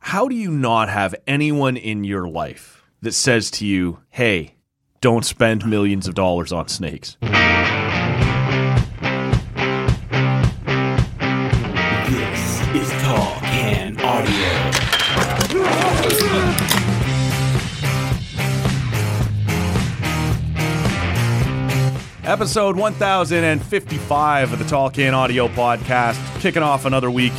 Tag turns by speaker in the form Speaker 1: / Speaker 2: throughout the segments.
Speaker 1: How do you not have anyone in your life that says to you, hey, don't spend millions of dollars on snakes?
Speaker 2: This is Tall Can Audio.
Speaker 1: Episode 1055 of the Tall Can Audio Podcast, kicking off another week.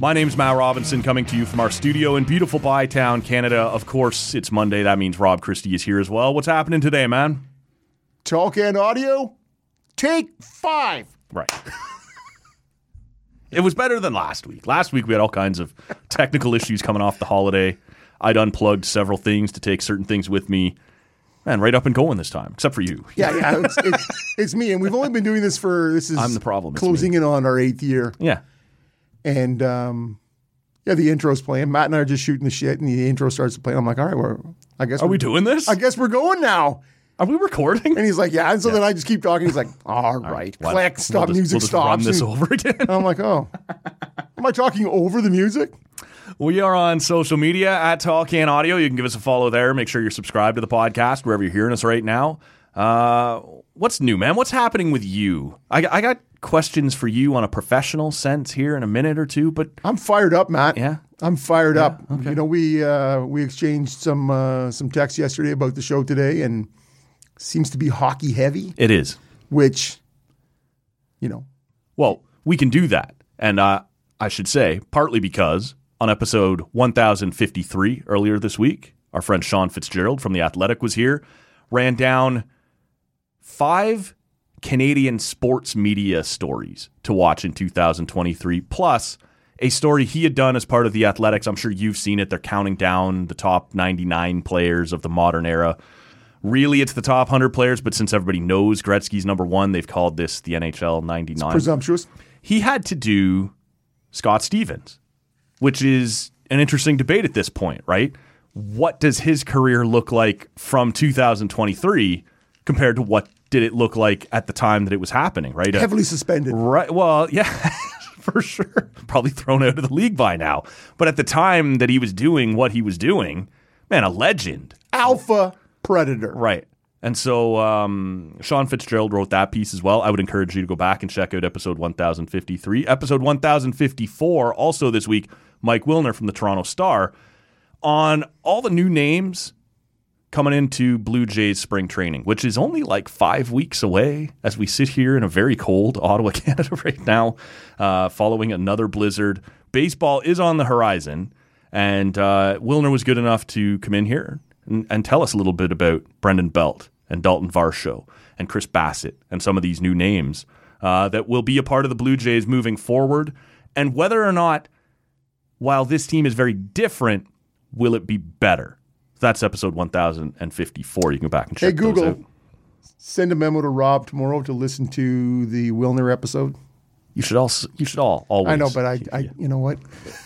Speaker 1: My name's Mal Robinson, coming to you from our studio in beautiful Bytown, Canada. Of course, it's Monday. That means Rob Christie is here as well. What's happening today, man?
Speaker 3: Talk and audio, take five.
Speaker 1: Right. it was better than last week. Last week, we had all kinds of technical issues coming off the holiday. I'd unplugged several things to take certain things with me. Man, right up and going this time, except for you.
Speaker 3: Yeah, yeah, it's, it's, it's me, and we've only been doing this for this is
Speaker 1: I'm the problem, it's
Speaker 3: Closing in on our eighth year,
Speaker 1: Yeah.
Speaker 3: and um, yeah, the intro's playing. Matt and I are just shooting the shit, and the intro starts to play. I'm like, all right, we're, I guess
Speaker 1: Are
Speaker 3: we're,
Speaker 1: we doing this?
Speaker 3: I guess we're going now.
Speaker 1: Are we recording?
Speaker 3: And he's like, yeah. And so then I just keep talking. He's like, all right,
Speaker 1: Why-
Speaker 3: click,
Speaker 1: we'll
Speaker 3: stop,
Speaker 1: just-
Speaker 3: music
Speaker 1: we'll just
Speaker 3: stops.
Speaker 1: Run this
Speaker 3: and-
Speaker 1: over again.
Speaker 3: and I'm like, oh, am I talking over the music?
Speaker 1: We are on social media at Talkan Audio. You can give us a follow there. Make sure you're subscribed to the podcast wherever you're hearing us right now. Uh, what's new, man? What's happening with you? I, I got questions for you on a professional sense here in a minute or two, but
Speaker 3: I'm fired up, Matt.
Speaker 1: Yeah?
Speaker 3: I'm fired up. You know, we uh, we exchanged some uh, some texts yesterday about the show today, and seems to be hockey heavy,
Speaker 1: it is.
Speaker 3: which, you know,
Speaker 1: Well, we can do that. And uh, I should say, partly because on episode 1053 earlier this week, our friend Sean Fitzgerald from The Athletic was here, ran down five Canadian sports media stories to watch in 2023, plus a story he had done as part of The Athletics. I'm sure you've seen it. They're counting down the top 99 players of the modern era. Really, it's the top 100 players, but since everybody knows Gretzky's number one, they've called this the NHL 99
Speaker 3: presumptuous.
Speaker 1: he had to do Scott Stevens, which is an interesting debate at this point, right? What does his career look like from 2023 compared to what did it look like at the time that it was happening, right? Uh,
Speaker 3: Heavily suspended.
Speaker 1: Right. Well, yeah, for sure. Probably thrown out of the league by now. But at the time that he was doing what he was doing, man, a legend.
Speaker 3: Alpha predator.
Speaker 1: Right. And so um, Sean Fitzgerald wrote that piece as well. I would encourage you to go back and check out episode 1053. Episode 1054, also this week, Mike Wilner from the Toronto Star on all the new names coming into Blue Jays spring training, which is only like five weeks away as we sit here in a very cold Ottawa, Canada right now, uh, following another blizzard. Baseball is on the horizon, and uh, Wilner was good enough to come in here and, and tell us a little bit about Brendan Belt and Dalton Varsho and Chris Bassett and some of these new names uh, that will be a part of the Blue Jays moving forward, and whether or not while this team is very different, will it be better? That's episode 1054. You can go back and check
Speaker 3: Hey
Speaker 1: those
Speaker 3: Google,
Speaker 1: out.
Speaker 3: send a memo to Rob tomorrow to listen to the Wilner episode.
Speaker 1: You should all you should all always.
Speaker 3: I know, but I, I you know what?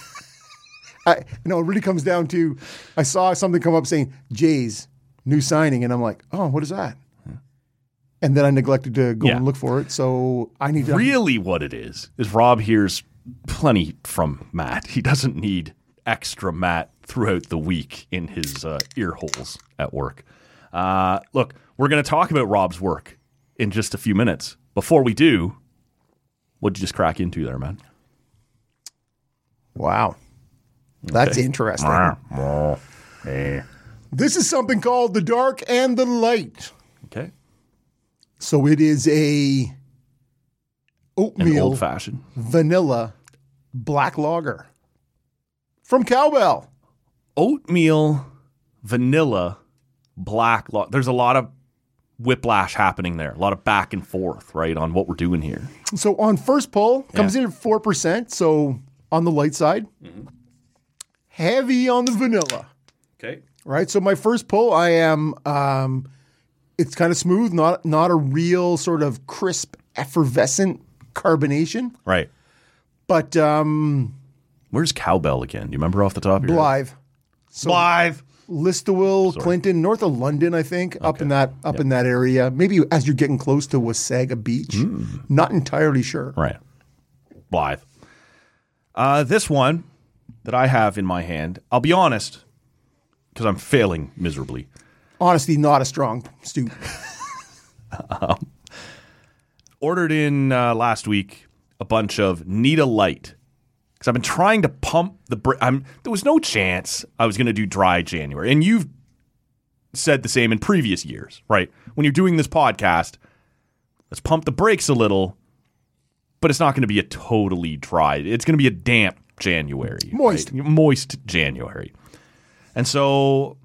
Speaker 3: I you know it really comes down to I saw something come up saying Jays new signing, and I'm like, oh, what is that? And then I neglected to go
Speaker 1: Yeah.
Speaker 3: and look for it, so I need to.
Speaker 1: really what it is is Rob hears plenty from Matt. He doesn't need extra Matt throughout the week in his uh, ear holes at work. Uh, look, we're going to talk about Rob's work in just a few minutes. Before we do, what'd you just crack into there, man?
Speaker 3: Wow, that's interesting. eh. this is something called the dark and the light.
Speaker 1: Okay,
Speaker 3: So it is a
Speaker 1: an
Speaker 3: oatmeal
Speaker 1: old fashioned.
Speaker 3: vanilla black lager from Cowbell.
Speaker 1: oatmeal, vanilla, black. Lo- There's a lot of whiplash happening there. A lot of back and forth, right, on what we're doing here.
Speaker 3: So on first pull, comes in at four percent. So on the light side,
Speaker 1: Mm-hmm.
Speaker 3: heavy on the vanilla,
Speaker 1: Okay.
Speaker 3: right? So my first pull, I am, um, it's kind of smooth, not not a real sort of crisp, effervescent carbonation,
Speaker 1: Right.
Speaker 3: but um,
Speaker 1: Where's cowbell again? Do you remember off the top of your head?
Speaker 3: live.
Speaker 1: Live.
Speaker 3: Listowel, Clinton, north of London, I think, up in that up in that area. Maybe as you're getting close to Wasaga Beach,
Speaker 1: Mm.
Speaker 3: not entirely sure.
Speaker 1: Right. Blythe. Uh, this one, that I have in my hand, I'll be honest, because I'm failing miserably.
Speaker 3: Honestly, not a strong suit.
Speaker 1: Ordered in uh, last week a bunch of Need a Light. Because I've been trying to pump the. Br- I'm, there was no chance I was going to do dry January. And you've said the same in previous years, right? When you're doing this podcast, let's pump the brakes a little, but it's not going to be a totally dry. It's going to be a damp January,
Speaker 3: Moist.
Speaker 1: right? moist January. And so,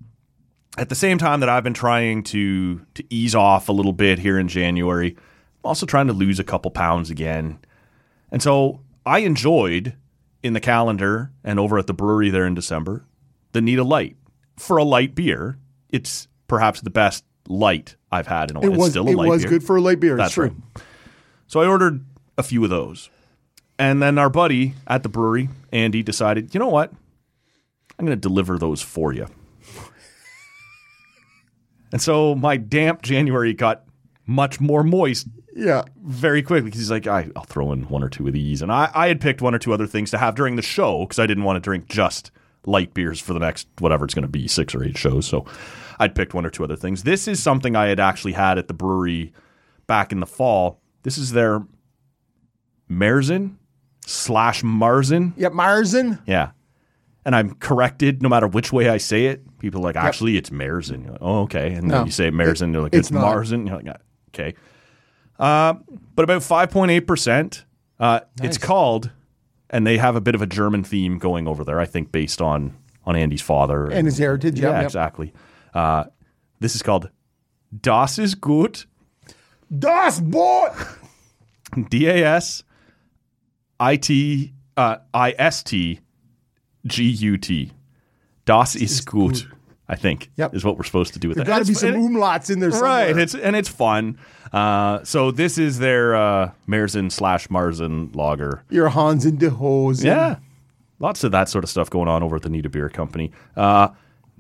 Speaker 1: at the same time that I've been trying to to ease off a little bit here in January, I'm also trying to lose a couple pounds again. And so, I enjoyed in the calendar and over at the brewery there in December the need a light for a light beer. It's perhaps the best light I've had in a while.
Speaker 3: It
Speaker 1: It's
Speaker 3: was
Speaker 1: still a
Speaker 3: it
Speaker 1: light
Speaker 3: was
Speaker 1: beer.
Speaker 3: good for a light beer.
Speaker 1: That's
Speaker 3: it's true.
Speaker 1: right. So I ordered a few of those. And then our buddy at the brewery, Andy, decided, you know what? I'm going to deliver those for you. and so my damp January got much more moist
Speaker 3: Yeah.
Speaker 1: very quickly because he's like, I, I'll throw in one or two of these. And I, I had picked one or two other things to have during the show because I didn't want to drink just light beers for the next whatever it's going to be, six or eight shows. So I'd picked one or two other things. This is something I had actually had at the brewery back in the fall. This is their Marzen slash Marzen.
Speaker 3: Yeah, Marzen.
Speaker 1: Yeah. And I'm corrected no matter which way I say it. People are like, actually, it's Marzen. You're like, oh, okay. And
Speaker 3: No,
Speaker 1: then you say Marzen. They're like,
Speaker 3: it's
Speaker 1: it's,
Speaker 3: not.
Speaker 1: Marzen. You're like, okay. Uh, but about 5.8%. Uh, It's called, and they have a bit of a German theme going over there, I think, based on, on Andy's father.
Speaker 3: And his heritage.
Speaker 1: yeah,
Speaker 3: Yeah, yeah.
Speaker 1: exactly. Uh, this is called Das ist gut.
Speaker 3: Das Boot.
Speaker 1: D A S I T uh, I S T G U T. Das ist gut, I think,
Speaker 3: Yep.
Speaker 1: is what we're supposed to do with
Speaker 3: There's
Speaker 1: that.
Speaker 3: got to be
Speaker 1: It's-
Speaker 3: some
Speaker 1: and-
Speaker 3: umlauts in there somewhere.
Speaker 1: Right, it's and it's fun. Uh, so this is their uh, Marzen slash Marzen lager.
Speaker 3: Your Hans and De Hose.
Speaker 1: Yeah, lots of that sort of stuff going on over at the Nita Beer Company. Uh,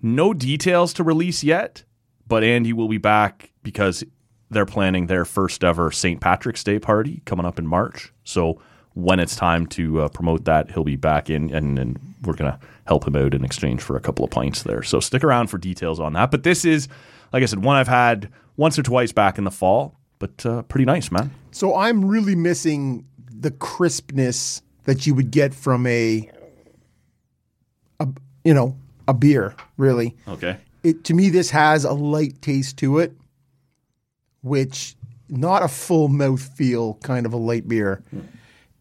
Speaker 1: no details to release yet, but Andy will be back because they're planning their first ever St. Patrick's Day party coming up in March. So when it's time to uh, promote that, he'll be back in, and, and we're gonna help him out in exchange for a couple of pints there. So stick around for details on that. But this is, like I said, one I've had once or twice back in the fall. But uh, pretty nice, man.
Speaker 3: So I'm really missing the crispness that you would get from a, a you know, a beer. Really,
Speaker 1: Okay.
Speaker 3: it to me this has a light taste to it, which not a full mouth feel kind of a light beer.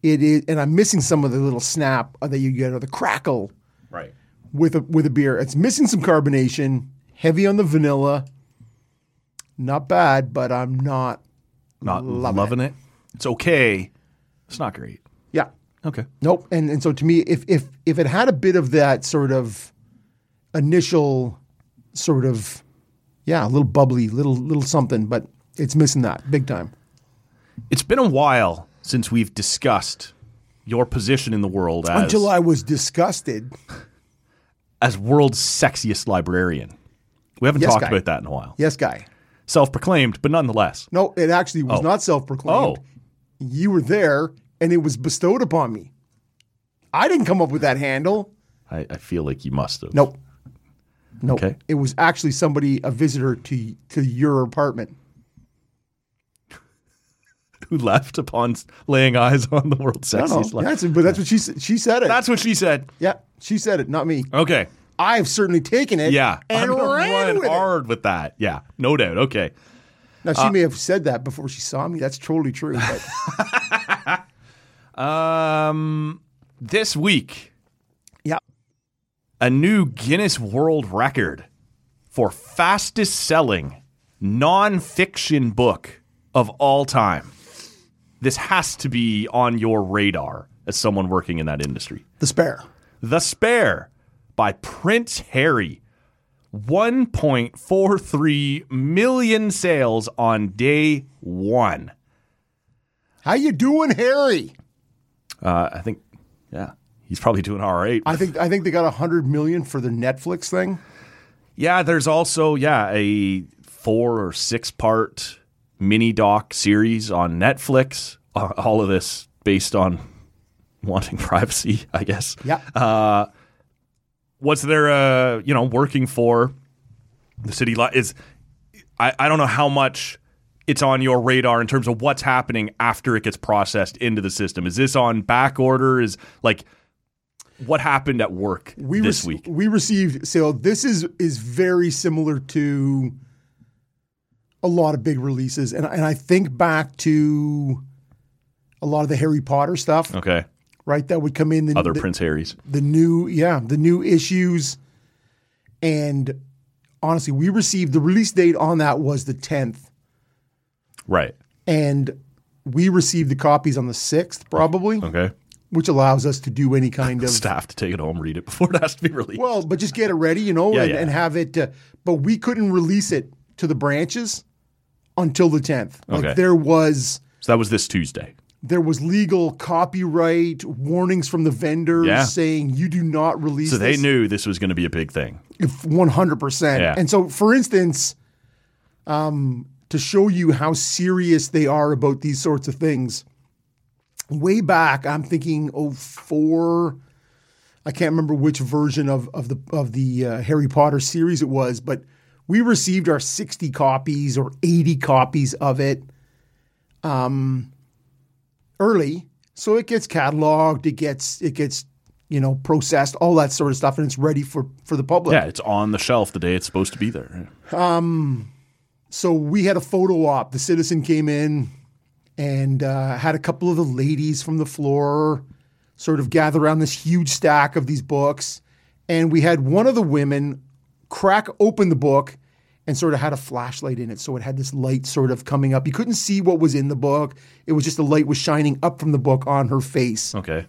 Speaker 3: It is, and I'm missing some of the little snap that you get or the crackle
Speaker 1: Right.
Speaker 3: with a with a beer. It's missing some carbonation, heavy on the vanilla. Not bad, but I'm not.
Speaker 1: Not
Speaker 3: Loving
Speaker 1: loving it. It's okay. It's not great.
Speaker 3: Yeah.
Speaker 1: Okay.
Speaker 3: Nope. And and so to me, if if if it had a bit of that sort of initial sort of yeah, a little bubbly, little little something, but it's missing that big time.
Speaker 1: It's been a while since we've discussed your position in the world as
Speaker 3: Until I was disgusted.
Speaker 1: as world's sexiest librarian. We haven't
Speaker 3: Yes,
Speaker 1: talked
Speaker 3: guy.
Speaker 1: about that in a while.
Speaker 3: Yes, guy.
Speaker 1: Self-proclaimed, but nonetheless.
Speaker 3: No, it actually was
Speaker 1: Oh.
Speaker 3: not self-proclaimed.
Speaker 1: Oh.
Speaker 3: You were there and it was bestowed upon me. I didn't come up with that handle.
Speaker 1: I, I feel like you must have.
Speaker 3: Nope. Nope.
Speaker 1: Okay.
Speaker 3: It was actually somebody, a visitor to to your apartment.
Speaker 1: Who left upon s- laying eyes on the world's
Speaker 3: I don't
Speaker 1: sexiest
Speaker 3: know.
Speaker 1: li-
Speaker 3: That's, but that's what she said. She said it.
Speaker 1: Oh. That's what she said.
Speaker 3: yeah, she said it, not me.
Speaker 1: Okay.
Speaker 3: I've certainly taken it.
Speaker 1: Yeah.
Speaker 3: and
Speaker 1: I'm gonna
Speaker 3: ran
Speaker 1: run
Speaker 3: with it.
Speaker 1: hard with that. Yeah. No doubt. Okay.
Speaker 3: Now
Speaker 1: uh,
Speaker 3: she may have said that before she saw me. That's totally true. But
Speaker 1: Um this week,
Speaker 3: yeah,
Speaker 1: a new Guinness World Record for fastest selling nonfiction book of all time. This has to be on your radar as someone working in that industry.
Speaker 3: the spare.
Speaker 1: The Spare by Prince Harry. 1.43 million sales on day one.
Speaker 3: How you doing, Harry?
Speaker 1: Uh, I think, yeah, he's probably doing all right.
Speaker 3: I think I think they got a hundred million for the Netflix thing.
Speaker 1: Yeah, there's also yeah a four or six part mini doc series on Netflix. Uh, All of this based on wanting privacy, I guess.
Speaker 3: Yeah.
Speaker 1: Uh, what's their uh, you know working for the city li- is I, I don't know how much it's on your radar in terms of what's happening after it gets processed into the system is this on back order is like what happened at work
Speaker 3: we
Speaker 1: this
Speaker 3: rec-
Speaker 1: week
Speaker 3: we received so this is is very similar to a lot of big releases and and I think back to a lot of the Harry Potter stuff
Speaker 1: okay
Speaker 3: right that would come in the,
Speaker 1: Oh. other
Speaker 3: the,
Speaker 1: prince harry's
Speaker 3: the new yeah the new issues and honestly we received the release date on that was the 10th
Speaker 1: right
Speaker 3: and we received the copies on the 6th probably
Speaker 1: okay
Speaker 3: which allows us to do any kind of
Speaker 1: staff to take it home read it before it has to be released
Speaker 3: Well, but just get it ready, you know,
Speaker 1: Yeah,
Speaker 3: and,
Speaker 1: yeah.
Speaker 3: and have it. Uh, but we couldn't release it to the branches until the tenth.
Speaker 1: Okay.
Speaker 3: Like there was
Speaker 1: so that was this tuesday
Speaker 3: there was legal copyright warnings from the vendors
Speaker 1: Yeah.
Speaker 3: saying you do not release.
Speaker 1: so they
Speaker 3: this
Speaker 1: knew this was going to be a big thing
Speaker 3: one hundred percent.
Speaker 1: Yeah.
Speaker 3: And so, for instance, um, to show you how serious they are about these sorts of things, way back, I'm thinking oh four. I can't remember which version of of the of the uh, Harry Potter series it was, but we received our sixty copies or eighty copies of it, um, early. So it gets cataloged, it gets it gets you know processed, all that sort of stuff, and it's ready for for the public.
Speaker 1: yeah it's on the shelf the day it's supposed to be there
Speaker 3: so we had a photo op. The citizen came in and uh, had a couple of the ladies from the floor sort of gather around this huge stack of these books. And we had one of the women crack open the book and sort of had a flashlight in it. So it had this light sort of coming up. You couldn't see what was in the book, it was just the light was shining up from the book on her face.
Speaker 1: okay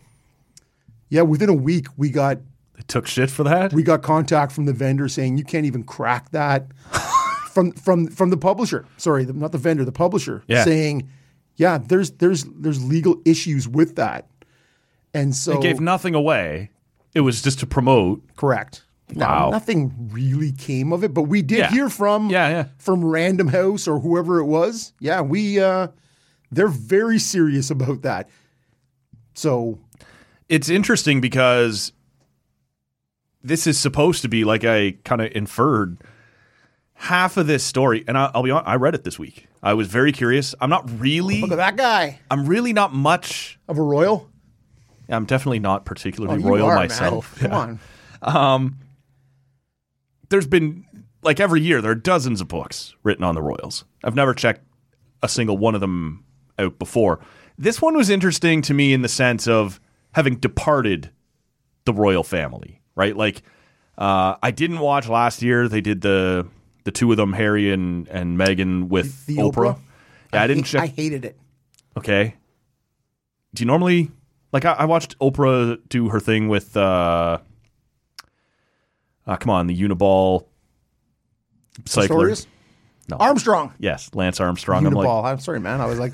Speaker 3: Yeah, within a week, we got
Speaker 1: they took shit for that
Speaker 3: we got contact from the vendor saying you can't even crack that from from from the publisher sorry the, not the vendor the publisher
Speaker 1: Yeah.
Speaker 3: saying yeah there's there's there's legal issues with that and so
Speaker 1: It gave nothing away. It was just to promote.
Speaker 3: correct No,
Speaker 1: Wow.
Speaker 3: nothing really came of it but we did
Speaker 1: Yeah.
Speaker 3: hear from
Speaker 1: Yeah, yeah.
Speaker 3: from random house or whoever it was yeah we uh they're very serious about that so
Speaker 1: It's interesting because this is supposed to be like I kind of inferred half of this story, and I, I'll be honest, I read it this week. I was very curious. I'm not really.
Speaker 3: look at that guy
Speaker 1: I'm really not much.
Speaker 3: of a royal Oh,
Speaker 1: I'm definitely not particularly
Speaker 3: You
Speaker 1: royal
Speaker 3: are, man.
Speaker 1: myself.
Speaker 3: come
Speaker 1: Yeah.
Speaker 3: on
Speaker 1: There's been like every year there are dozens of books written on the royals. I've never checked a single one of them out before. This one was interesting to me in the sense of having departed the royal family, right? Like, uh, I didn't watch last year. They did the the two of them, Harry and and Meghan, with
Speaker 3: The
Speaker 1: Oprah.
Speaker 3: Oprah?
Speaker 1: Yeah, I, didn't
Speaker 3: Ha-
Speaker 1: check.
Speaker 3: i hated it
Speaker 1: okay. Do you normally like? I, I watched Oprah do her thing with. uh, uh come on, the Uniball cycler.
Speaker 3: Pistorius?
Speaker 1: No.
Speaker 3: Armstrong.
Speaker 1: Yes, Lance Armstrong. I'm like,
Speaker 3: Uniball. I'm sorry, man. I was like,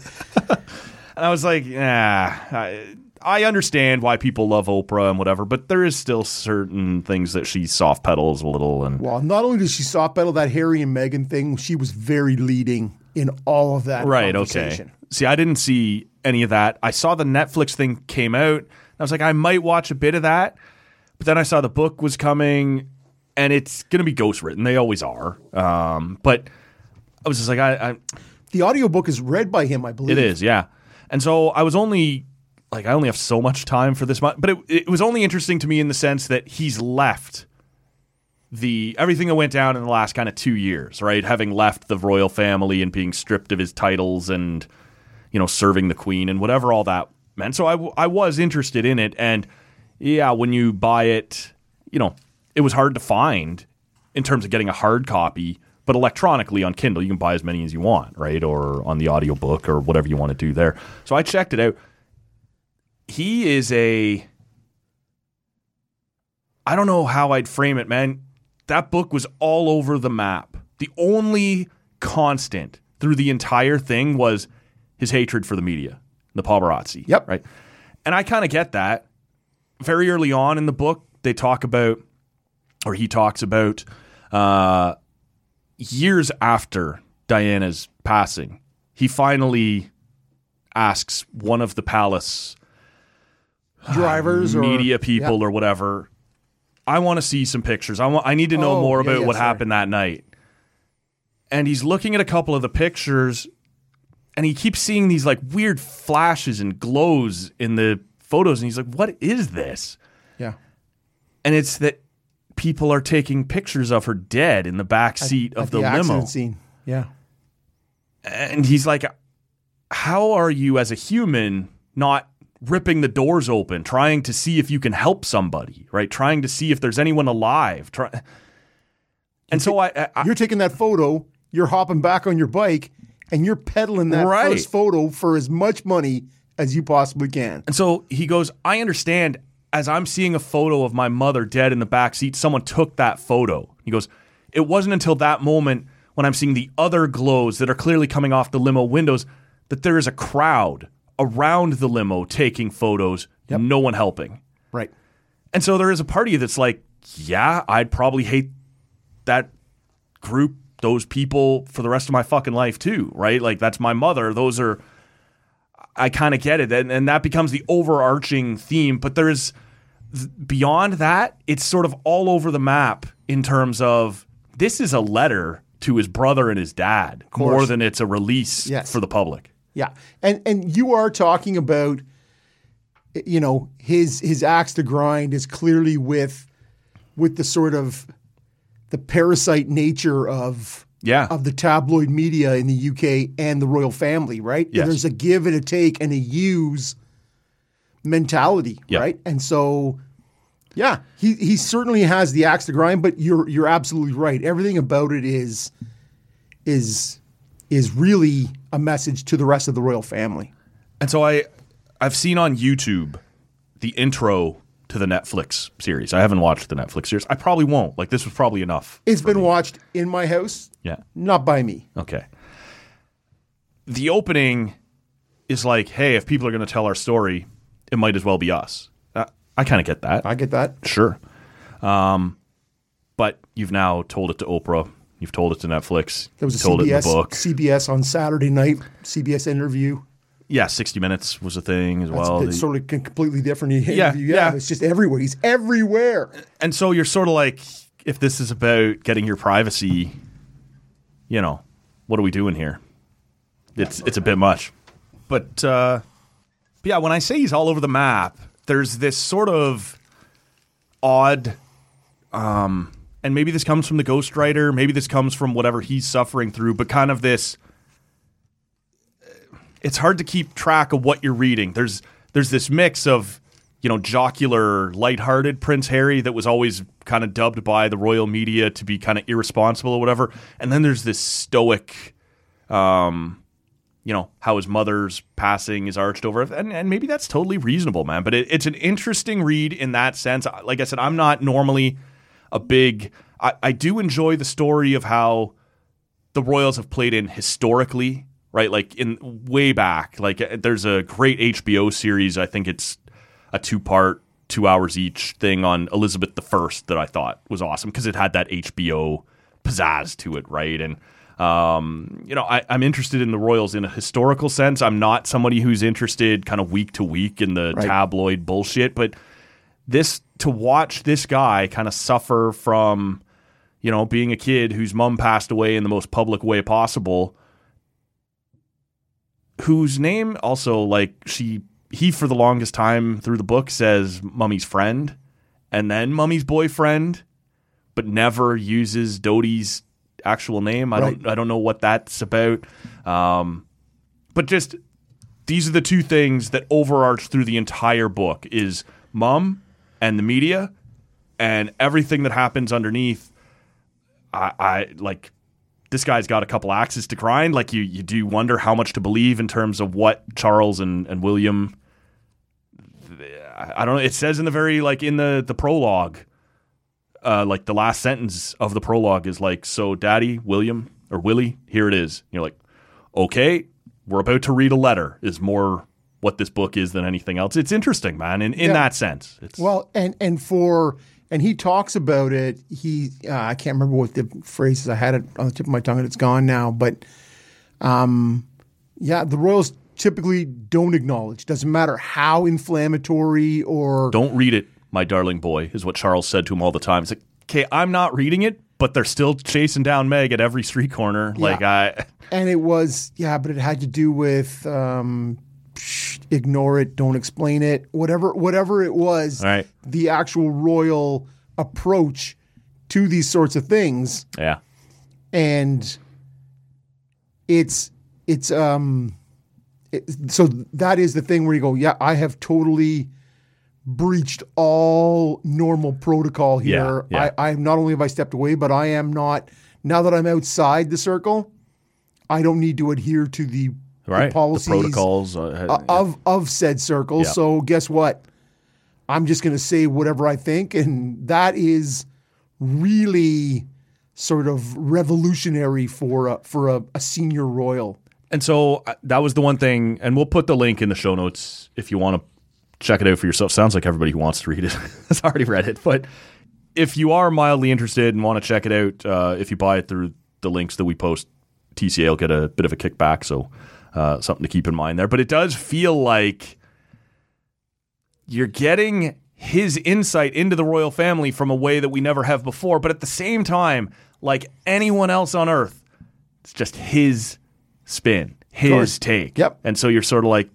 Speaker 1: And I was like, yeah, I, I understand why people love Oprah and whatever, but there is still certain things that she soft pedals a little. And
Speaker 3: well, not only did she soft pedal that Harry and Meghan thing, she was very leading in all of that.
Speaker 1: right, okay.
Speaker 3: conversation.
Speaker 1: See, I didn't see any of that. I saw the Netflix thing came out. And I was like, I might watch a bit of that, but then I saw the book was coming, and it's gonna be ghostwritten. They always are. Um, but I was just like, I, I
Speaker 3: The audiobook is read by him, I believe.
Speaker 1: It is, yeah. And so I was only like I only have so much time for this month, but it, it was only interesting to me in the sense that he's left the everything that went down in the last kind of two years, right? Having left the royal family and being stripped of his titles and you know serving the queen and whatever all that meant. So I w- I was interested in it, and yeah, when you buy it, you know it was hard to find in terms of getting a hard copy. But electronically on Kindle, you can buy as many as you want, right? Or on the audiobook or whatever you want to do there. So I checked it out. He is a I don't know how I'd frame it, man. That book was all over the map. The only constant through the entire thing was his hatred for the media, the paparazzi.
Speaker 3: Yep.
Speaker 1: Right. And I kind of get that. Very early on in the book, they talk about, or he talks about, uh, years after Diana's passing, he finally asks one of the palace
Speaker 3: Drivers or
Speaker 1: media people or whatever I want to see some pictures. I want I need to know
Speaker 3: Oh,
Speaker 1: more
Speaker 3: yeah,
Speaker 1: about
Speaker 3: yeah,
Speaker 1: what
Speaker 3: sorry.
Speaker 1: happened that night. And he's looking at a couple of the pictures and he keeps seeing these like weird flashes and glows in the photos and he's like what is this?
Speaker 3: Yeah.
Speaker 1: And it's that people are taking pictures of her dead in the back seat of
Speaker 3: At
Speaker 1: the, limo.
Speaker 3: accident scene. Yeah.
Speaker 1: And he's like how are you as a human not ripping the doors open trying to see if you can help somebody, right? Trying to see if there's anyone alive. Try- and so I, I,
Speaker 3: You're taking that photo, you're hopping back on your bike, and you're peddling that
Speaker 1: Right.
Speaker 3: first photo for as much money as you possibly can.
Speaker 1: And so he goes, I understand as I'm seeing a photo of my mother dead in the back seat, someone took that photo. He goes, It wasn't until that moment when I'm seeing the other glows that are clearly coming off the limo windows that there is a crowd around the limo taking photos, no one helping.
Speaker 3: Right.
Speaker 1: And so there is a party that's like, yeah, I'd probably hate that group, those people for the rest of my fucking life too, right? Like that's my mother. Those are I kind of get it. And, and that becomes the overarching theme, but there's th- beyond that, it's sort of all over the map in terms of this is a letter to his brother and his dad more
Speaker 3: course.
Speaker 1: than it's a release
Speaker 3: Yes.
Speaker 1: for the public.
Speaker 3: Yeah. And and you are talking about you know, his his axe to grind is clearly with with the sort of the parasite nature of
Speaker 1: Yeah.
Speaker 3: of the tabloid media in the UK and the royal family, right?
Speaker 1: Yes.
Speaker 3: There's a give and a take and a use mentality,
Speaker 1: Yeah.
Speaker 3: right? And so yeah, he he certainly has the axe to grind, but you're you're absolutely right. Everything about it is is is really a message to the rest of the royal family.
Speaker 1: And so I, I've seen on YouTube the intro to the Netflix series. I haven't watched the Netflix series. I probably won't. Like this was probably enough.
Speaker 3: It's been watched in my house,
Speaker 1: Yeah.
Speaker 3: not by me.
Speaker 1: Okay. The opening is like, hey, if people are going to tell our story, it might as well be us. I, I kind of get that.
Speaker 3: I get that.
Speaker 1: Sure. Um, but you've now told it to Oprah. You've told it to Netflix.
Speaker 3: There was
Speaker 1: You've
Speaker 3: a
Speaker 1: told it in
Speaker 3: CBS
Speaker 1: the book.
Speaker 3: CBS on Saturday night CBS interview.
Speaker 1: yeah, 60 Minutes was a thing as
Speaker 3: It's
Speaker 1: well.
Speaker 3: it's
Speaker 1: The-
Speaker 3: sort of con- completely different interview.
Speaker 1: Yeah, yeah.
Speaker 3: it's just everywhere. He's everywhere.
Speaker 1: and so you're sort of like, if this is about getting your privacy, you know, what are we doing here? It's it's a bit much, but uh, but yeah, when I say he's all over the map, there's this sort of odd, um, and maybe this comes from the ghostwriter, maybe this comes from whatever he's suffering through, but kind of this. It's hard to keep track of what you're reading. There's there's this mix of you know jocular, lighthearted Prince Harry that was always kind of dubbed by the royal media to be kind of irresponsible or whatever, and then there's this stoic um, you know how his mother's passing is arched over and, and maybe that's totally reasonable man but it, it's an interesting read in that sense like i said i'm not normally a big I, I do enjoy the story of how the royals have played in historically right like in way back like uh, there's a great hbo series i think it's a two part two hours each thing on elizabeth the first that i thought was awesome because it had that hbo pizzazz to it right and um, you know, I, I'm interested in the Royals in a historical sense. I'm not somebody who's interested kind of week to week in the tabloid bullshit, but this to watch this guy kind of suffer from, you know, being a kid whose mom passed away in the most public way possible, whose name also like she he for the longest time through the book says mummy's friend and then mummy's boyfriend, but never uses Dodie's actual name. I don't I don't know what that's about. Um, but just these are the two things that overarch through the entire book is mom and the media and everything that happens underneath i, I like this guy's got a couple axes to grind like you, you do wonder how much to believe in terms of what charles and, and william I, I don't know it says in the very like in the the prologue uh, like the last sentence of the prologue is like, "So, Daddy, William, or Willie, here it is." And you're like, "Okay, we're about to read a letter." Is more what this book is than anything else. It's interesting, man. In in
Speaker 3: Yeah.
Speaker 1: that sense, it's
Speaker 3: Well, and and for and he talks about it. He uh, I can't remember what the phrase is. I had it on the tip of my tongue and it's gone now. But um, yeah, the royals typically don't acknowledge. Doesn't matter how inflammatory or
Speaker 1: don't read it. my darling boy, is what Charles said to him all the time. It's like, okay, I'm not reading it, but they're still chasing down Meg at every street corner. Like, I,
Speaker 3: And it was, yeah, but it had to do with um, psh, ignore it, don't explain it, whatever, whatever it was.
Speaker 1: All right.
Speaker 3: The actual royal approach to these sorts of things,
Speaker 1: yeah,
Speaker 3: and it's it's um, it, so that is the thing where you go, yeah, I have totally breached all normal protocol here.
Speaker 1: Yeah, yeah.
Speaker 3: I, I not only have I stepped away, but I am not now that I'm outside the circle. I don't need to adhere to the, the
Speaker 1: right.
Speaker 3: policies
Speaker 1: the protocols. Uh,
Speaker 3: o- of of said circle.
Speaker 1: Yeah.
Speaker 3: So guess what? I'm just going to say whatever I think, and that is really sort of revolutionary for a, for a, a senior royal.
Speaker 1: And so uh, that was the one thing, and we'll put the link in the show notes if you want to check it out for yourself. Sounds like everybody who wants to read it has already read it, but if you are mildly interested and want to check it out, uh, if you buy it through the links that we post, TCA will get a bit of a kickback, so uh, something to keep in mind there. But it does feel like you're getting his insight into the royal family from a way that we never have before, but at the same time, like anyone else on earth, it's just his spin, his
Speaker 3: course.
Speaker 1: take.
Speaker 3: Yep.
Speaker 1: And so you're sort of like,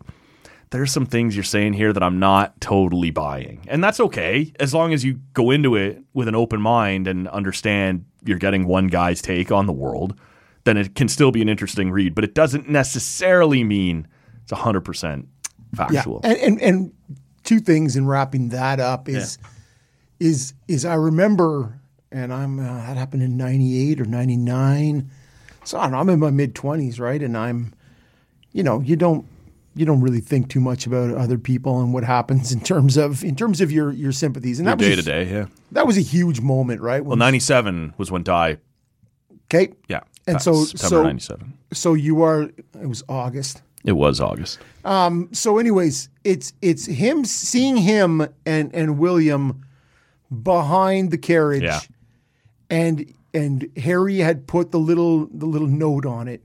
Speaker 1: there's some things you're saying here that I'm not totally buying. And that's okay as long as you go into it with an open mind and understand you're getting one guy's take on the world, then it can still be an interesting read. But it doesn't necessarily mean it's 100% factual.
Speaker 3: And, and and two things in wrapping that up is is is I remember, and I'm uh, that happened in '98 or '99. So I don't know, I'm in my mid 20s, right? And I'm, you know, you don't you don't really think too much about other people and what happens in terms of in terms of your your sympathies. And that was
Speaker 1: Day
Speaker 3: a-
Speaker 1: to day, yeah.
Speaker 3: That was a huge moment, right?
Speaker 1: Well, 97 was when Di,
Speaker 3: okay.
Speaker 1: yeah.
Speaker 3: And
Speaker 1: passed,
Speaker 3: so-
Speaker 1: September
Speaker 3: so-
Speaker 1: 97.
Speaker 3: So you are. It was August.
Speaker 1: It was August.
Speaker 3: so anyways, it's it's him seeing him and and William behind the carriage,
Speaker 1: Yeah.
Speaker 3: and and Harry had put the little the little note on it,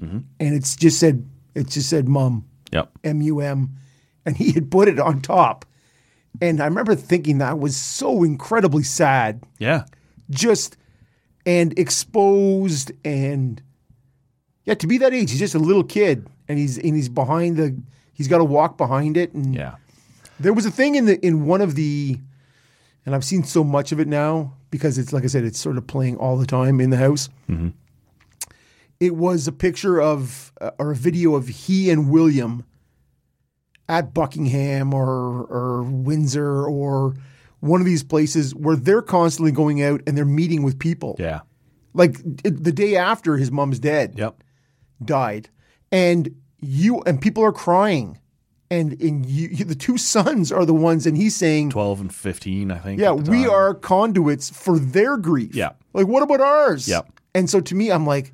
Speaker 3: and it's just said it just said mum
Speaker 1: Yep.
Speaker 3: m u m, and he had put it on top, and I remember thinking that was so incredibly sad
Speaker 1: Yeah.
Speaker 3: just and exposed and yeah to be that age he's just a little kid and he's and he's behind the he's got to walk behind it and
Speaker 1: Yeah.
Speaker 3: there was a thing in the in one of the and I've seen so much of it now because it's like I said it's sort of playing all the time in the house it was a picture of uh, or a video of he and William at Buckingham or or Windsor or one of these places where they're constantly going out and they're meeting with people.
Speaker 1: Yeah.
Speaker 3: Like it, the day after his mom's dead
Speaker 1: Yep.
Speaker 3: died, and you and people are crying, and and you, you the two sons are the ones, and he's saying,
Speaker 1: 12 and 15, I think.
Speaker 3: yeah,
Speaker 1: at the
Speaker 3: we
Speaker 1: time.
Speaker 3: are conduits for their grief.
Speaker 1: Yeah.
Speaker 3: Like, what about ours?
Speaker 1: Yeah.
Speaker 3: And so to me, I'm like,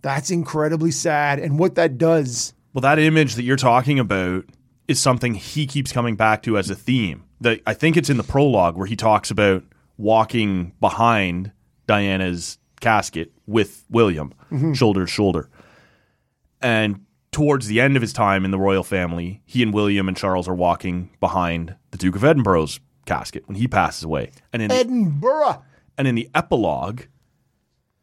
Speaker 3: that's incredibly sad. And what that does,
Speaker 1: Well, that image that you're talking about is something he keeps coming back to as a theme. That I think it's in the prologue where he talks about walking behind Diana's casket with William, shoulder to shoulder. And towards the end of his time in the royal family, he and William and Charles are walking behind the Duke of Edinburgh's casket when he passes away. And in the
Speaker 3: Edinburgh.
Speaker 1: and in the epilogue,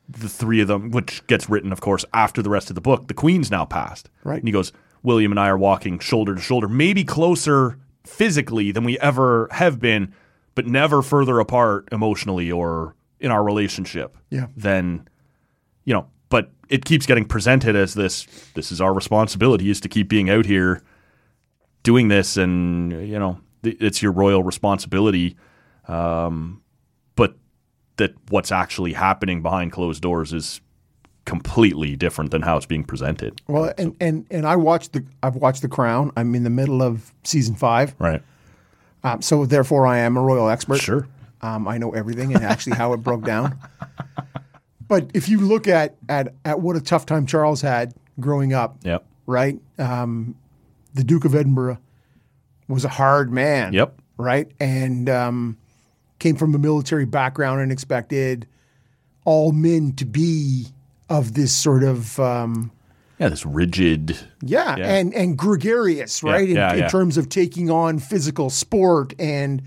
Speaker 1: the three of them, which gets written, of course, after the rest of the book, the Queen's now passed.
Speaker 3: Right.
Speaker 1: And he goes, William and I are walking shoulder to shoulder, maybe closer physically than we ever have been, but never further apart emotionally or in our relationship
Speaker 3: Yeah.
Speaker 1: than, you know, but it keeps getting presented as this this is our responsibility is to keep being out here doing this and you know th- it's your royal responsibility um, but that what's actually happening behind closed doors is completely different than how it's being presented
Speaker 3: Well, and, and and I watched the I've watched The Crown. I'm in the middle of season five,
Speaker 1: right
Speaker 3: um, so therefore I am a royal expert.
Speaker 1: sure
Speaker 3: Um, I know everything and actually how it broke down. But if you look at at at what a tough time Charles had growing up,
Speaker 1: yep
Speaker 3: right? Um, the Duke of Edinburgh was a hard man.
Speaker 1: Yep.
Speaker 3: Right, and um, came from a military background and expected all men to be of this sort of um,
Speaker 1: yeah, this rigid.
Speaker 3: Yeah,
Speaker 1: Yeah.
Speaker 3: and and gregarious, right? in,
Speaker 1: yeah,
Speaker 3: in
Speaker 1: yeah.
Speaker 3: terms of taking on physical sport and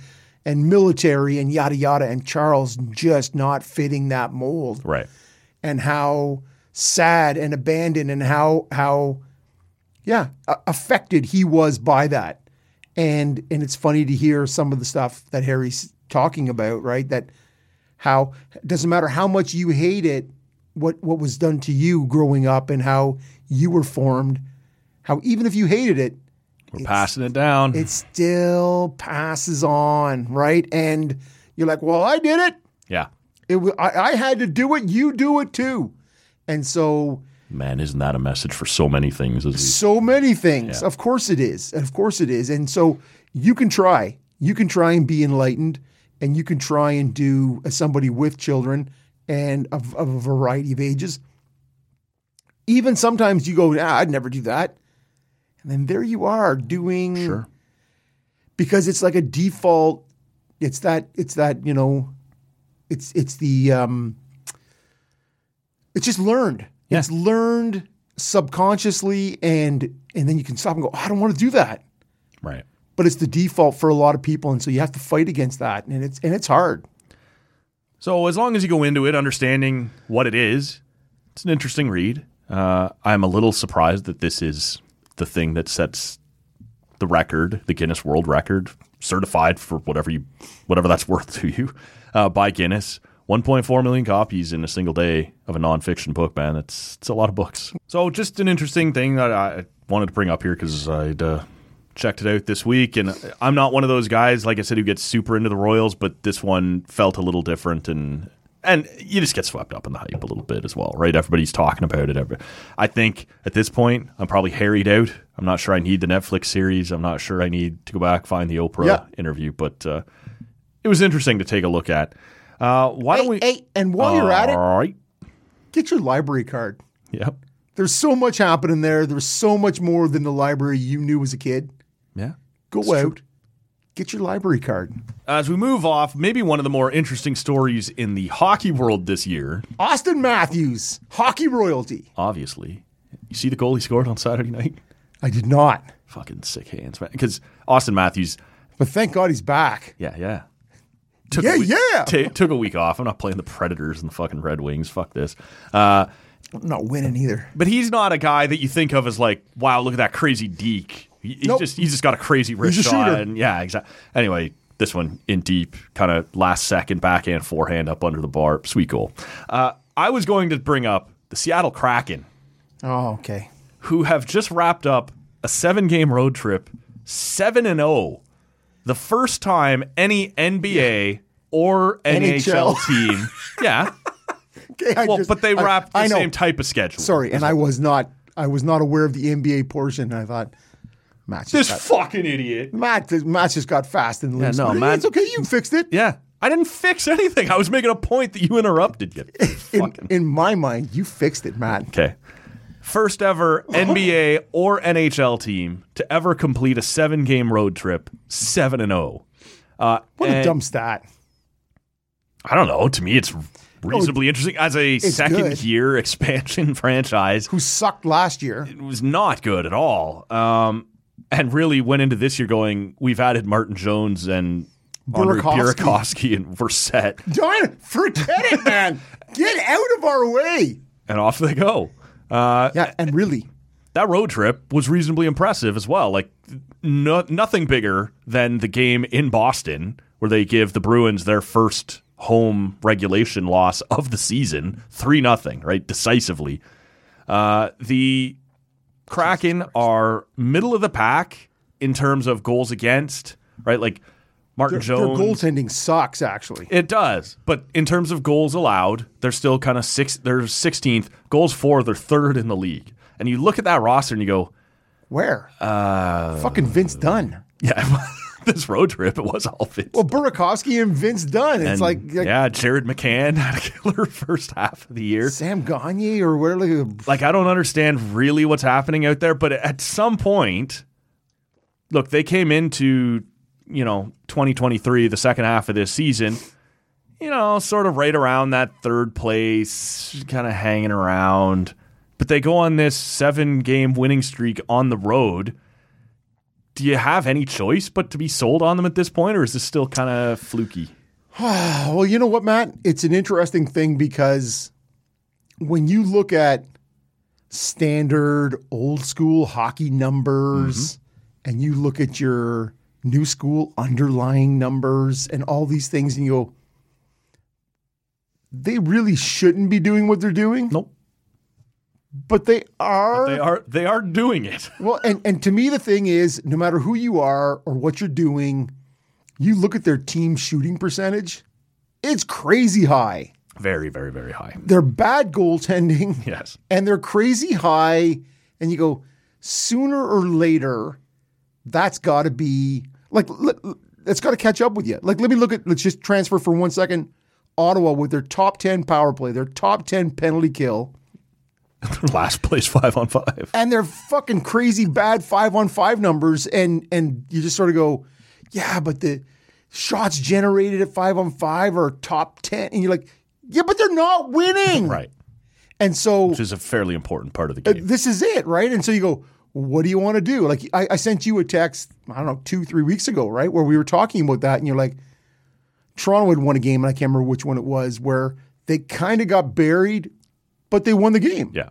Speaker 3: and military and yada yada, and Charles just not fitting that mold,
Speaker 1: Right.
Speaker 3: and how sad and abandoned and how how yeah a- affected he was by that, and and it's funny to hear some of the stuff that Harry's talking about, right? That how doesn't matter how much you hate it, what what was done to you growing up and how you were formed, how even if you hated it,
Speaker 1: We're passing it down.
Speaker 3: it still passes on, right? And you're like, well, I did it.
Speaker 1: yeah.
Speaker 3: It wa- I, I had to do it. You do it too. And so
Speaker 1: Man, isn't that a message for so many things? As we,
Speaker 3: so many things. Of course it is. Of course it is. And so you can try. You can try and be enlightened, and you can try and do as somebody with children and of, of a variety of ages. Even sometimes you go, ah, I'd never do that. And then there you are doing
Speaker 1: Sure.
Speaker 3: because it's like a default. It's that it's that, you know, it's it's the um it's just learned.
Speaker 1: Yeah.
Speaker 3: It's learned subconsciously and and then you can stop and go, "Oh, I don't want to do that.
Speaker 1: Right.
Speaker 3: But it's the default for a lot of people and so you have to fight against that and it's and it's hard.
Speaker 1: So as long as you go into it understanding what it is, it's an interesting read. Uh, I'm a little surprised that this is the thing that sets the record, the Guinness World Record, certified for whatever you, whatever that's worth to you, uh, by Guinness. 1.4 million copies in a single day of a nonfiction book, man. It's it's a lot of books. So just an interesting thing that I wanted to bring up here because I'd uh, checked it out this week, and I'm not one of those guys, like I said, who gets super into the Royals, but this one felt a little different and. And you just get swept up in the hype a little bit as well, right? Everybody's talking about it. Every- I think at this point, I'm probably harried out. I'm not sure I need the Netflix series. I'm not sure I need to go back find the Oprah
Speaker 3: Yeah.
Speaker 1: interview, but uh, it was interesting to take a look at. Uh, why
Speaker 3: Hey,
Speaker 1: don't we?
Speaker 3: hey, and while you're at it,
Speaker 1: All right.
Speaker 3: get your library card.
Speaker 1: Yep.
Speaker 3: There's so much happening there. There's so much more than the library you knew as a kid.
Speaker 1: Yeah.
Speaker 3: Go out, get your library card.
Speaker 1: As we move off, maybe one of the more interesting stories in the hockey world this year,
Speaker 3: Austin Matthews, hockey royalty.
Speaker 1: obviously. You see the goal he scored on Saturday night?
Speaker 3: I did not,
Speaker 1: Fucking sick hands, man. Because Austin Matthews,
Speaker 3: but thank God he's back.
Speaker 1: yeah, yeah. Took
Speaker 3: Yeah,
Speaker 1: a week,
Speaker 3: yeah.
Speaker 1: ta- took a week off. I'm not playing the Predators and the fucking Red Wings. Fuck this. Uh,
Speaker 3: I'm not winning either.
Speaker 1: but he's not a guy that you think of as like, wow, look at that crazy deke. He, he
Speaker 3: Nope.
Speaker 1: just he's just got a crazy wrist
Speaker 3: He's a
Speaker 1: shot.
Speaker 3: shooter.
Speaker 1: And yeah, exactly. Anyway, this one in deep, kind of last second backhand forehand up under the bar, sweet goal. Uh, I was going to bring up the Seattle Kraken,
Speaker 3: Oh, okay.
Speaker 1: who have just wrapped up a seven game road trip, seven and zero, the first time any NBA or
Speaker 3: NHL.
Speaker 1: NHL, team, yeah.
Speaker 3: Okay, I
Speaker 1: Well,
Speaker 3: just-
Speaker 1: but they
Speaker 3: I-
Speaker 1: wrapped
Speaker 3: I
Speaker 1: the
Speaker 3: know.
Speaker 1: same type of schedule.
Speaker 3: Sorry, and I was not. I was not aware of the NBA portion. I thought Matt just
Speaker 1: this
Speaker 3: got,
Speaker 1: fucking idiot.
Speaker 3: Matt, Matt just got fast and loose.
Speaker 1: no,
Speaker 3: But
Speaker 1: Matt-
Speaker 3: it's okay. You fixed it.
Speaker 1: Yeah. I didn't fix anything. I was making a point that you interrupted. You
Speaker 3: In,
Speaker 1: fucking.
Speaker 3: in my mind, you fixed it, Matt.
Speaker 1: Okay. First ever NBA or NHL team to ever complete a seven game road trip, 7 and 0. Uh,
Speaker 3: What a
Speaker 1: and-
Speaker 3: dumb stat.
Speaker 1: I don't know. To me, it's reasonably interesting. As a second
Speaker 3: Oh, good.
Speaker 1: year expansion franchise,
Speaker 3: Who sucked last year?
Speaker 1: it was not good at all. Um, and really went into this year going, we've added Martin Jones and Andre
Speaker 3: Burakovsky.
Speaker 1: Burakovsky, and we're set.
Speaker 3: Darn, forget it, man. Get out of our way.
Speaker 1: And off they go. Uh,
Speaker 3: Yeah, and really,
Speaker 1: that road trip was reasonably impressive as well. Like no, nothing bigger than the game in Boston where they give the Bruins their first home regulation loss of the season, three nothing, right, decisively. Uh, the Kraken are middle of the pack in terms of goals against, right? Like Martin
Speaker 3: their
Speaker 1: Jones.
Speaker 3: goaltending sucks. Actually,
Speaker 1: It does, but in terms of goals allowed, they're still kind of six. They're sixteenth goals for. They're third in the league. And you look at that roster and you go,
Speaker 3: where? Uh, Fucking Vince Dunn.
Speaker 1: Yeah, this road trip it was all Vince.
Speaker 3: Well, Burakovsky and Vince Dunn. It's
Speaker 1: And,
Speaker 3: like, like
Speaker 1: yeah, Jared McCann had a killer first half of the year.
Speaker 3: Sam Gagne or where? Like,
Speaker 1: Like I don't understand really what's happening out there, but at some point, look, they came into you know 2023, the second half of this season, you know, sort of right around that third place, kind of hanging around. But they go on this seven game winning streak on the road. Do you have any choice but to be sold on them at this point, or is this still kind of fluky?
Speaker 3: Well, you know what, Matt? It's an interesting thing because when you look at standard old school hockey numbers
Speaker 1: Mm-hmm.
Speaker 3: and you look at your new school underlying numbers and all these things, and you go, they really shouldn't be doing what they're doing,
Speaker 1: Nope.
Speaker 3: but they are.
Speaker 1: They are they are doing it.
Speaker 3: Well, and, and to me, the thing is, no matter who you are or what you're doing, you look at their team shooting percentage, it's crazy high.
Speaker 1: Very, very, very high.
Speaker 3: They're bad goaltending
Speaker 1: Yes.
Speaker 3: and they're crazy high. And you go, sooner or later, that's got to be like, l- l- that's got to catch up with you. Like, let me look at, let's just transfer for one second. Ottawa with their top 10 power play, their top 10 penalty kill,
Speaker 1: Last place five on five.
Speaker 3: and their fucking crazy bad five on five numbers. And, and you just sort of go, yeah, but the shots generated at five on five are top 10. And you're like, yeah, but they're not winning.
Speaker 1: Right.
Speaker 3: And so uh,
Speaker 1: Which is a fairly important part of the game.
Speaker 3: this is it, right? And so you go, what do you want to do? Like I, I sent you a text, I don't know, two, three weeks ago, right? Where we were talking about that, and you're like, Toronto had won a game, and I can't remember which one it was, where they kind of got buried, but they won the game.
Speaker 1: Yeah.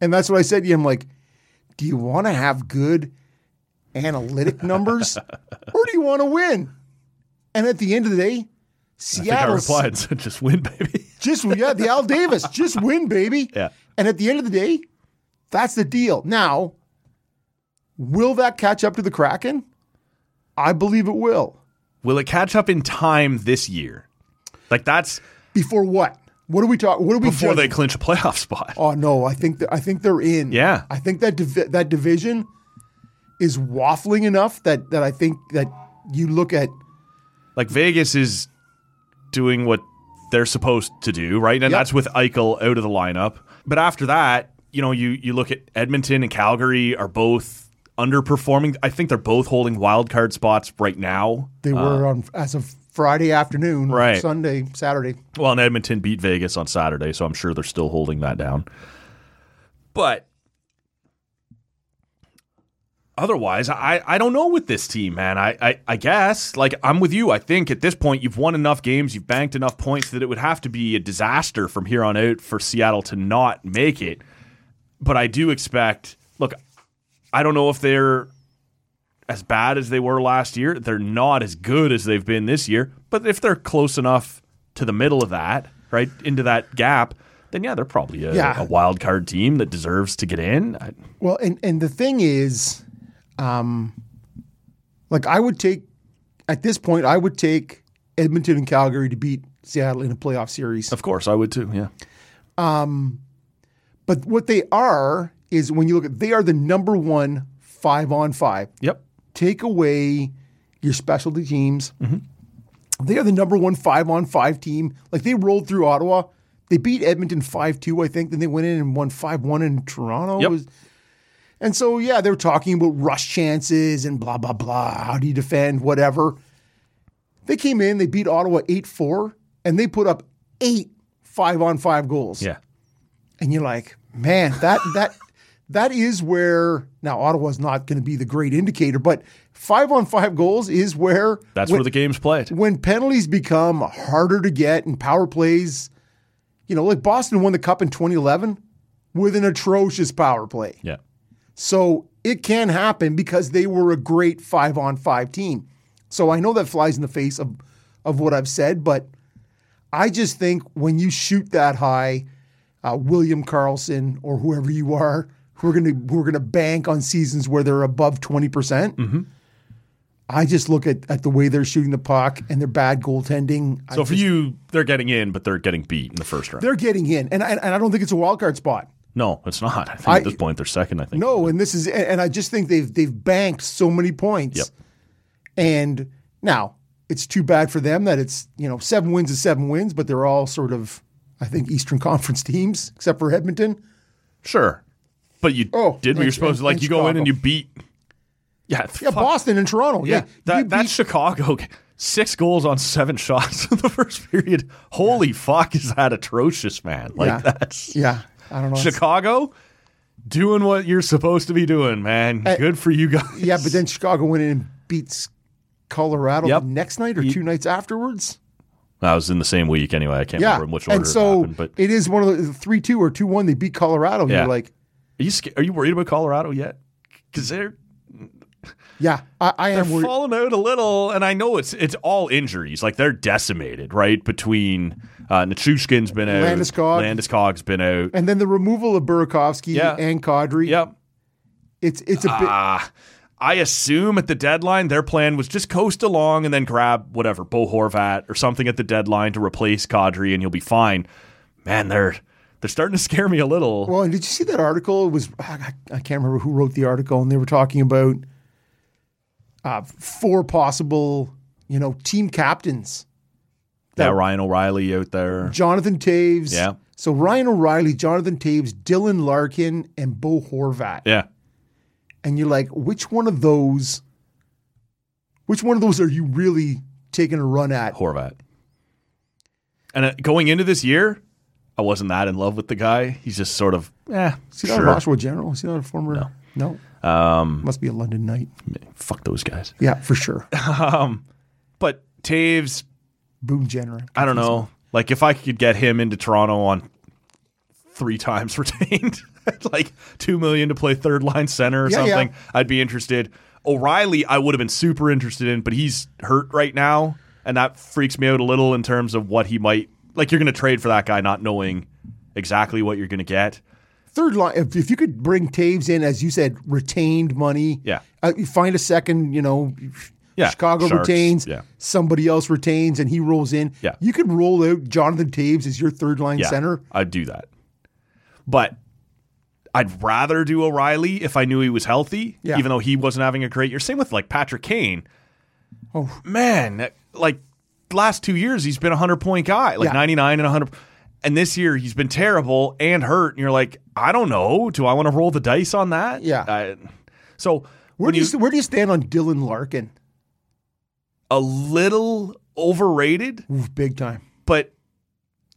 Speaker 3: And that's what I said to you. I'm like, do you want to have good analytic numbers or do you want to win? And at the end of the day,
Speaker 1: I think I
Speaker 3: Seattle
Speaker 1: replied and said, just win, baby.
Speaker 3: just yeah, the Al Davis, just win, baby.
Speaker 1: Yeah.
Speaker 3: And at the end of the day, that's the deal. Now, will that catch up to the Kraken? I believe it will.
Speaker 1: Will it catch up in time this year? Like that's
Speaker 3: Before what? What are we talking? What are we
Speaker 1: before they
Speaker 3: judging?
Speaker 1: clinch a playoff spot.
Speaker 3: Oh no, I think that I think they're in.
Speaker 1: Yeah.
Speaker 3: I think that divi- that division is waffling enough that that I think that you look at
Speaker 1: Like Vegas is doing what they're supposed to do, right? And
Speaker 3: Yep.
Speaker 1: that's with Eichel out of the lineup. But after that, you know, you you look at Edmonton and Calgary are both underperforming. I think they're both holding wild card spots right now.
Speaker 3: they were on as of Friday afternoon,
Speaker 1: Uh. Right.
Speaker 3: Sunday, Saturday.
Speaker 1: Well, and Edmonton beat Vegas on Saturday, so I'm sure they're still holding that down. But otherwise, I, I don't know with this team, man. I, I, I guess, like, I'm with you. I think at this point, you've won enough games, you've banked enough points that it would have to be a disaster from here on out for Seattle to not make it. But I do expect, look, I don't know if they're as bad as they were last year. They're not as good as they've been this year. But if they're close enough to the middle of that, right into that gap, then yeah, they're probably a,
Speaker 3: Yeah.
Speaker 1: a wild card team that deserves to get in. I,
Speaker 3: Well, and and the thing is, um, like I would take at this point, I would take Edmonton and Calgary to beat Seattle in a playoff series.
Speaker 1: of course, I would too. Yeah,
Speaker 3: But what they are is when you look at, they are the number one five on five.
Speaker 1: yep,
Speaker 3: Take away your specialty teams. They are the number one five on five team. Like they rolled through Ottawa. They beat Edmonton 5 2, I think. Then they went in and won 5 1 in Toronto.
Speaker 1: Yep.
Speaker 3: It was- And so, yeah, they were talking about rush chances and blah, blah, blah. How do you defend? Whatever. They came in, they beat Ottawa 8 4, and they put up eight five on five goals
Speaker 1: yeah,
Speaker 3: and you're like, man, that that that is where now Ottawa's not going to be the great indicator, but five on five goals is where
Speaker 1: that's
Speaker 3: when,
Speaker 1: where the game's played.
Speaker 3: when penalties become harder to get and power plays, you know, like Boston won the cup in 2011 with an atrocious power play,
Speaker 1: Yeah,
Speaker 3: so it can happen because they were a great five on five team. So I know that flies in the face of of what I've said, but I just think when you shoot that high, uh, William Carlson or whoever you are, who are gonna who are gonna bank on seasons where they're above twenty percent.
Speaker 1: Mm-hmm.
Speaker 3: I just look at at the way they're shooting the puck and their bad goaltending. I
Speaker 1: so for you, they're getting in, but they're getting beat in the first round.
Speaker 3: they're getting in, and I, and I don't think it's a wild card spot.
Speaker 1: No, it's not. I think
Speaker 3: I-
Speaker 1: at this point they're second. I think
Speaker 3: No, and this is and- and I just think they've they've banked so many points.
Speaker 1: Yep.
Speaker 3: And now it's too bad for them that it's, you know, seven wins is seven wins, but they're all sort of I think Eastern Conference teams, except for Edmonton.
Speaker 1: sure, but you
Speaker 3: Oh,
Speaker 1: did what you're
Speaker 3: and-
Speaker 1: supposed to. Like
Speaker 3: and
Speaker 1: you go in
Speaker 3: Chicago.
Speaker 1: and you beat. Yeah,
Speaker 3: Yeah,
Speaker 1: fuck.
Speaker 3: Boston and Toronto. Yeah.
Speaker 1: Yeah, that,
Speaker 3: you
Speaker 1: that
Speaker 3: beat-
Speaker 1: Chicago six goals on seven shots in the first period. Holy fuck, is that atrocious, man? Like
Speaker 3: Yeah.
Speaker 1: that's
Speaker 3: yeah. I don't know.
Speaker 1: Chicago, doing what you're supposed to be doing, man.
Speaker 3: Uh,
Speaker 1: Good for you guys.
Speaker 3: Yeah, but then Chicago went in and beats Colorado
Speaker 1: Yep.
Speaker 3: the next night or two nights afterwards.
Speaker 1: That was in the same week anyway. I can't
Speaker 3: Yeah,
Speaker 1: remember in which order
Speaker 3: and so
Speaker 1: it happened. But
Speaker 3: it is one of the three two or two one. They beat Colorado. And
Speaker 1: Yeah.
Speaker 3: You're like,
Speaker 1: are you sca- are you worried about Colorado yet? Because they're
Speaker 3: yeah, I, I
Speaker 1: they're
Speaker 3: am worried.
Speaker 1: falling out a little, and I know it's it's all injuries. Like they're decimated, right? Between uh, Nachushkin's been out,
Speaker 3: Landeskog.
Speaker 1: Landeskog's been out.
Speaker 3: and then the removal of Burakovsky
Speaker 1: Yeah.
Speaker 3: and Kadri.
Speaker 1: Yep.
Speaker 3: It's it's a bit.
Speaker 1: Ah, I assume at the deadline their plan was just coast along and then grab whatever Bo Horvat or something at the deadline to replace Kadri, and you'll be fine. Man, they're they're starting to scare me a little.
Speaker 3: Well, and did you see that article? It was I I can't remember who wrote the article, and they were talking about uh, four possible, you know, team captains.
Speaker 1: yeah,
Speaker 3: that-
Speaker 1: Ryan O'Reilly out there.
Speaker 3: Jonathan Taves.
Speaker 1: Yeah.
Speaker 3: So Ryan O'Reilly, Jonathan Taves, Dylan Larkin, and Bo Horvat.
Speaker 1: Yeah.
Speaker 3: And you're like, which one of those? Which one of those are you really taking a run at?
Speaker 1: Horvat. And uh, going into this year, I wasn't that in love with the guy. He's just sort of, eh,
Speaker 3: Is he not a
Speaker 1: sure.
Speaker 3: Oshawa general? Is he not a former? No. Um, Must be a London Knight.
Speaker 1: Fuck those guys.
Speaker 3: Yeah, for sure.
Speaker 1: But Taves,
Speaker 3: Boom general.
Speaker 1: I don't know. Like if I could get him into Toronto on three times retained, like two million to play third line center or
Speaker 3: Yeah, yeah.
Speaker 1: something, I'd be interested. O'Reilly, I would have been super interested in, but he's hurt right now, and that freaks me out a little in terms of what he might like. You're going to trade for that guy, not knowing exactly what you're going to get.
Speaker 3: Third line. If, if you could bring Taves in, as you said, retained money.
Speaker 1: Yeah.
Speaker 3: Uh, you find a second. You know,
Speaker 1: Yeah,
Speaker 3: Chicago
Speaker 1: Sharks,
Speaker 3: retains.
Speaker 1: yeah.
Speaker 3: Somebody else retains, and he rolls in.
Speaker 1: Yeah.
Speaker 3: You could roll out Jonathan Taves as your third line
Speaker 1: Yeah,
Speaker 3: center.
Speaker 1: I'd do that. But I'd rather do O'Reilly if I knew he was healthy,
Speaker 3: Yeah.
Speaker 1: even though he wasn't having a great year. Same with like Patrick Kane.
Speaker 3: Oh.
Speaker 1: man, that- like the last two years he's been a hundred point guy, like
Speaker 3: Yeah.
Speaker 1: ninety nine and hundred. And this year he's been terrible and hurt. And you're like, I don't know. Do I want to roll the dice on that?
Speaker 3: Yeah.
Speaker 1: I- so
Speaker 3: Where
Speaker 1: when
Speaker 3: do you, where do you stand on Dylan Larkin?
Speaker 1: a little overrated?
Speaker 3: Oof, big time.
Speaker 1: but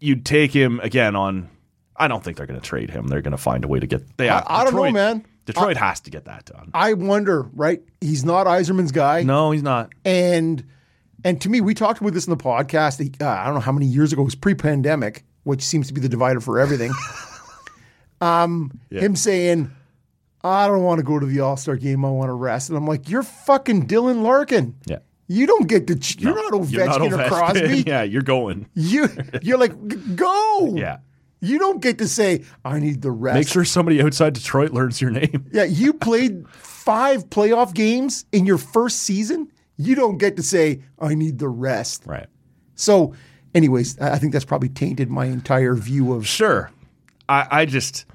Speaker 1: you'd take him again on. I don't think they're going to trade him. They're going to find a way to get. They have,
Speaker 3: I don't know,
Speaker 1: Detroit-
Speaker 3: man.
Speaker 1: Detroit has to get that done.
Speaker 3: I wonder, right? He's not Eiserman's guy,
Speaker 1: No, he's not.
Speaker 3: and and to me, we talked about this in the podcast. Uh, I don't know how many years ago it was pre-pandemic, which seems to be the divider for everything. um, him saying, "I don't want to go to the All Star game. I want to rest," and I'm like, "You're fucking Dylan Larkin.
Speaker 1: Yeah.
Speaker 3: You don't get to. Ch- you're, not
Speaker 1: You're not
Speaker 3: Ovechkin or
Speaker 1: Ovechkin.
Speaker 3: Crosby.
Speaker 1: yeah, you're going.
Speaker 3: You you're like "G- go.
Speaker 1: Yeah.
Speaker 3: You don't get to say I need the rest.
Speaker 1: Make sure somebody outside Detroit learns your name.
Speaker 3: Yeah, you played five playoff games in your first season. You don't get to say, I need the rest.
Speaker 1: Right.
Speaker 3: So, anyways, I I think that's probably tainted my entire view of.
Speaker 1: Sure. I, I just.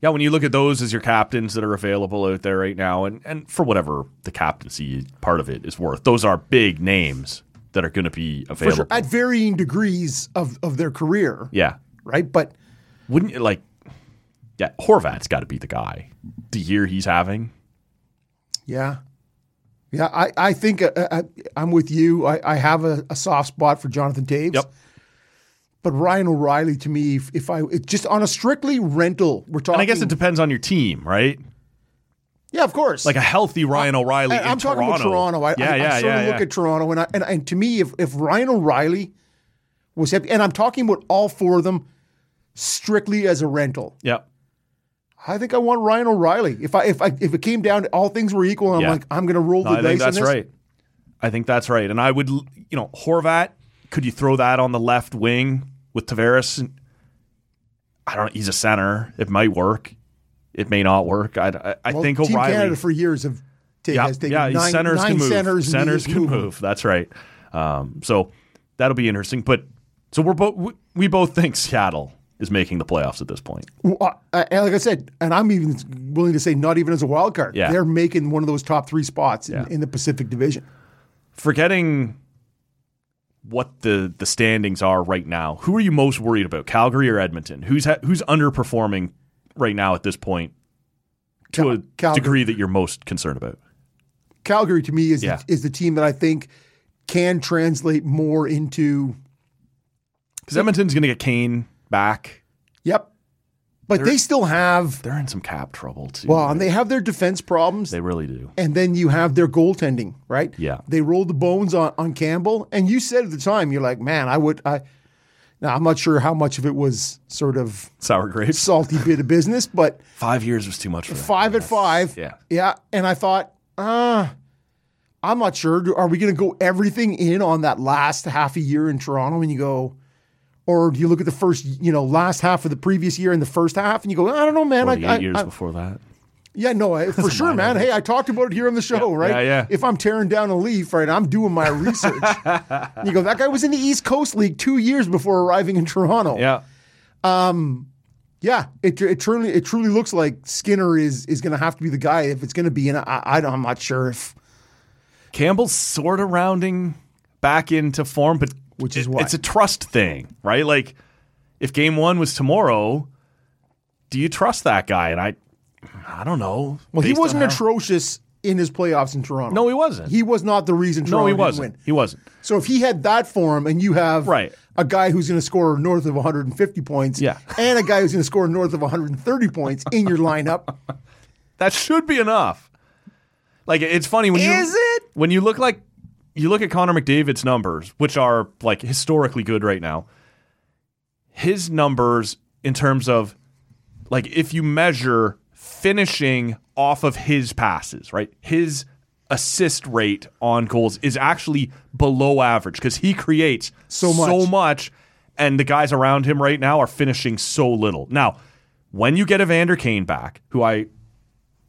Speaker 1: Yeah, when you look at those as your captains that are available out there right now, and, and for whatever the captaincy part of it is worth, those are big names that are going to be
Speaker 3: For
Speaker 1: available.
Speaker 3: sure, at varying degrees of, of their career,
Speaker 1: yeah.
Speaker 3: right? But
Speaker 1: wouldn't it like yeah horvat's got to be the guy the year he's having
Speaker 3: yeah. Yeah, I, I think uh, uh, I'm with you. I, I have a, a soft spot for Jonathan Taves.
Speaker 1: Yep.
Speaker 3: But Ryan O'Reilly, to me, if, if I it just on a strictly rental, we're talking.
Speaker 1: and i guess it depends on your team right
Speaker 3: yeah, of course.
Speaker 1: like a healthy ryan o'reilly
Speaker 3: And
Speaker 1: in
Speaker 3: I'm talking
Speaker 1: toronto
Speaker 3: about Toronto. I,
Speaker 1: yeah
Speaker 3: I,
Speaker 1: yeah
Speaker 3: I sort
Speaker 1: yeah,
Speaker 3: of
Speaker 1: yeah.
Speaker 3: look at Toronto, and, I, and and to me, if if Ryan O'Reilly was happy, and I'm talking about all four of them strictly as a rental,
Speaker 1: yep
Speaker 3: I think I want Ryan O'Reilly. If I if I if it came down to all things were equal, I'm
Speaker 1: Yeah.
Speaker 3: like I'm going to roll the
Speaker 1: i
Speaker 3: dice.
Speaker 1: think
Speaker 3: on
Speaker 1: that's
Speaker 3: this.
Speaker 1: right i think that's right and i would l- you know horvat could you throw that on the left wing with tavares i don't know he's a center it might work it may not work i, I, I
Speaker 3: Well,
Speaker 1: think
Speaker 3: Team
Speaker 1: o'reilly
Speaker 3: Canada for years have ta-
Speaker 1: Yeah,
Speaker 3: has taken
Speaker 1: yeah.
Speaker 3: nine,
Speaker 1: centers
Speaker 3: nine
Speaker 1: can move.
Speaker 3: centers, and
Speaker 1: centers
Speaker 3: they
Speaker 1: can move. That's right. Um, so that'll be interesting. But so we're both we, we both think Seattle is making the playoffs at this point.
Speaker 3: Well, uh, and like I said, and I'm even willing to say, not even as a wild card,
Speaker 1: Yeah.
Speaker 3: they're making one of those top three spots in,
Speaker 1: Yeah.
Speaker 3: in the Pacific Division.
Speaker 1: Forgetting what the the standings are right now. Who are you most worried about, Calgary or Edmonton? Who's ha- who's underperforming right now at this point to
Speaker 3: Cal-
Speaker 1: a
Speaker 3: Calgary.
Speaker 1: degree that you're most concerned about?
Speaker 3: Calgary to me is
Speaker 1: Yeah.
Speaker 3: is the team that I think can translate more into.
Speaker 1: Because Edmonton's going to get Kane back.
Speaker 3: Yep, But they still have
Speaker 1: They're in some cap trouble too.
Speaker 3: well, and they have their defense problems,
Speaker 1: they really do.
Speaker 3: and then you have their goaltending, right?
Speaker 1: Yeah.
Speaker 3: they rolled the bones on, on Campbell, and you said at the time, you're like, man, I would. I now I'm not sure how much of it was sort of
Speaker 1: Sour grapes.
Speaker 3: salty bit of business, but
Speaker 1: Five years was too much for them.
Speaker 3: five at five.
Speaker 1: Yeah.
Speaker 3: Yeah. And I thought, uh, I'm not sure. Do- Are we going to go everything in on that last half a year in Toronto? And you go, or do you look at the first, you know, last half of the previous year and the first half, and you go, I don't know, man.
Speaker 1: Or
Speaker 3: I,
Speaker 1: the eight
Speaker 3: I,
Speaker 1: years
Speaker 3: I-
Speaker 1: before that.
Speaker 3: yeah, no, I, for sure, man. Hey, I talked about it here on the show, right?
Speaker 1: yeah, yeah.
Speaker 3: If I'm tearing down a leaf, right, I'm doing my research. And you go, that guy was in the East Coast League two years before arriving in Toronto.
Speaker 1: Yeah.
Speaker 3: Yeah, it, it truly it truly looks like Skinner is is going to have to be the guy if it's going to be. And I, I don't- I'm not sure if
Speaker 1: Campbell's sort of rounding back into form, but
Speaker 3: Which is
Speaker 1: it-
Speaker 3: what?
Speaker 1: it's a trust thing, right? Like if game one was tomorrow, do you trust that guy? And I, I don't know.
Speaker 3: well he
Speaker 1: Based on
Speaker 3: wasn't
Speaker 1: how-
Speaker 3: atrocious in his playoffs in Toronto.
Speaker 1: No, he wasn't.
Speaker 3: he was not the reason Toronto
Speaker 1: no, he
Speaker 3: didn't
Speaker 1: wasn't.
Speaker 3: win.
Speaker 1: He wasn't.
Speaker 3: So if he had that form, and you have
Speaker 1: Right.
Speaker 3: a guy who's going to score north of 150 points,
Speaker 1: Yeah.
Speaker 3: and a guy who's going to score north of 130 points in your lineup,
Speaker 1: That should be enough. Like it's funny when you
Speaker 3: Is it?
Speaker 1: when you look like you look at Connor McDavid's numbers, which are like historically good right now. His numbers in terms of like if you measure finishing off of his passes, right? His assist rate on goals is actually below average because he creates
Speaker 3: So much.
Speaker 1: so much, and the guys around him right now are finishing so little. Now, when you get Evander Kane back, who I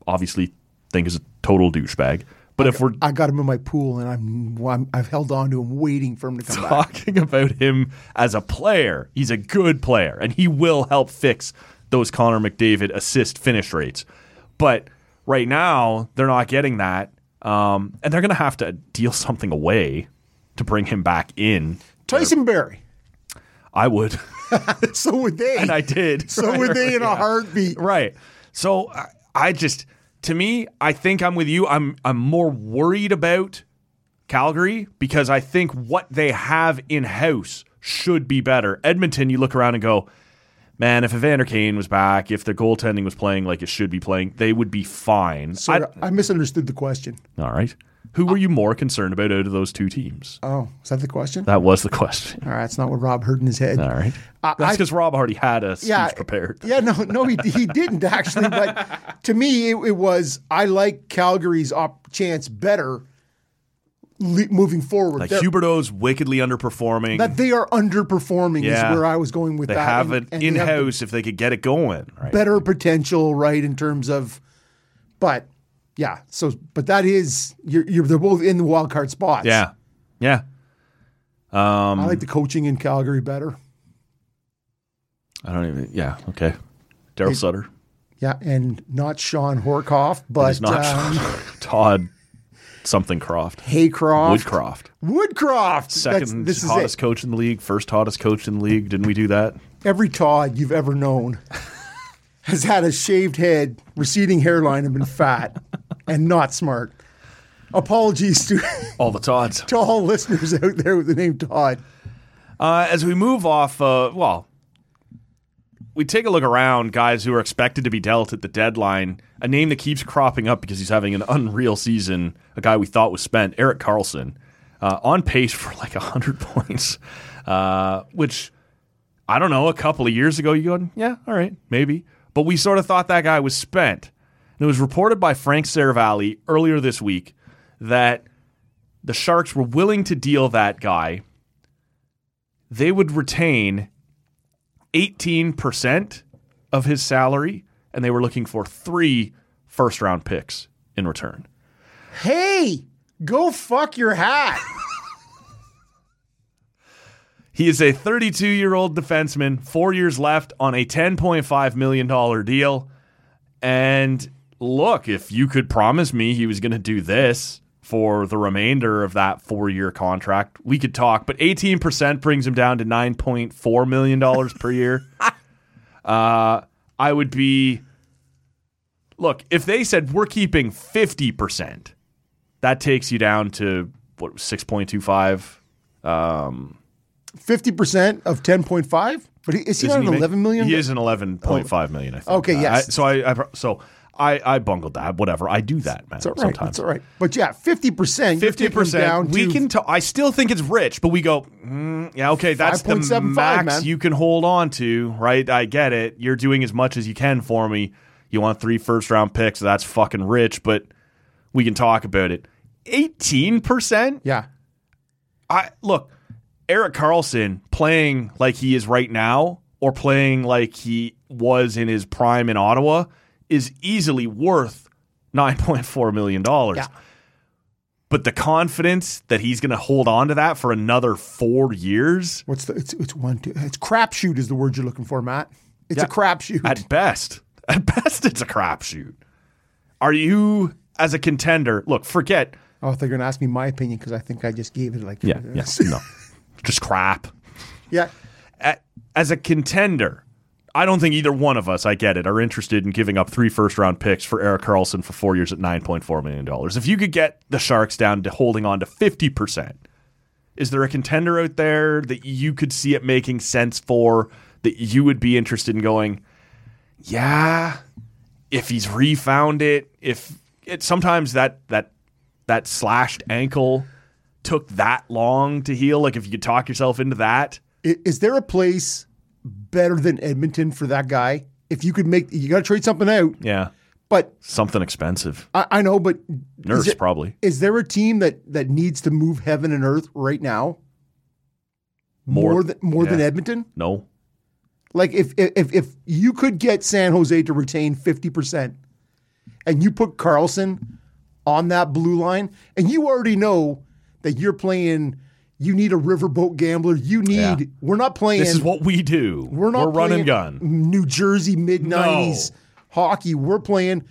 Speaker 1: obviously think is a total douchebag, but if we're
Speaker 3: I got him in my pool, and I'm, I'm I've held on to him, waiting for him to come back.
Speaker 1: talking about him as a player. He's a good player, and he will help fix those Connor McDavid assist finish rates. But right now, they're not getting that, um, and they're going to have to deal something away to bring him back in.
Speaker 3: Tyson Berry.
Speaker 1: I would,
Speaker 3: So would they?
Speaker 1: and I did.
Speaker 3: so would they in a heartbeat.
Speaker 1: Right. So I, I just, to me, I think I'm with you. I'm I'm more worried about Calgary because I think what they have in house should be better. Edmonton, you look around and go, man, if Evander Kane was back, if their goaltending was playing like it should be playing, they would be fine.
Speaker 3: Sorry, I, misunderstood the question.
Speaker 1: I- all right. Who were you more concerned about out of those two teams?
Speaker 3: Oh, is that the question?
Speaker 1: That was the question.
Speaker 3: All right, it's not what Rob heard in his head.
Speaker 1: All right.
Speaker 3: I-
Speaker 1: That's
Speaker 3: I-
Speaker 1: because Rob already had a speech prepared.
Speaker 3: Yeah, no, no, he, he didn't actually. But to me, it, it was I like Calgary's op chance better le- moving forward.
Speaker 1: Like
Speaker 3: They're-
Speaker 1: Huberto's wickedly underperforming.
Speaker 3: that they are underperforming
Speaker 1: Yeah.
Speaker 3: is where I was going with
Speaker 1: they
Speaker 3: that.
Speaker 1: have
Speaker 3: and-
Speaker 1: it
Speaker 3: and
Speaker 1: in
Speaker 3: they have the
Speaker 1: house if they could get it going. Right.
Speaker 3: better potential, right, in terms of, but yeah. So, but that is you're, you're they're both in the wild card spots.
Speaker 1: Yeah. Um, Yeah.
Speaker 3: I like the coaching in Calgary better.
Speaker 1: I don't even. Yeah. Okay. Daryl Sutter.
Speaker 3: Yeah, and not Sean Horkoff, but
Speaker 1: It's not
Speaker 3: um,
Speaker 1: Todd something Croft.
Speaker 3: Haycroft,
Speaker 1: Woodcroft.
Speaker 3: Woodcroft. That's-
Speaker 1: Second
Speaker 3: this is
Speaker 1: hottest
Speaker 3: it.
Speaker 1: coach in the league. First hottest coach in the league. Didn't we do that?
Speaker 3: every Todd you've ever known has had a shaved head, receding hairline, and been fat and not smart. Apologies to,
Speaker 1: All the Todds.
Speaker 3: to all listeners out there with the name Todd.
Speaker 1: Uh, as we move off, uh, well, we take a look around, guys who are expected to be dealt at the deadline. A name that keeps cropping up because he's having an unreal season. A guy we thought was spent, Eric Carlson, uh, on pace for like hundred points, uh, which I don't know. A couple of years ago, you going, yeah, all right, maybe, but we sort of thought that guy was spent. And it was reported by Frank Saravalli earlier this week that the Sharks were willing to deal that guy they would retain 18% of his salary and they were looking for three first round picks in return.
Speaker 3: Hey, go fuck your hat.
Speaker 1: He is a 32 year old defenseman, four years left on a $10.5 million deal. And look, if you could promise me he was going to do this for the remainder of that four year contract, we could talk. But 18% brings him down to $9.4 million per year. Uh, I would be. Look, if they said we're keeping 50%, that takes you down to what, 6.25? Um,
Speaker 3: fifty percent of ten point five. But he- is he
Speaker 1: Isn't
Speaker 3: on
Speaker 1: he
Speaker 3: an
Speaker 1: ma-
Speaker 3: eleven million?
Speaker 1: He is an eleven point five million. I think.
Speaker 3: Okay,
Speaker 1: Uh,
Speaker 3: yes.
Speaker 1: I, so I, I pro- so I, I bungled that. Whatever. I do that, man.
Speaker 3: It's all right.
Speaker 1: sometimes.
Speaker 3: It's all right. But yeah, fifty percent.
Speaker 1: Fifty percent.
Speaker 3: down.
Speaker 1: We
Speaker 3: to,
Speaker 1: can. T- I still think it's rich, but we go. Mm, yeah, okay. That's the
Speaker 3: 5.75,
Speaker 1: max
Speaker 3: man.
Speaker 1: you can hold on to, right? I get it. You're doing as much as you can for me. You want three first round picks. That's fucking rich, but we can talk about it. Eighteen percent.
Speaker 3: Yeah.
Speaker 1: I look, Eric Carlson playing like he is right now or playing like he was in his prime in Ottawa is easily worth 9.4 million dollars.
Speaker 3: Yeah.
Speaker 1: But the confidence that he's going to hold on to that for another 4 years
Speaker 3: What's the? It's it's one two. It's crapshoot is the word you're looking for, Matt. It's a
Speaker 1: Yeah.
Speaker 3: crapshoot.
Speaker 1: at best, at best it's a crapshoot. Are you as a contender? Look, forget
Speaker 3: oh, they're going to ask me my opinion because I think I just gave it like
Speaker 1: yeah, yes, no. Just crap.
Speaker 3: yeah.
Speaker 1: a- as a contender, I don't think either one of us, I get it, are interested in giving up three first round picks for Eric Carlson for four years at $9.4 million. If you could get the Sharks down to holding on to 50%, is there a contender out there that you could see it making sense for that you would be interested in going, yeah, if he's refound it, if it sometimes that that that slashed ankle took that long to heal, like if you could talk yourself into that.
Speaker 3: I- Is there a place better than Edmonton for that guy? If you could make, you got to trade something out.
Speaker 1: Yeah.
Speaker 3: But
Speaker 1: Something expensive.
Speaker 3: I, I know, but is
Speaker 1: Nurse,
Speaker 3: it-
Speaker 1: probably.
Speaker 3: Is there a team that that needs to move heaven and earth right now? More,
Speaker 1: More-
Speaker 3: than more than
Speaker 1: yeah.
Speaker 3: Edmonton.
Speaker 1: No.
Speaker 3: Like if if if you could get San Jose to retain fifty percent, and you put Carlson on that blue line, and you already know that you're playing. You need a riverboat gambler. You need.
Speaker 1: Yeah.
Speaker 3: We're not playing.
Speaker 1: This is what we do.
Speaker 3: We're not
Speaker 1: running
Speaker 3: playing
Speaker 1: gun.
Speaker 3: New Jersey mid nineties hockey. We're playing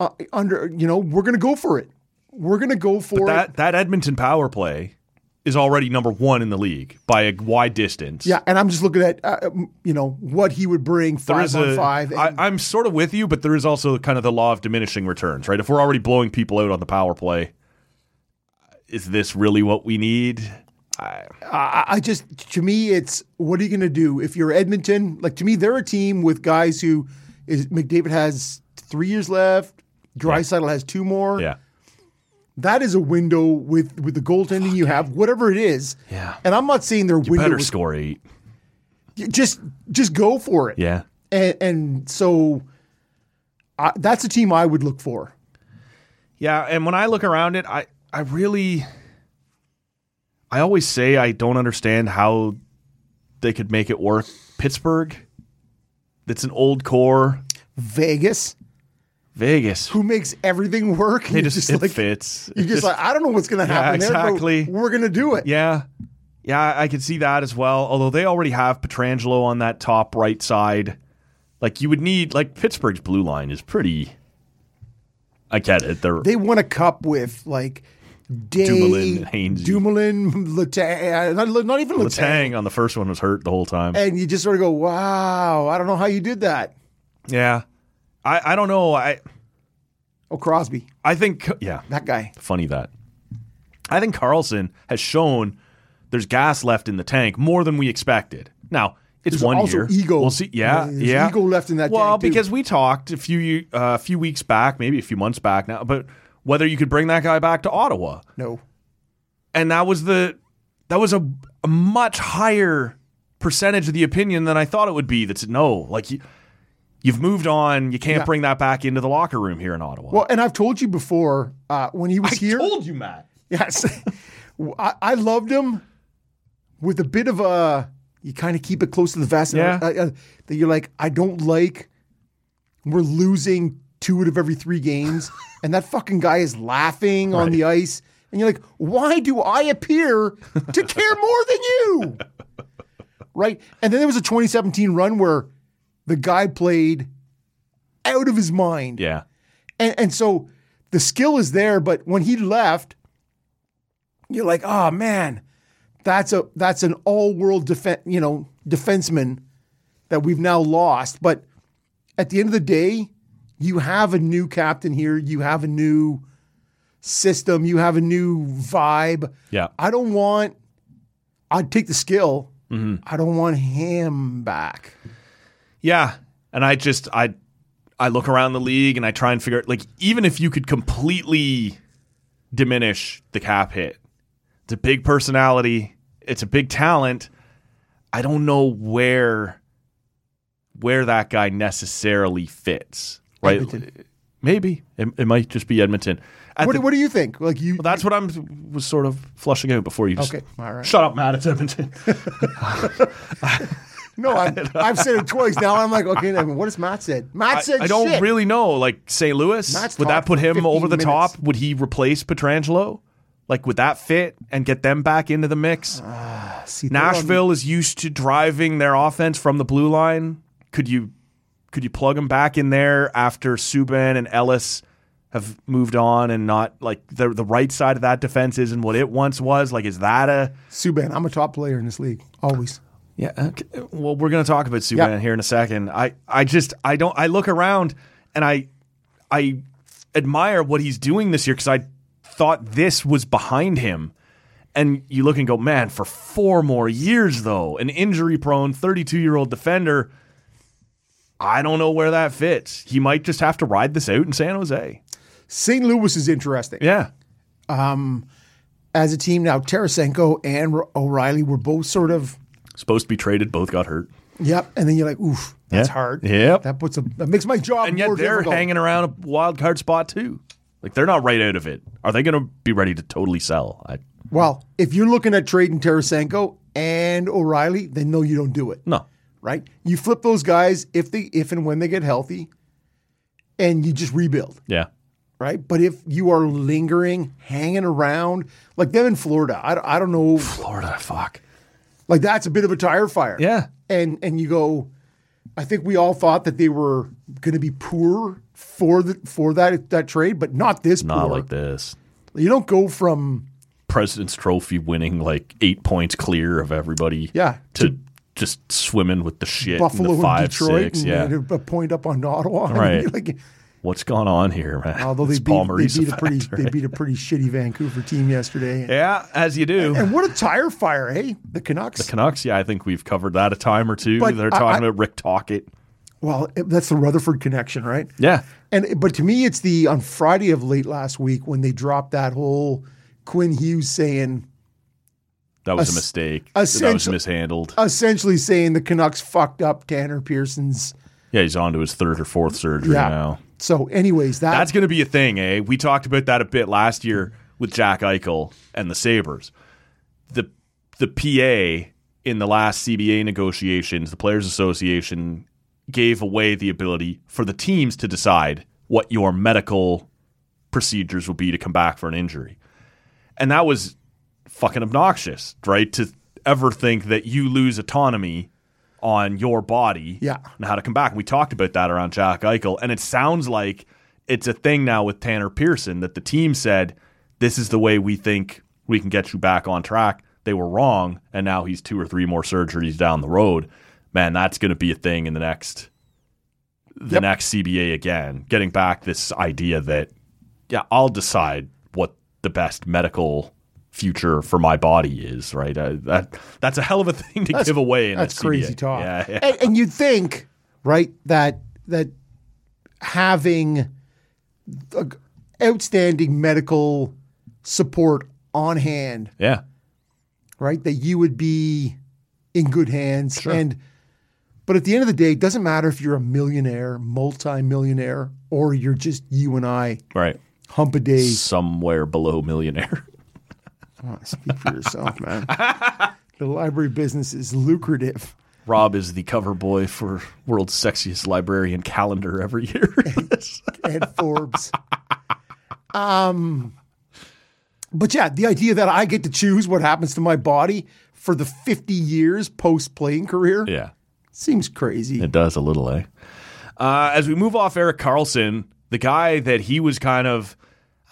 Speaker 3: uh, under. You know, we're gonna go for it. We're gonna go for it.
Speaker 1: That that Edmonton power play is already number one in the league by a wide distance.
Speaker 3: Yeah, and I'm just looking at uh, um, you know what he would bring
Speaker 1: There
Speaker 3: five
Speaker 1: is
Speaker 3: on
Speaker 1: a-
Speaker 3: five. and-
Speaker 1: I, I'm sort of with you, but there is also kind of the law of diminishing returns, right? If we're already blowing people out on the power play, is this really what we need?
Speaker 3: I, I just to me, it's what are you going to do if you're Edmonton? Like to me, they're a team with guys who is McDavid has three years left. Drysaddle has two more.
Speaker 1: Yeah.
Speaker 3: That is a window with with the goaltending you have, whatever it is.
Speaker 1: Yeah.
Speaker 3: And I'm not saying their window.
Speaker 1: Better
Speaker 3: is-
Speaker 1: score eight.
Speaker 3: Just just go for it.
Speaker 1: Yeah.
Speaker 3: And, and so I, that's a team I would look for.
Speaker 1: Yeah, and when I look around it, I I really I always say I don't understand how they could make it work. Pittsburgh, that's an old core.
Speaker 3: Vegas,
Speaker 1: Vegas,
Speaker 3: who makes everything work.
Speaker 1: they
Speaker 3: You're
Speaker 1: just, it fits.
Speaker 3: You're
Speaker 1: It
Speaker 3: just, like, I don't know what's going to happen
Speaker 1: exactly.
Speaker 3: there, but we're going to do it.
Speaker 1: yeah, yeah, I could see that as well. Although they already have Petrangelo on that top right side, like you would need like Pittsburgh's blue line is pretty. I get it. They're
Speaker 3: They won a cup with like Day,
Speaker 1: Dumoulin, Hainsey.
Speaker 3: Dumoulin, Letang, not, not even Letang.
Speaker 1: Latang on the first one was hurt the whole time.
Speaker 3: And you just sort of go, wow, I don't know how you did that.
Speaker 1: Yeah. I, I don't know. I
Speaker 3: Oh, Crosby,
Speaker 1: I think yeah,
Speaker 3: that guy.
Speaker 1: funny that. I think Carlson has shown there's gas left in the tank more than we expected. Now, it's
Speaker 3: There's
Speaker 1: one
Speaker 3: also
Speaker 1: year.
Speaker 3: ego.
Speaker 1: We'll see. Yeah,
Speaker 3: There's
Speaker 1: yeah.
Speaker 3: ego left in that
Speaker 1: Well,
Speaker 3: tank, too.
Speaker 1: because we talked a few uh, a few weeks back, maybe a few months back now, but whether you could bring that guy back to Ottawa,
Speaker 3: No.
Speaker 1: and that was the that was a, a much higher percentage of the opinion than I thought it would be. That's no, like you, you've moved on. You can't
Speaker 3: Yeah.
Speaker 1: bring that back into the locker room here in Ottawa.
Speaker 3: Well, and I've told you before uh, when he was here.
Speaker 1: told you, Matt.
Speaker 3: yes. I, I loved him with a bit of a, you kind of keep it close to the vest.
Speaker 1: Yeah.
Speaker 3: Uh, uh, that you're like, I don't like, we're losing two out of every three games. and that fucking guy is laughing on the ice. And you're like, why do I appear to care more than you? right. And then there was a 2017 run where the guy played out of his mind.
Speaker 1: Yeah,
Speaker 3: And and so the skill is there, but when he left, you're like, oh man, that's a that's an all world defense, you know, defenseman that we've now lost. But at the end of the day, you have a new captain here, you have a new system, you have a new vibe.
Speaker 1: yeah.
Speaker 3: I don't want I'd take the skill.
Speaker 1: Mm-hmm.
Speaker 3: I don't want him back.
Speaker 1: Yeah, and I just I I look around the league and I try and figure out like even if you could completely diminish the cap hit, it's a big personality, it's a big talent. I don't know where where that guy necessarily fits. Right?
Speaker 3: Edmonton.
Speaker 1: Maybe it, it might just be Edmonton. At
Speaker 3: What,
Speaker 1: the-
Speaker 3: do- what do you think? Like you?
Speaker 1: well, that's what I'm was sort of flushing out before you. Just,
Speaker 3: okay, all right.
Speaker 1: Shut up, Matt. It's Edmonton.
Speaker 3: No, I'm, I've said it twice now. I'm like, okay, now, what has Matt said? Matt
Speaker 1: I,
Speaker 3: said,
Speaker 1: I don't
Speaker 3: shit.
Speaker 1: really know. Like St. Louis,
Speaker 3: Matt's
Speaker 1: would that
Speaker 3: talked
Speaker 1: put
Speaker 3: for
Speaker 1: him
Speaker 3: 15
Speaker 1: over the
Speaker 3: minutes.
Speaker 1: top? Would he replace Petrangelo? Like, would that fit and get them back into the mix?
Speaker 3: See, they're Uh, on-
Speaker 1: Nashville is used to driving their offense from the blue line. Could you could you plug them back in there after Subban and Ellis have moved on and not like the the right side of that defense isn't what it once was? Like, is that a
Speaker 3: Subban, I'm a top player in this league. Always.
Speaker 1: yeah. uh, Okay. Well, we're going to talk about Subban
Speaker 3: Yeah.
Speaker 1: here in a second. I, I just, I don't, I look around and I, I admire what he's doing this year because I thought this was behind him. And you look and go, man, for four more years, though, an injury prone 32 year old defender, I don't know where that fits. He might just have to ride this out in San Jose.
Speaker 3: St. Louis is interesting
Speaker 1: Yeah.
Speaker 3: as a team now. Tarasenko and R- O'Reilly were both sort of
Speaker 1: Supposed to be traded, both got hurt.
Speaker 3: yep, and then you're like, oof, that's
Speaker 1: Yeah.
Speaker 3: hard.
Speaker 1: Yep.
Speaker 3: that puts a that makes my job
Speaker 1: and yet
Speaker 3: more
Speaker 1: they're
Speaker 3: difficult.
Speaker 1: hanging around a wild card spot too. Like they're not right out of it. Are they going to be ready to totally sell? I
Speaker 3: Well, if you're looking at trading Tarasenko and O'Reilly, then no, you don't do it.
Speaker 1: no.
Speaker 3: right? You flip those guys if they if and when they get healthy, and you just rebuild,
Speaker 1: Yeah,
Speaker 3: right? But if you are lingering, hanging around, like them in Florida, I, don't- I don't know,
Speaker 1: Florida. Fuck.
Speaker 3: like that's a bit of a tire fire.
Speaker 1: Yeah.
Speaker 3: and and you go, I think we all thought that they were going to be poor for the for that that trade, but not this
Speaker 1: Not
Speaker 3: poor.
Speaker 1: like this.
Speaker 3: You don't go from
Speaker 1: President's Trophy winning like eight points clear of everybody.
Speaker 3: Yeah.
Speaker 1: To, just swimming with the shit. in the
Speaker 3: Buffalo
Speaker 1: five,
Speaker 3: and Detroit
Speaker 1: six,
Speaker 3: and,
Speaker 1: yeah.
Speaker 3: and a point up on Ottawa, I mean,
Speaker 1: Right.
Speaker 3: like,
Speaker 1: What's gone on here, man?
Speaker 3: although they
Speaker 1: It's
Speaker 3: beat,
Speaker 1: Paul
Speaker 3: they
Speaker 1: Maurice
Speaker 3: beat a
Speaker 1: effect,
Speaker 3: pretty they
Speaker 1: right?
Speaker 3: beat a pretty shitty Vancouver team yesterday.
Speaker 1: Yeah, as you do.
Speaker 3: And what a tire fire, hey? The Canucks.
Speaker 1: Canucks. Yeah, I think we've covered that a time or two.
Speaker 3: But
Speaker 1: They're
Speaker 3: I-
Speaker 1: talking
Speaker 3: I-
Speaker 1: about Rick Tockett.
Speaker 3: well, it- that's the Rutherford connection, right?
Speaker 1: Yeah.
Speaker 3: And but to me, it's the on Friday of late last week when they dropped that whole Quinn Hughes saying,
Speaker 1: That was a
Speaker 3: Ess-
Speaker 1: mistake. That was
Speaker 3: essential-
Speaker 1: mishandled.
Speaker 3: essentially saying the Canucks fucked up Tanner Pearson's.
Speaker 1: Yeah, he's on to his third or fourth surgery
Speaker 3: Yeah.
Speaker 1: now.
Speaker 3: So, anyways, that
Speaker 1: That's going to be a thing, eh? We talked about that a bit last year with Jack Eichel and the Sabres. The the PA in the last CBA negotiations, the Players Association gave away the ability for the teams to decide what your medical procedures will be to come back for an injury. And that was fucking obnoxious, right? To ever think that you lose autonomy on your body
Speaker 3: Yeah.
Speaker 1: and how to come back. And we talked about that around Jack Eichel. And it sounds like it's a thing now with Tanner Pearson that the team said, this is the way we think we can get you back on track. They were wrong. And now he's two or three more surgeries down the road. Man, that's going to be a thing in the next the next CBA again, getting back this idea that, yeah, I'll decide what the best medical future for my body is, right? Uh, that That's a hell of a thing to give away. In
Speaker 3: that's
Speaker 1: a CBA.
Speaker 3: crazy talk.
Speaker 1: Yeah, yeah.
Speaker 3: And, and you'd think, right, that that having uh, outstanding medical support on hand
Speaker 1: yeah.
Speaker 3: right? That you would be in good hands. And but at the end of the day, it doesn't matter if you're a millionaire, multi-millionaire, or you're just you and I
Speaker 1: Right.
Speaker 3: hump a day.
Speaker 1: Somewhere below millionaire.
Speaker 3: Oh, speak for yourself, man. The library business is lucrative.
Speaker 1: Rob is the cover boy for World's Sexiest Librarian calendar every year.
Speaker 3: Ed Forbes. Um but yeah, the idea that I get to choose what happens to my body for the 50 years post playing career
Speaker 1: yeah.
Speaker 3: seems crazy.
Speaker 1: It does a little, eh? Uh, as we move off Eric Carlson, the guy that he was kind of,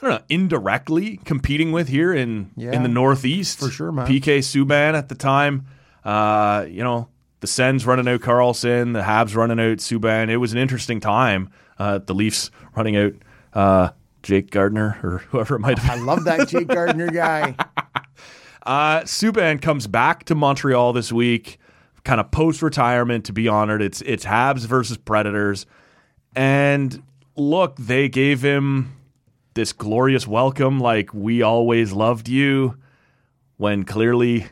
Speaker 1: I don't know, indirectly competing with here in
Speaker 3: Yeah.
Speaker 1: in the Northeast for
Speaker 3: sure, man.
Speaker 1: PK Subban at the time, uh, you know, the Sens running out Carlson, the Habs running out Subban. It was an interesting time. Uh, the Leafs running out uh, Jake Gardner or whoever it might have been.
Speaker 3: I love that Jake Gardner guy.
Speaker 1: Uh, Subban comes back to Montreal this week, kind of post retirement to be honored. It's it's Habs versus Predators, and look, they gave him this glorious welcome, like we always loved you, when clearly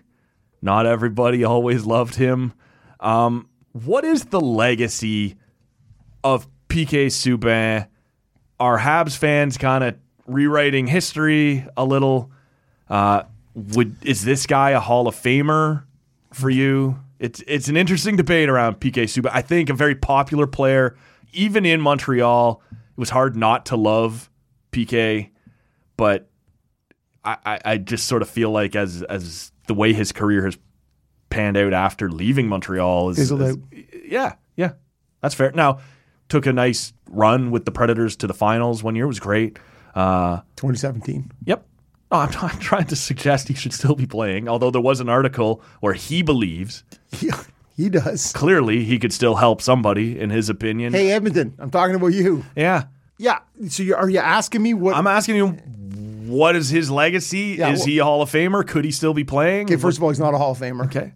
Speaker 1: not everybody always loved him. Um, what is the legacy of PK Subban? Are Habs fans kind of rewriting history a little? Uh, would is this guy a Hall of Famer for you? It's it's an interesting debate around PK Subban. I think a very popular player, even in Montreal. It was hard not to love PK, but I, I, I just sort of feel like as as the way his career has panned out after leaving Montreal is,
Speaker 3: Fizzled
Speaker 1: is-
Speaker 3: out.
Speaker 1: yeah yeah that's fair. Now took a nice run with the Predators to the finals one year It was great. Uh,
Speaker 3: 2017.
Speaker 1: Yep. No, I'm not trying to suggest he should still be playing, although there was an article where he believes
Speaker 3: Yeah, he does.
Speaker 1: clearly he could still help somebody, in his opinion.
Speaker 3: Hey, Edmonton, I'm talking about you.
Speaker 1: Yeah.
Speaker 3: Yeah. So you are you asking me what?
Speaker 1: I'm asking you, what is his legacy?
Speaker 3: Yeah,
Speaker 1: is
Speaker 3: well-
Speaker 1: he a Hall of Famer? Could he still be playing?
Speaker 3: okay, first of all, he's not a Hall of Famer.
Speaker 1: okay.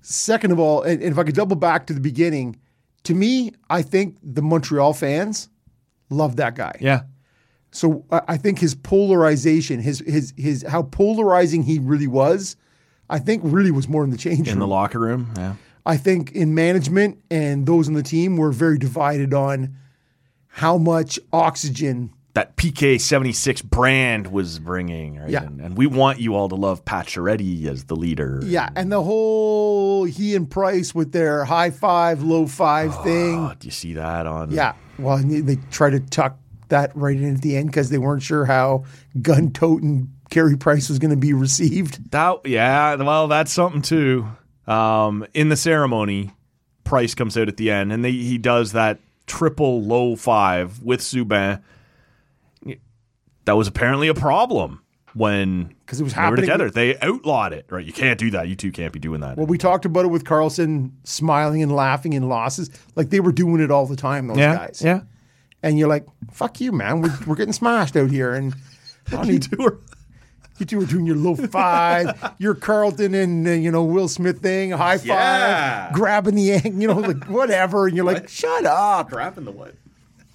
Speaker 3: Second of all, and, and if I could double back to the beginning, to me, I think the Montreal fans love that guy.
Speaker 1: Yeah.
Speaker 3: So I I think his polarization, his his his how polarizing he really was, I think really was more in the change
Speaker 1: In the
Speaker 3: room.
Speaker 1: locker room. Yeah.
Speaker 3: I think in management and those on the team were very divided on how much oxygen.
Speaker 1: That PK76 brand was bringing. Right?
Speaker 3: Yeah.
Speaker 1: And, and we want you all to love Pat Chiaretti as the leader.
Speaker 3: Yeah, and the whole he and Price with their high five, low five thing.
Speaker 1: Oh, do you see that on?
Speaker 3: Yeah, well, and they, they try to tuck that right in at the end because they weren't sure how gun toting Carey Price was going to be received.
Speaker 1: That yeah, well, that's something too. Um, in the ceremony, Price comes out at the end, and they, he does that triple low five with Subban. That was apparently a problem when
Speaker 3: 'Cause it was
Speaker 1: they were
Speaker 3: happening-
Speaker 1: together. They outlawed it, right? You can't do that. You two can't be doing that.
Speaker 3: Well, we talked about it with Carlson smiling and laughing in losses. Like they were doing it all the time, those
Speaker 1: yeah,
Speaker 3: guys.
Speaker 1: yeah.
Speaker 3: And you're like, fuck you, man. We're, we're getting smashed out here. And you,
Speaker 1: two are-
Speaker 3: you two are doing your low five, your Carlton and, uh, you know, Will Smith thing, high five,
Speaker 1: Yeah.
Speaker 3: grabbing the, ang- you know, like whatever. And you're like, shut up.
Speaker 1: Grabbing the what?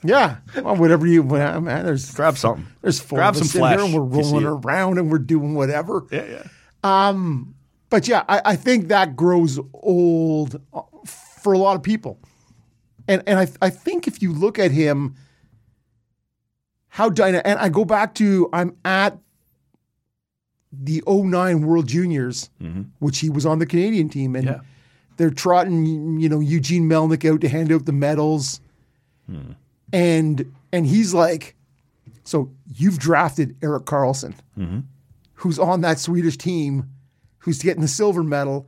Speaker 3: Yeah. Well, whatever you, well, man, there's,
Speaker 1: Grab something.
Speaker 3: there's four
Speaker 1: grab
Speaker 3: of
Speaker 1: some
Speaker 3: us in
Speaker 1: flesh
Speaker 3: here and we're
Speaker 1: if you see
Speaker 3: rolling
Speaker 1: it.
Speaker 3: around and we're doing whatever.
Speaker 1: Yeah, yeah.
Speaker 3: But yeah, I, I think that grows old uh, for a lot of people. And and I I think if you look at him, how dyna and I go back to I'm at the 09 World Juniors, which he was on the Canadian team, and
Speaker 1: Yeah.
Speaker 3: they're trotting you know Eugene Melnick out to hand out the medals,
Speaker 1: Hmm.
Speaker 3: and and he's like, so you've drafted Eric Carlson,
Speaker 1: Mm-hmm.
Speaker 3: who's on that Swedish team, who's getting the silver medal,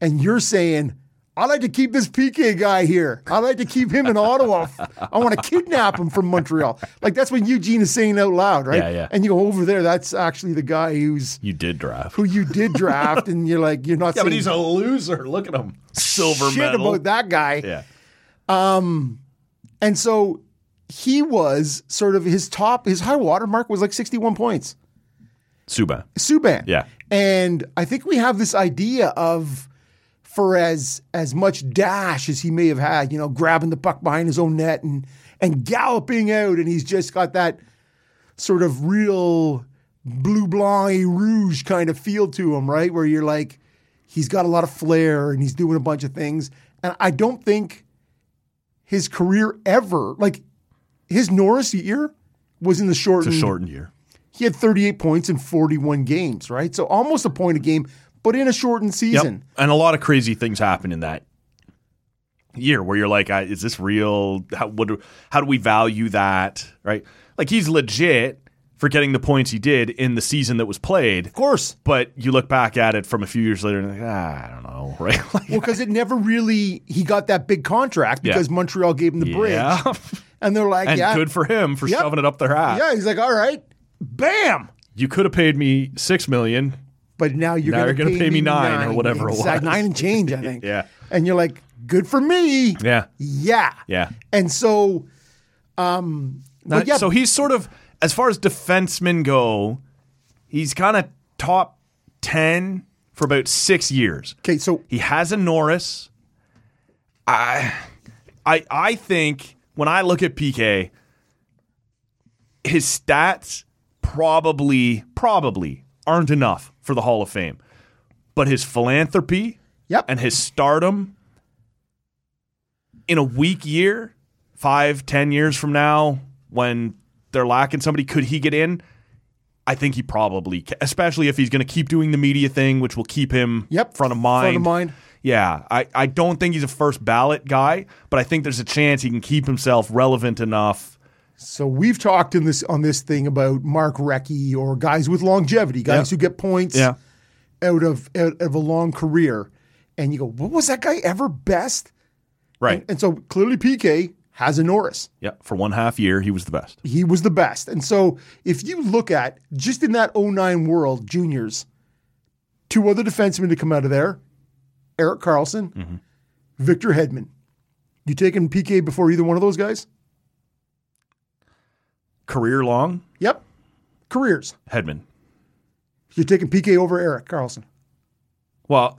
Speaker 3: and you're saying. I like to keep this PK guy here. I like to keep him in Ottawa. I want to kidnap him from Montreal. Like that's what Eugene is saying out loud, right?
Speaker 1: Yeah, yeah.
Speaker 3: And you go over there. That's actually the guy who's
Speaker 1: You did draft.
Speaker 3: who you did draft, and you're like, you're not
Speaker 1: Yeah, but
Speaker 3: saying
Speaker 1: he's a loser. Look at him. Silver
Speaker 3: shit
Speaker 1: medal.
Speaker 3: about that guy.
Speaker 1: Yeah.
Speaker 3: And so he was sort of his top, his high water mark was like 61 points.
Speaker 1: Subban.
Speaker 3: Subban.
Speaker 1: Yeah.
Speaker 3: And I think we have this idea of for as as much dash as he may have had, you know, grabbing the puck behind his own net and and galloping out, and he's just got that sort of real blue blanc rouge kind of feel to him, right? Where you're like, he's got a lot of flair and he's doing a bunch of things. And I don't think his career ever, like his Norris year was in the short
Speaker 1: It's a shortened year.
Speaker 3: he had 38 points in 41 games, right? So almost a point a game, but in a shortened season.
Speaker 1: Yep. And a lot of crazy things happen in that year where you're like, I, is this real? How, what do, how do we value that? Right? Like, he's legit for getting the points he did in the season that was played.
Speaker 3: Of course.
Speaker 1: But you look back at it from a few years later and you're like, ah, I don't know. Right? Like,
Speaker 3: Well, because it never really, he got that big contract
Speaker 1: Yeah.
Speaker 3: because Montreal gave him the
Speaker 1: yeah.
Speaker 3: bridge. And they're like,
Speaker 1: and
Speaker 3: yeah.
Speaker 1: good for him for
Speaker 3: Yep.
Speaker 1: shoving it up their ass.
Speaker 3: yeah. He's like, all right, bam.
Speaker 1: You could have paid me six million.
Speaker 3: But now you're
Speaker 1: Now
Speaker 3: going
Speaker 1: you're
Speaker 3: to
Speaker 1: gonna pay me nine or whatever it was.
Speaker 3: exact- Nine and change, I think.
Speaker 1: Yeah.
Speaker 3: And you're like, good for me.
Speaker 1: Yeah.
Speaker 3: Yeah.
Speaker 1: Yeah.
Speaker 3: And so, um, but
Speaker 1: Not-
Speaker 3: yeah,
Speaker 1: So he's sort of, as far as defensemen go, he's kind of top 10 for about six years.
Speaker 3: Okay, so
Speaker 1: He has a Norris. I, I, I think when I look at PK, his stats probably, probably aren't enough for the Hall of Fame, but his philanthropy,
Speaker 3: Yep.
Speaker 1: and his stardom in a weak year, five, ten years from now, when they're lacking somebody, could he get in? I think he probably, ca- especially if he's going to keep doing the media thing, which will keep him
Speaker 3: Yep.
Speaker 1: front of mind.
Speaker 3: Front of mind.
Speaker 1: Yeah, I, I don't think he's a first ballot guy, but I think there's a chance he can keep himself relevant enough.
Speaker 3: So we've talked in this on this thing about Mark Recchi or guys with longevity, guys
Speaker 1: Yeah.
Speaker 3: who get points
Speaker 1: Yeah.
Speaker 3: out of out of a long career, and you go, "What was that guy ever best?"
Speaker 1: Right.
Speaker 3: And so clearly, PK has a Norris.
Speaker 1: Yeah. For one half year, he was the best.
Speaker 3: He was the best. And so if you look at just in that 09 world, juniors, two other defensemen to come out of there, Eric Carlson,
Speaker 1: Mm-hmm.
Speaker 3: Victor Hedman. You taking PK before either one of those guys?
Speaker 1: Career long,
Speaker 3: Yep. Careers.
Speaker 1: Hedman.
Speaker 3: You're taking PK over Eric Carlson.
Speaker 1: Well,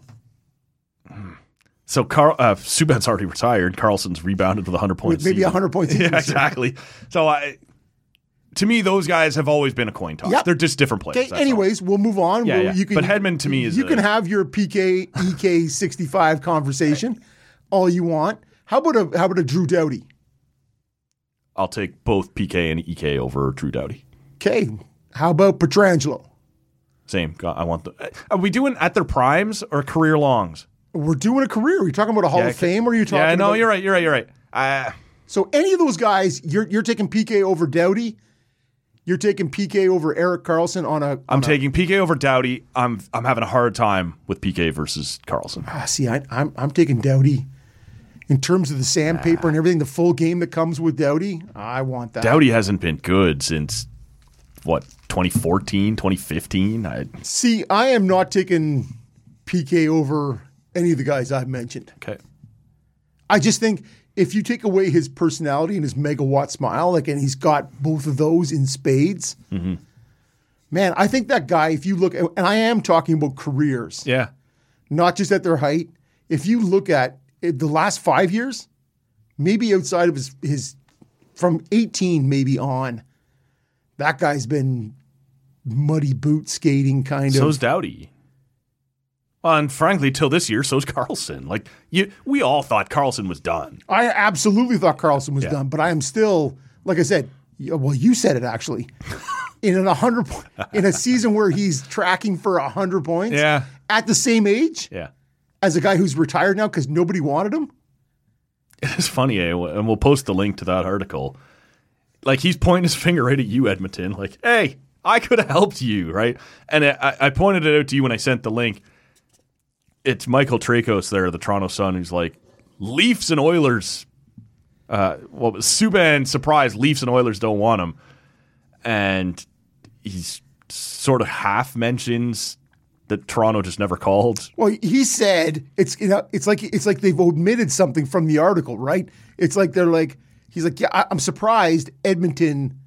Speaker 1: so Carl uh, Subban's already retired. Carlson's rebounded to the hundred
Speaker 3: with
Speaker 1: points.
Speaker 3: maybe 100 points each.
Speaker 1: Yeah, exactly. So I, to me, those guys have always been a coin toss.
Speaker 3: Yep.
Speaker 1: They're just different players.
Speaker 3: Okay,
Speaker 1: that's all.
Speaker 3: anyways, we'll move on.
Speaker 1: Yeah,
Speaker 3: We'll-
Speaker 1: yeah. But Hedman to me is
Speaker 3: You
Speaker 1: a-
Speaker 3: can have your PK EK 65 conversation all you want. How about a how about a Drew Doughty?
Speaker 1: I'll take both PK and EK over Drew Doughty.
Speaker 3: Okay. How about Petrangelo?
Speaker 1: Same. God, I want the. uh, Are we doing at their primes or career longs?
Speaker 3: We're doing a career. Are you talking about a Hall
Speaker 1: Yeah,
Speaker 3: of Fame or are you talking
Speaker 1: Yeah, no,
Speaker 3: about
Speaker 1: you're right. You're right. You're right. Uh,
Speaker 3: So any of those guys, you're you're taking PK over Doughty. You're taking PK over Eric Carlson on a
Speaker 1: I'm taking PK over Doughty. I'm I'm having a hard time with PK versus Carlson.
Speaker 3: Ah, see, I, I'm I'm taking Doughty. In terms of the sandpaper and everything, the full game that comes with Doughty, I want that.
Speaker 1: Doughty hasn't been good since what 2014, 2015. I,
Speaker 3: See, I am not taking PK over any of the guys I've mentioned.
Speaker 1: okay.
Speaker 3: I just think if you take away his personality and his megawatt smile, like, and he's got both of those in spades, man, I think that guy, if you look, at, and I am talking about careers,
Speaker 1: Yeah.
Speaker 3: not just at their height. If you look at it, the last five years, maybe outside of his, his from 18 maybe on, that guy's been muddy boot skating kind of.
Speaker 1: So's Dowdy. And frankly, till this year, so's Carlson. Like you, we all thought Carlson was done.
Speaker 3: I absolutely thought Carlson was done, but I am still, like I said, y- well, you said it actually. in an 100 po- in a season where he's tracking for 100 points
Speaker 1: Yeah.
Speaker 3: at the same age
Speaker 1: Yeah,
Speaker 3: as a guy who's retired now cuz nobody wanted him.
Speaker 1: it's funny, eh? and we'll post the link to that article. Like he's pointing his finger right at you, Edmonton. Like, hey, I could have helped you, right? And I, I pointed it out to you when I sent the link. It's Michael Tracos there, the Toronto Sun, who's like Leafs and Oilers. Uh, well, Subban surprised Leafs and Oilers don't want him, and he's sort of half mentions that Toronto just never called.
Speaker 3: Well, he said it's you know, it's like it's like they've omitted something from the article, right? It's like they're like he's like, "Yeah, I, I'm surprised Edmonton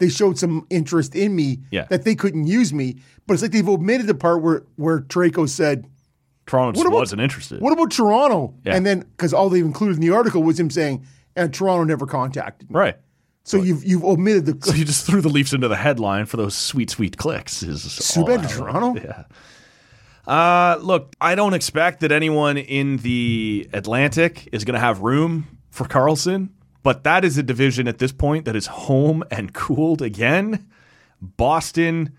Speaker 3: they showed some interest in me
Speaker 1: Yeah.
Speaker 3: that they couldn't use me." But it's like they've omitted the part where where Traco said
Speaker 1: Toronto just
Speaker 3: about-
Speaker 1: wasn't interested.
Speaker 3: What about Toronto?
Speaker 1: Yeah.
Speaker 3: And then because all they included in the article was him saying, "And Toronto never contacted me."
Speaker 1: right.
Speaker 3: So you've you've omitted
Speaker 1: So
Speaker 3: the
Speaker 1: you just threw the Leafs into the headline for those sweet, sweet clicks. Is all
Speaker 3: Subban to
Speaker 1: that.
Speaker 3: Toronto.
Speaker 1: Yeah. Uh, look, I don't expect that anyone in the Atlantic is going to have room for Carlson, but that is a division at this point that is home and cooled again. Boston,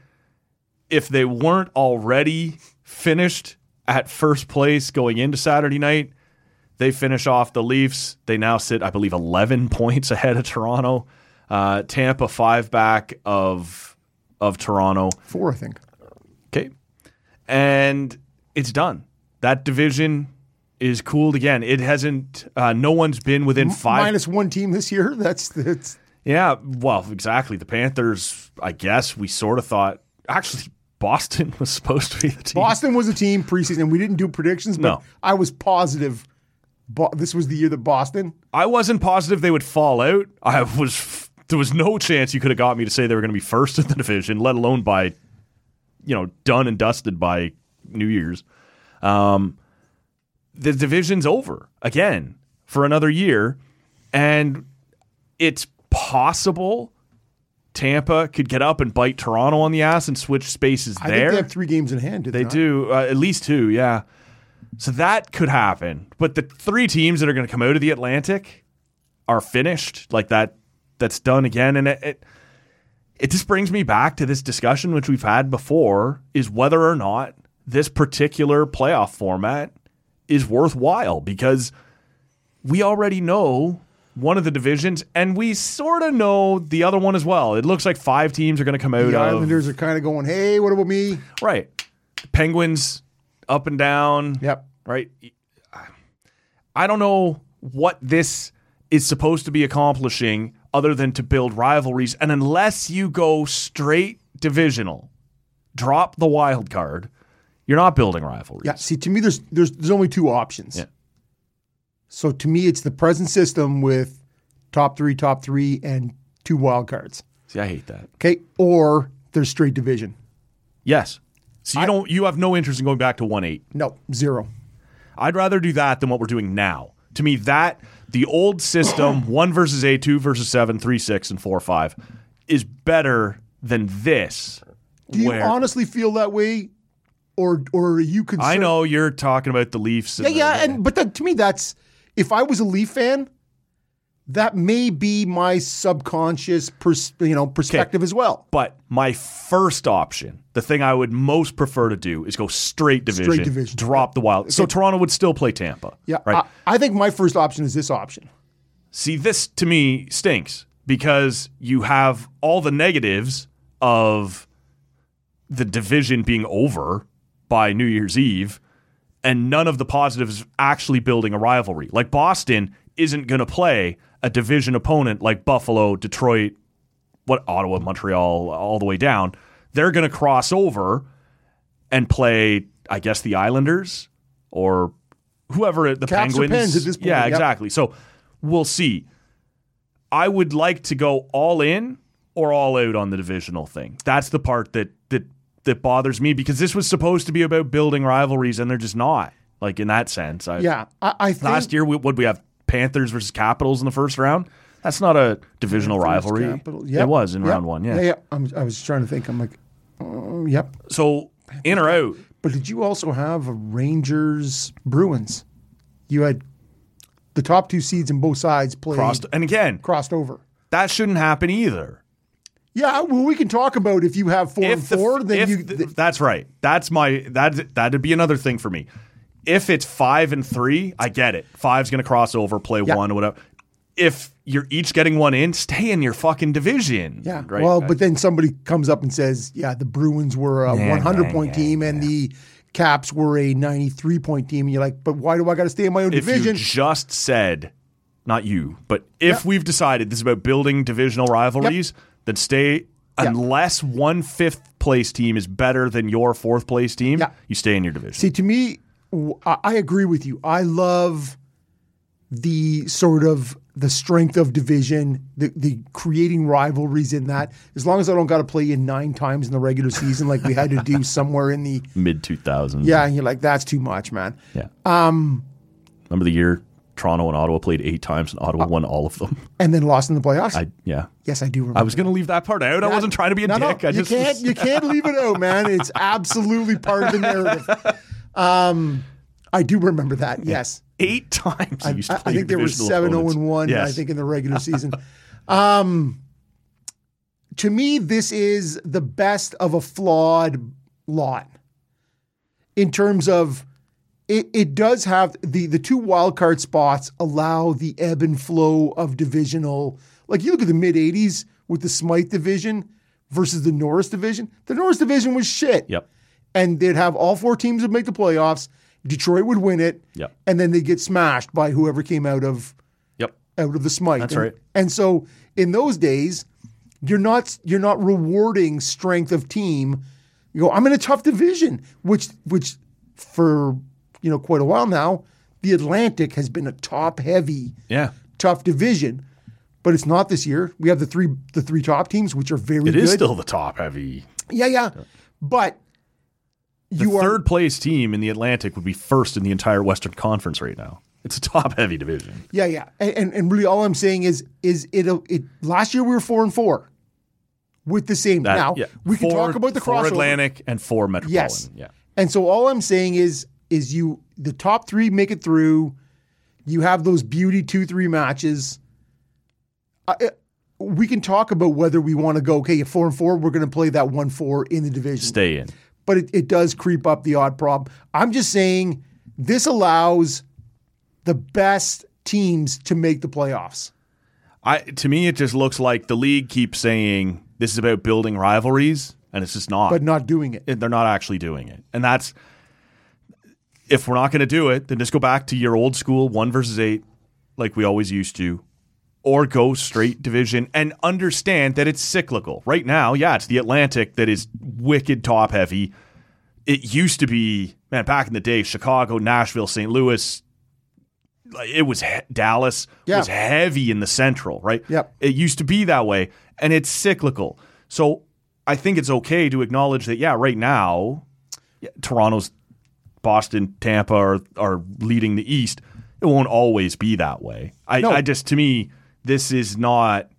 Speaker 1: if they weren't already finished at first place going into Saturday night, they finish off the Leafs. They now sit, I believe, 11 points ahead of Toronto. Uh, Tampa five back of of Toronto.
Speaker 3: four, I think.
Speaker 1: Okay, and it's done. That division is cooled again. It hasn't. Uh, no one's been within five.
Speaker 3: Minus one team this year. That's that's
Speaker 1: Yeah, well, exactly. The Panthers. I guess we sort of thought actually Boston was supposed to be the team.
Speaker 3: Boston was a team preseason. We didn't do predictions, but
Speaker 1: No.
Speaker 3: I was positive. Bo- this was the year that Boston.
Speaker 1: I wasn't positive they would fall out. I was. There was no chance you could have got me to say they were going to be first in the division, let alone by you know done and dusted by New Year's. Um, the division's over again for another year, and it's possible Tampa could get up and bite Toronto on the ass and switch spaces
Speaker 3: I
Speaker 1: there.
Speaker 3: think they have three games in hand. Do they,
Speaker 1: They
Speaker 3: not?
Speaker 1: do uh, at least two, yeah. So that could happen. But the three teams that are going to come out of the Atlantic are finished. Like that, that's done again. And it, it, it just brings me back to this discussion which we've had before: is whether or not this particular playoff format is worthwhile because we already know one of the divisions and we sort of know the other one as well. It looks like five teams are going to come out
Speaker 3: The
Speaker 1: of
Speaker 3: Islanders are kind of going, hey, what about me?
Speaker 1: Right. Penguins up and down.
Speaker 3: Yep.
Speaker 1: Right. I don't know what this is supposed to be accomplishing other than to build rivalries. And unless you go straight divisional, drop the wild card, you're not building rivalries.
Speaker 3: Yeah. See, to me, there's there's there's only two options.
Speaker 1: Yeah.
Speaker 3: So to me, it's the present system with top three, top three, and two wild cards.
Speaker 1: See, I hate that.
Speaker 3: Okay, or there's straight division.
Speaker 1: Yes. So you don't you have no interest in going back to one eight.
Speaker 3: No, zero.
Speaker 1: I'd rather do that than what we're doing now. To me, that the old system one versus eight, two versus seven, three six, and four five is better than this.
Speaker 3: Do you
Speaker 1: where-
Speaker 3: honestly feel that way, or or are you concerned?
Speaker 1: I know you're talking about the Leafs.
Speaker 3: Yeah, yeah, and but that, to me, that's if I was a Leaf fan, that may be my subconscious, pers- you know, perspective as well.
Speaker 1: but my first option, the thing I would most prefer to do, is go straight division,
Speaker 3: Straight division.
Speaker 1: drop the Wild. So Toronto would still play Tampa.
Speaker 3: Yeah,
Speaker 1: right.
Speaker 3: I, I think my first option is this option.
Speaker 1: See, this to me stinks because you have all the negatives of the division being over by New Year's Eve and none of the positives of actually building a rivalry. Like Boston isn't going to play a division opponent like Buffalo, Detroit, what Ottawa, Montreal, all the way down. They're going to cross over and play, I guess, the Islanders or whoever it- the
Speaker 3: Caps or
Speaker 1: Penguins.
Speaker 3: Pens at this point,
Speaker 1: Yeah,
Speaker 3: yep.
Speaker 1: exactly. So we'll see. I would like to go all in or all out on the divisional thing. That's the part that that that bothers me because this was supposed to be about building rivalries and they're just not. Like in that sense, I,
Speaker 3: Yeah, I, I think
Speaker 1: Last year, we, what we have Panthers versus Capitals in the first round. That's not a divisional rivalry.
Speaker 3: Capital- yep,
Speaker 1: It was in
Speaker 3: yep,
Speaker 1: round one. Yeah.
Speaker 3: yeah, I'm, I was trying to think. I'm like, oh, yep.
Speaker 1: So in or out?
Speaker 3: But did you also have a Rangers Bruins? You had the top two seeds in both sides played
Speaker 1: Crossed, and again,
Speaker 3: crossed over.
Speaker 1: that shouldn't happen either.
Speaker 3: Yeah, well, we can talk about if you have four and
Speaker 1: if the,
Speaker 3: four, then
Speaker 1: if
Speaker 3: you.
Speaker 1: the- that's right. That's my that that'd be another thing for me. If it's five and three, I get it. Five's gonna cross over, play
Speaker 3: Yeah.
Speaker 1: one or whatever. If you're each getting one in, stay in your fucking division.
Speaker 3: Yeah.
Speaker 1: Right.
Speaker 3: Well, but then somebody comes up and says, "Yeah, the Bruins were a 100 point team, and the Caps were a 93 point team." And you're like, "But why do I got to stay in my own
Speaker 1: if
Speaker 3: division?"
Speaker 1: you just said, not you, but if we've decided this is about building divisional rivalries, then stay. Unless one fifth place team is better than your fourth place team,
Speaker 3: Yeah.
Speaker 1: you stay in your division.
Speaker 3: See, to me, w- I I agree with you. I love the sort of the strength of division, the, the creating rivalries in that. As long as I don't got to play you nine times in the regular season, like we had to do somewhere in the
Speaker 1: Mid 2000s.
Speaker 3: yeah, and you're like, that's too much, man.
Speaker 1: Yeah. Um, Remember the year Toronto and Ottawa played eight times and Ottawa won all of them?
Speaker 3: And then lost in the playoffs.
Speaker 1: I Yeah.
Speaker 3: yes, I do. Remember
Speaker 1: I was going to leave that part out. I wasn't trying to be a
Speaker 3: no,
Speaker 1: dick.
Speaker 3: No,
Speaker 1: I
Speaker 3: you
Speaker 1: just
Speaker 3: can't. You can't leave it out, man. It's absolutely part of the narrative. Um, I do remember that. Yes,
Speaker 1: eight times. you used to
Speaker 3: I, I
Speaker 1: play
Speaker 3: think there was
Speaker 1: divisional
Speaker 3: seven zero
Speaker 1: opponents.
Speaker 3: and one. I
Speaker 1: Yes.
Speaker 3: think in the regular season. um, to me, this is the best of a flawed lot in terms of. It, it does have the the two wild card spots allow the ebb and flow of divisional. Like you look at the mid '80s with the Smythe division versus the Norris division. The Norris division was shit
Speaker 1: Yep.
Speaker 3: and they'd have all four teams would make the playoffs. Detroit would win it,
Speaker 1: Yep.
Speaker 3: and then they'd get smashed by whoever came out of
Speaker 1: Yep.
Speaker 3: out of the smite.
Speaker 1: That's
Speaker 3: and,
Speaker 1: right.
Speaker 3: And so in those days, you're not you're not rewarding strength of team. You go, I'm in a tough division, which which for you know quite a while now, the Atlantic has been a top heavy
Speaker 1: Yeah.
Speaker 3: tough division. But it's not this year. We have the three the three top teams, which are very
Speaker 1: It
Speaker 3: good.
Speaker 1: is still the top heavy.
Speaker 3: Yeah, yeah. But
Speaker 1: The
Speaker 3: You are-
Speaker 1: third place team in the Atlantic would be first in the entire Western Conference right now. It's a top heavy division.
Speaker 3: Yeah, yeah, and, and and really, all I'm saying is, is it? It last year we were four and four with the same.
Speaker 1: That-
Speaker 3: now
Speaker 1: yeah.
Speaker 3: we can
Speaker 1: Four-
Speaker 3: talk about the
Speaker 1: four
Speaker 3: crossover.
Speaker 1: Atlantic and four Metropolitan.
Speaker 3: Yes.
Speaker 1: Yeah.
Speaker 3: And so all I'm saying is, is you the top three make it through. You have those beauty two three matches. I, I- we can talk about whether we want to go. Okay, at four and four, we're going to play that one four in the division
Speaker 1: Stay in.
Speaker 3: but it, it does creep up the odd problem. I'm just saying this allows the best teams to make the playoffs.
Speaker 1: I to me it just looks like the league keeps saying this is about building rivalries and it's just not.
Speaker 3: But not doing it.
Speaker 1: it- they're not actually doing it. And that's if we're not going to do it, then just go back to your old school one versus eight, like we always used to, or go straight division and understand that it's cyclical. Right now, yeah, it's the Atlantic that is wicked top heavy. It used to be, man, back in the day, Chicago, Nashville, St. Louis, like, it was he- Dallas
Speaker 3: Yeah.
Speaker 1: was heavy in the central, right?
Speaker 3: Yep.
Speaker 1: It used to be that way, and it's cyclical. So I think it's okay to acknowledge that. Yeah, right now, yeah, Toronto's, Boston, Tampa are are leading the East. It won't always be that way. I,
Speaker 3: No.
Speaker 1: I just to me, this is not.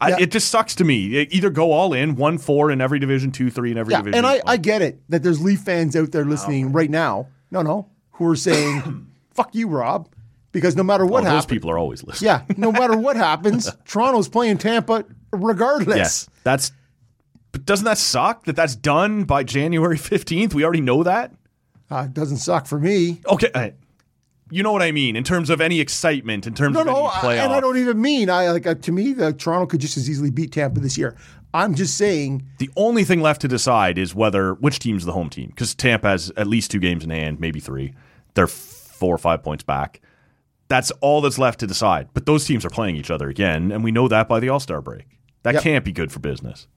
Speaker 1: I,
Speaker 3: Yeah.
Speaker 1: It just sucks to me. E- Either go all in, one four in every division, two three in every
Speaker 3: Yeah,
Speaker 1: division.
Speaker 3: and I, I get it that there's Leaf fans out there listening right now. No, no, who are saying, "Fuck you, Rob," because no matter
Speaker 1: Oh,
Speaker 3: what
Speaker 1: those
Speaker 3: happens,
Speaker 1: people are always listening.
Speaker 3: yeah, no matter what happens, Toronto's playing Tampa regardless.
Speaker 1: Yes. That's but doesn't that suck that that's done by January 15th? We already know that.
Speaker 3: Uh, it doesn't suck for me.
Speaker 1: Okay. uh, You know what I mean in terms of any excitement, in terms
Speaker 3: No,
Speaker 1: of any
Speaker 3: no, I,
Speaker 1: playoff.
Speaker 3: and I don't even mean I like uh, to me. The Toronto could just as easily beat Tampa this year. I'm just saying
Speaker 1: the only thing left to decide is whether which team's the home team because Tampa has at least two games in hand, maybe three. They're f- four or five points back. That's all that's left to decide. But those teams are playing each other again, and we know that by the All Star break. That
Speaker 3: Yep. Uh,
Speaker 1: can't be good for business.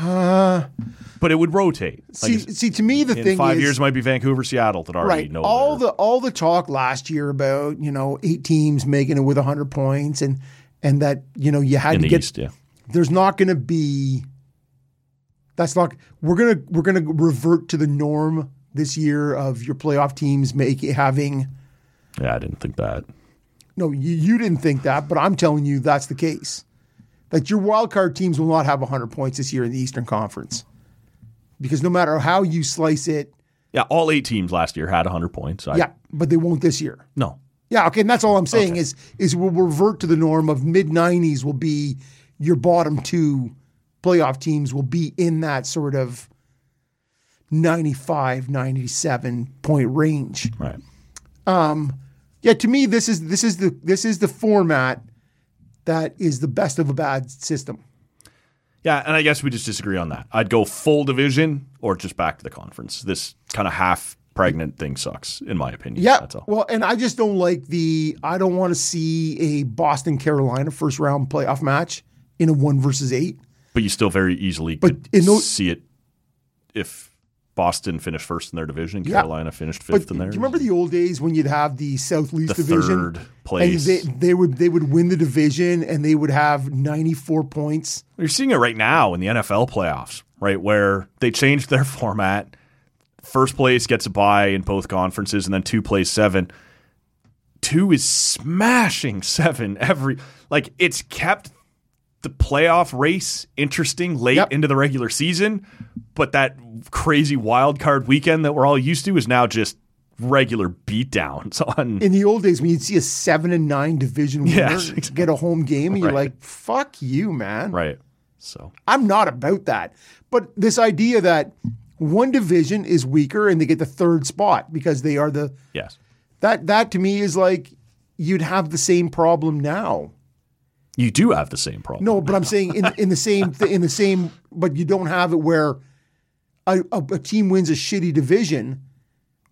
Speaker 1: but it would rotate. Like
Speaker 3: see,
Speaker 1: I said,
Speaker 3: see, to me, the
Speaker 1: in
Speaker 3: thing
Speaker 1: five
Speaker 3: is,
Speaker 1: years, it might be Vancouver, Seattle that already
Speaker 3: right.
Speaker 1: know.
Speaker 3: all
Speaker 1: their-
Speaker 3: the all the talk last year about you know eight teams making it with hundred points and and that you know you had
Speaker 1: in
Speaker 3: to
Speaker 1: the
Speaker 3: get
Speaker 1: East, yeah.
Speaker 3: there's not going to be that's not we're gonna we're gonna revert to the norm this year of your playoff teams make having
Speaker 1: Yeah, I didn't think that.
Speaker 3: no you, you didn't think that but I'm telling you that's the case that your wild card teams will not have hundred points this year in the Eastern Conference because no matter how you slice it
Speaker 1: Yeah, all eight teams last year had 100 points. I,
Speaker 3: yeah but they won't this year.
Speaker 1: No.
Speaker 3: Yeah, okay, and that's all I'm saying is is we'll revert to the norm of mid '90s will be your bottom two playoff teams will be in that sort of 95, 97 point range.
Speaker 1: Right.
Speaker 3: Yeah, to me, this is this is the this is the format that is the best of a bad system.
Speaker 1: Yeah, and I guess we just disagree on that. I'd go full division or just back to the conference. This kind of half pregnant thing sucks, in my opinion.
Speaker 3: Yeah,
Speaker 1: That's all.
Speaker 3: well, and I just don't like the I don't want to see a Boston Carolina first round playoff match in a one versus eight.
Speaker 1: But you still very easily
Speaker 3: But
Speaker 1: could
Speaker 3: in those-
Speaker 1: see it if Boston finished first in their division,
Speaker 3: Yeah.
Speaker 1: Carolina finished
Speaker 3: But
Speaker 1: fifth
Speaker 3: do
Speaker 1: in
Speaker 3: you
Speaker 1: theirs.
Speaker 3: remember the old days when you'd have the South Least
Speaker 1: the
Speaker 3: Division?
Speaker 1: third place?
Speaker 3: And they, they would they would win the division and they would have 94 points.
Speaker 1: You're seeing it right now in the NFL playoffs, right? Where they changed their format. First place gets a bye in both conferences, and then two plays seven. Two is smashing seven every. Like, it's kept the playoff race interesting late
Speaker 3: Yep.
Speaker 1: into the regular season, but that crazy wild card weekend that we're all used to is now just regular beatdowns on.
Speaker 3: In the old days when you'd see a 7 and 9 division winner
Speaker 1: Yes, exactly.
Speaker 3: get a home game and you're
Speaker 1: Right.
Speaker 3: like, "Fuck you, man."
Speaker 1: right. So,
Speaker 3: I'm not about that. But this idea that one division is weaker and they get the third spot because they are the
Speaker 1: yes.
Speaker 3: that that to me is like you'd have the same problem now.
Speaker 1: You do have the same problem.
Speaker 3: No, but I'm saying in in the same th- in the same, but you don't have it where a, a, a team wins a shitty division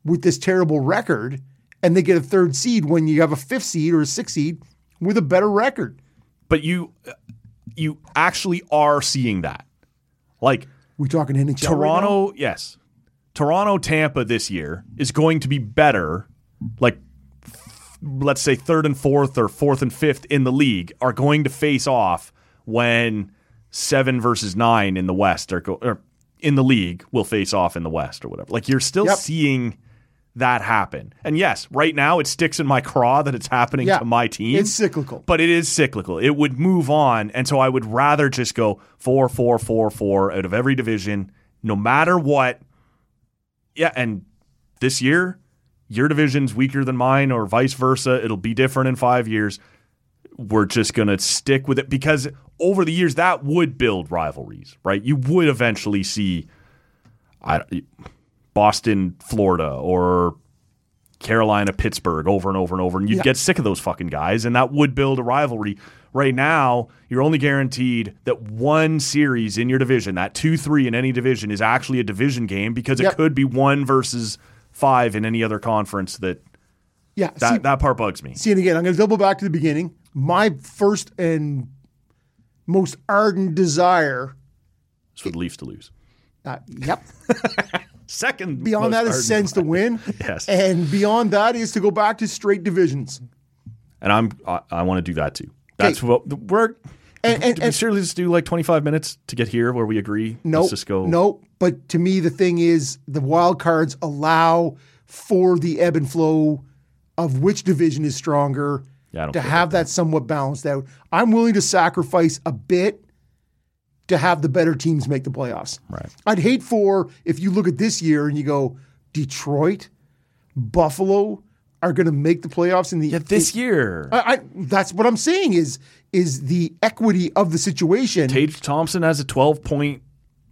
Speaker 3: with this terrible record, and they get a third seed when you have a fifth seed or a sixth seed with a better record.
Speaker 1: but you you actually are seeing that. Like
Speaker 3: We talking NHL? right now?
Speaker 1: Toronto, yes. Toronto Tampa this year is going to be better like let's say third and fourth or fourth and fifth in the league are going to face off when 7 versus 9 in the west or, go, or in the league will face off in the West or whatever. Like you're still
Speaker 3: Yep.
Speaker 1: seeing that happen. And yes, right now it sticks in my craw that it's happening
Speaker 3: Yeah.
Speaker 1: to my team.
Speaker 3: It's cyclical.
Speaker 1: But it is cyclical. It would move on. And so I would rather just go four, four, four, four out of every division, no matter what. Yeah. And this year, your division's weaker than mine, or vice versa. It'll be different in five years. We're just going to stick with it because over the years, that would build rivalries, right? You would eventually see I, Boston, Florida, or Carolina, Pittsburgh over and over and over, and you'd
Speaker 3: Yeah.
Speaker 1: get sick of those fucking guys, and that would build a rivalry. Right now, you're only guaranteed that one series in your division, that 2 3 in any division, is actually a division game because it
Speaker 3: Yep.
Speaker 1: could be one versus five in any other conference. That,
Speaker 3: yeah.
Speaker 1: that,
Speaker 3: see,
Speaker 1: that part bugs me.
Speaker 3: see, and again, I'm going to double back to the beginning. My first and most ardent desire.
Speaker 1: It's with Leafs to lose.
Speaker 3: Uh, yep.
Speaker 1: Second,
Speaker 3: Beyond that is sense to win.
Speaker 1: Yes.
Speaker 3: And beyond that is to go back to straight divisions.
Speaker 1: and I'm I, I want to do that too. That's what we're.
Speaker 3: And- and-
Speaker 1: did we
Speaker 3: and-
Speaker 1: surely just do like 25 minutes to get here where we agree.
Speaker 3: No,
Speaker 1: Let's just go.
Speaker 3: no. But to me, the thing is, the wild cards allow for the ebb and flow of which division is stronger
Speaker 1: Yeah, I don't
Speaker 3: to
Speaker 1: care
Speaker 3: have that somewhat balanced out. I'm willing to sacrifice a bit to have the better teams make the playoffs. Right. I'd hate for if you look at this year and you go Detroit, Buffalo are going to make the playoffs in the
Speaker 1: Yeah, this year.
Speaker 3: I, I, that's what I'm saying is is the equity of the situation.
Speaker 1: Tage Thompson has a 12 point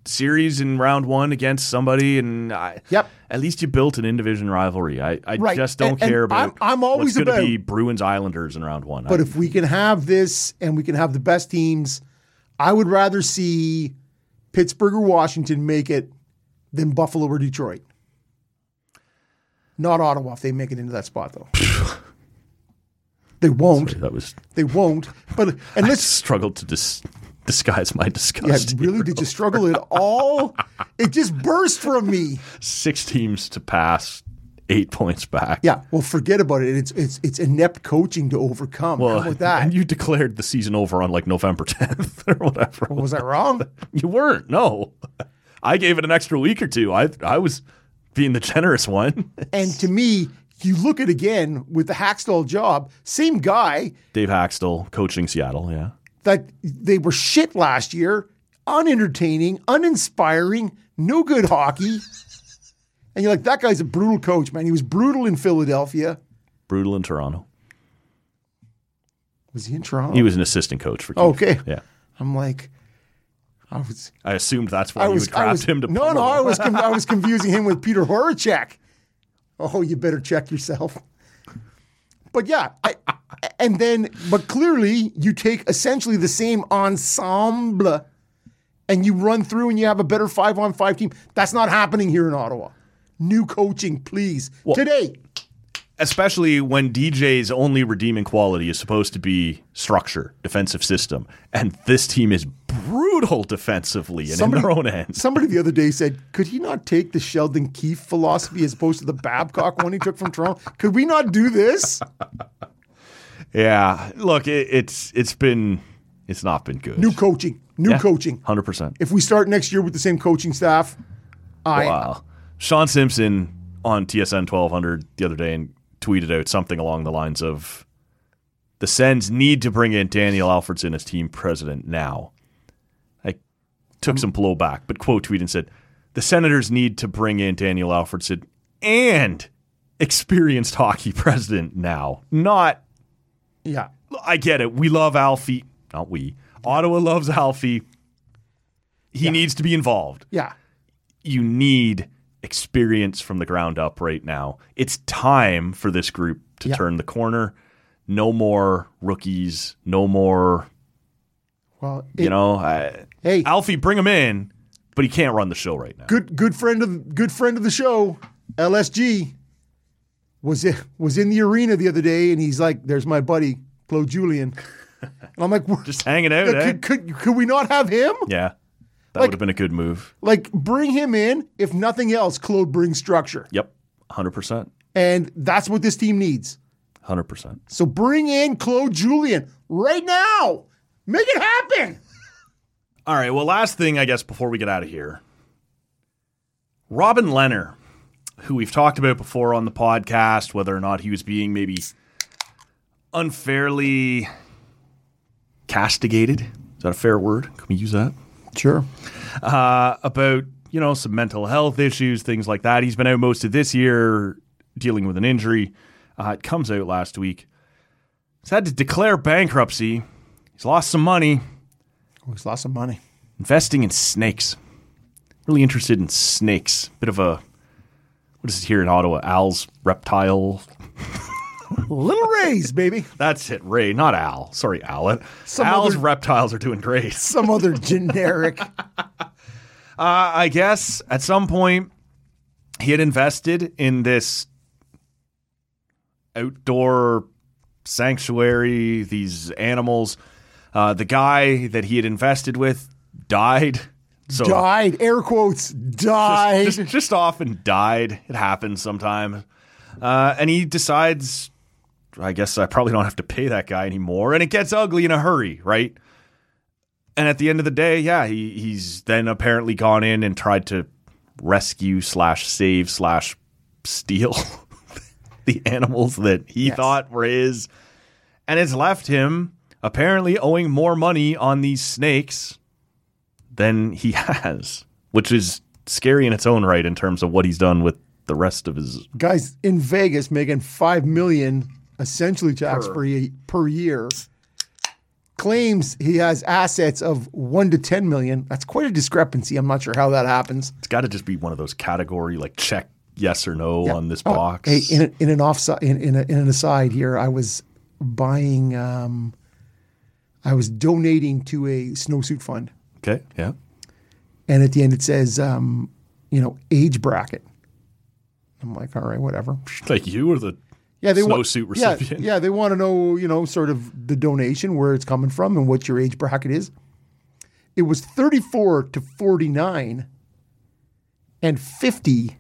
Speaker 1: series in round one against somebody, and I,
Speaker 3: Yep.
Speaker 1: at least you built an in division rivalry. I, I
Speaker 3: Right.
Speaker 1: just don't
Speaker 3: And- and
Speaker 1: care about.
Speaker 3: I'm- I'm always
Speaker 1: what's going
Speaker 3: about-
Speaker 1: to be Bruins Islanders in round one.
Speaker 3: But
Speaker 1: I-
Speaker 3: if we can have this and we can have the best teams, I would rather see Pittsburgh or Washington make it than Buffalo or Detroit. Not Ottawa if they make it into that spot though. they won't.
Speaker 1: that was
Speaker 3: They won't. But and let's
Speaker 1: struggled to dis- disguise my
Speaker 3: yeah,
Speaker 1: disgust.
Speaker 3: really did you struggle at all? It just burst from me.
Speaker 1: Six teams to pass, eight points back.
Speaker 3: Yeah, well forget about it. It's it's it's inept coaching to overcome. How about that?
Speaker 1: and you declared the season over on like November 10th or whatever.
Speaker 3: Was I wrong?
Speaker 1: You weren't. No, I gave it an extra week or two. I I was being the generous one.
Speaker 3: And to me, you look at again with the Hackstall job, same guy
Speaker 1: Dave Haxtell coaching Seattle. Yeah.
Speaker 3: that they were shit last year, unentertaining, uninspiring, no good hockey. And you're like, that guy's a brutal coach, man. He was brutal in Philadelphia.
Speaker 1: brutal in Toronto.
Speaker 3: Was he in Toronto?
Speaker 1: He was an assistant coach for. Keith.
Speaker 3: Okay.
Speaker 1: Yeah,
Speaker 3: I'm like, I was,
Speaker 1: I assumed that's why
Speaker 3: I
Speaker 1: you
Speaker 3: was,
Speaker 1: would
Speaker 3: I
Speaker 1: craft
Speaker 3: was
Speaker 1: him to.
Speaker 3: no, no,
Speaker 1: pummel
Speaker 3: I
Speaker 1: him.
Speaker 3: was, com- I was confusing him with Peter Horacek. Oh, you better check yourself. But yeah, I, and then, but clearly, you take essentially the same ensemble, and you run through, and you have a better five-on-five team. That's not happening here in Ottawa. New coaching, please. Today,
Speaker 1: especially when DJ's only redeeming quality is supposed to be structure, defensive system, and this team is brutal defensively and in their own end.
Speaker 3: somebody the other day said, could he not take the Sheldon Keefe philosophy as opposed to the Babcock one he took from Toronto? Could we not do this?
Speaker 1: Yeah, look, it, it's it's been it's not been good.
Speaker 3: New coaching, new coaching.
Speaker 1: hundred percent.
Speaker 3: if we start next year with the same coaching staff, I
Speaker 1: Wow. Sean Simpson on TSN 1200 the other day and tweeted out something along the lines of the Sens need to bring in Daniel Alfredson as team president now. I took
Speaker 3: Um,
Speaker 1: some blowback, but quote tweet and said, The Senators need to bring in Daniel Alfredson and experienced hockey president now. Not,
Speaker 3: yeah,
Speaker 1: I get it. We love Alfie. Not we. Ottawa loves Alfie. He needs to be involved
Speaker 3: yeah,
Speaker 1: you need experience from the ground up right now. It's time for this group to
Speaker 3: Yeah.
Speaker 1: turn the corner. No more rookies. No more.
Speaker 3: well,
Speaker 1: You
Speaker 3: it-
Speaker 1: know, I,
Speaker 3: hey,
Speaker 1: Alfie, bring him in, but he can't run the show right now.
Speaker 3: good good friend of good friend of the show, LSG was it was in the arena the other day, and he's like, "There's my buddy Claude Julian," and I'm like, "We're-
Speaker 1: Just hanging out. eh?
Speaker 3: could, could could we not have him?
Speaker 1: yeah, that would have been a good move.
Speaker 3: Like, bring him in. If nothing else, Claude brings structure,
Speaker 1: Yep, hundred percent,
Speaker 3: and that's what this team needs.
Speaker 1: hundred percent.
Speaker 3: So bring in Claude Julian right now. Make it happen.
Speaker 1: All right. Well, last thing I guess before we get out of here, Robin Leonard, who we've talked about before on the podcast, whether or not he was being maybe unfairly castigated. Is that a fair word? Can we use that?
Speaker 3: Sure.
Speaker 1: uh, about you know some mental health issues, things like that. He's been out most of this year dealing with an injury. Uh, it comes out last week. He's had to declare bankruptcy. He's lost some money
Speaker 3: Oh, he's lost some money.
Speaker 1: investing in snakes. Really interested in snakes. Bit of a what is it here in Ottawa? Al's reptile.
Speaker 3: Little Rays, baby.
Speaker 1: That's it, Ray. Not Al. Sorry, Al.
Speaker 3: Some
Speaker 1: Al's
Speaker 3: other-
Speaker 1: reptiles are doing great.
Speaker 3: Some other generic.
Speaker 1: Uh, I guess at some point he had invested in this outdoor sanctuary, these animals. Uh, the guy that he had invested with died. So
Speaker 3: died. Air quotes. Died.
Speaker 1: just, just often died. It happens sometimes. Uh, and he decides, I guess I probably don't have to pay that guy anymore. And it gets ugly in a hurry, right? And at the end of the day, yeah, he, he's then apparently gone in and tried to rescue slash save slash steal the animals that he thought were his. And it's left him apparently owing more money on these snakes than he has, which is scary in its own right in terms of what he's done with the rest of his.
Speaker 3: guys in Vegas making five million essentially tax per, ye- per year. Claims he has assets of one to ten million. That's quite a discrepancy. I'm not sure how that happens.
Speaker 1: It's got to just be one of those category like check yes or no on this
Speaker 3: Oh,
Speaker 1: box.
Speaker 3: Hey, in, a- in an offside, in, in, a, in an aside here, I was buying, um, I was donating to a snowsuit fund,
Speaker 1: okay, yeah,
Speaker 3: and at the end it says, um, you know, age bracket. I'm like, all right, whatever.
Speaker 1: like you or the
Speaker 3: yeah, they wa-
Speaker 1: snowsuit
Speaker 3: yeah,
Speaker 1: recipient.
Speaker 3: Yeah, they want to know, you know, sort of the donation, where it's coming from, and what your age bracket is. It was 34 to 49 and 50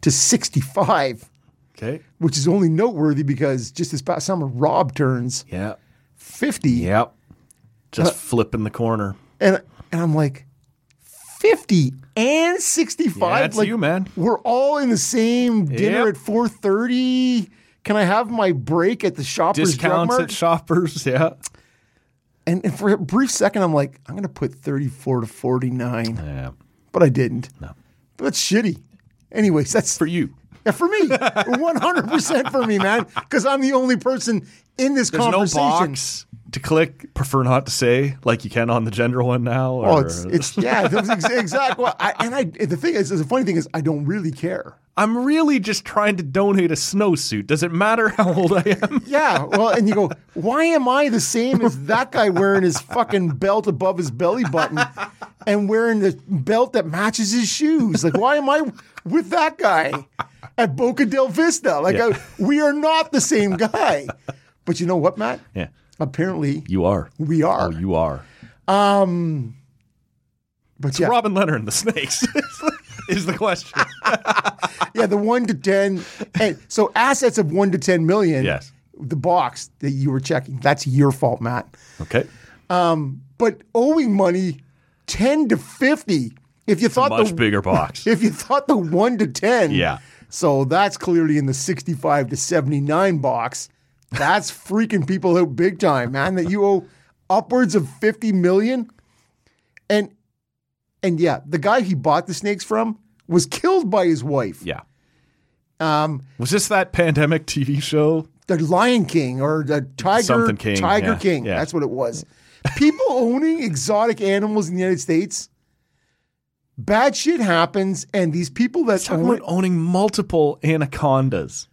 Speaker 3: to 65,
Speaker 1: okay,
Speaker 3: which is only noteworthy because just this past summer, Rob turns
Speaker 1: yeah,
Speaker 3: 50.
Speaker 1: yep. Just flipping the corner.
Speaker 3: And, and I'm like, 50 and 65?
Speaker 1: Yeah, it's
Speaker 3: like,
Speaker 1: you, man.
Speaker 3: We're all in the same dinner
Speaker 1: Yep.
Speaker 3: at 4.30. Can I have my break at the Shoppers Drug
Speaker 1: Discounts
Speaker 3: Mart?
Speaker 1: at shoppers. Yeah,
Speaker 3: And, and for a brief second, I'm like, I'm going to put 34 to 49,
Speaker 1: yeah.
Speaker 3: but I didn't.
Speaker 1: No.
Speaker 3: But that's shitty. Anyways, that's
Speaker 1: For
Speaker 3: for,
Speaker 1: you,
Speaker 3: yeah, for me. 100% for me, man, because I'm the only person in this
Speaker 1: there's no
Speaker 3: conversation.
Speaker 1: box to click. Prefer not to say like you can on the gender one now. Or,
Speaker 3: Oh, it's, it's yeah, that's ex- exactly. what I, and I, the thing is, the funny thing is, I don't really care.
Speaker 1: I'm really just trying to donate a snowsuit. Does it matter how old I am?
Speaker 3: Yeah, well, and you go, why am I the same as that guy wearing his fucking belt above his belly button and wearing the belt that matches his shoes? Like, why am I with that guy at Boca del Vista? Like,
Speaker 1: Yeah.
Speaker 3: I, we are not the same guy. But you know what, Matt?
Speaker 1: Yeah.
Speaker 3: Apparently,
Speaker 1: You are.
Speaker 3: we are.
Speaker 1: Oh, you are.
Speaker 3: but yeah,
Speaker 1: Robin Leonard and the Snakes is the question.
Speaker 3: yeah, the one to ten. And so assets of one to ten million.
Speaker 1: Yes.
Speaker 3: The box that you were checking—that's your fault, Matt.
Speaker 1: Okay.
Speaker 3: but owing money 10 to 50 if you thought
Speaker 1: Much
Speaker 3: the
Speaker 1: bigger box.
Speaker 3: if you thought the 1 to 10
Speaker 1: Yeah.
Speaker 3: so that's clearly in the 65 to 79 box that's freaking people out big time man that you owe upwards of 50 million and and yeah the guy he bought the snakes from was killed by his wife
Speaker 1: Yeah. Um, was this that pandemic TV show?
Speaker 3: the Lion King or the Tiger
Speaker 1: Something King,
Speaker 3: Tiger
Speaker 1: yeah,
Speaker 3: King.
Speaker 1: yeah.
Speaker 3: That's what it was. People owning exotic animals in the United States. Bad shit happens, and these people that
Speaker 1: Talking
Speaker 3: own
Speaker 1: about owning multiple anacondas.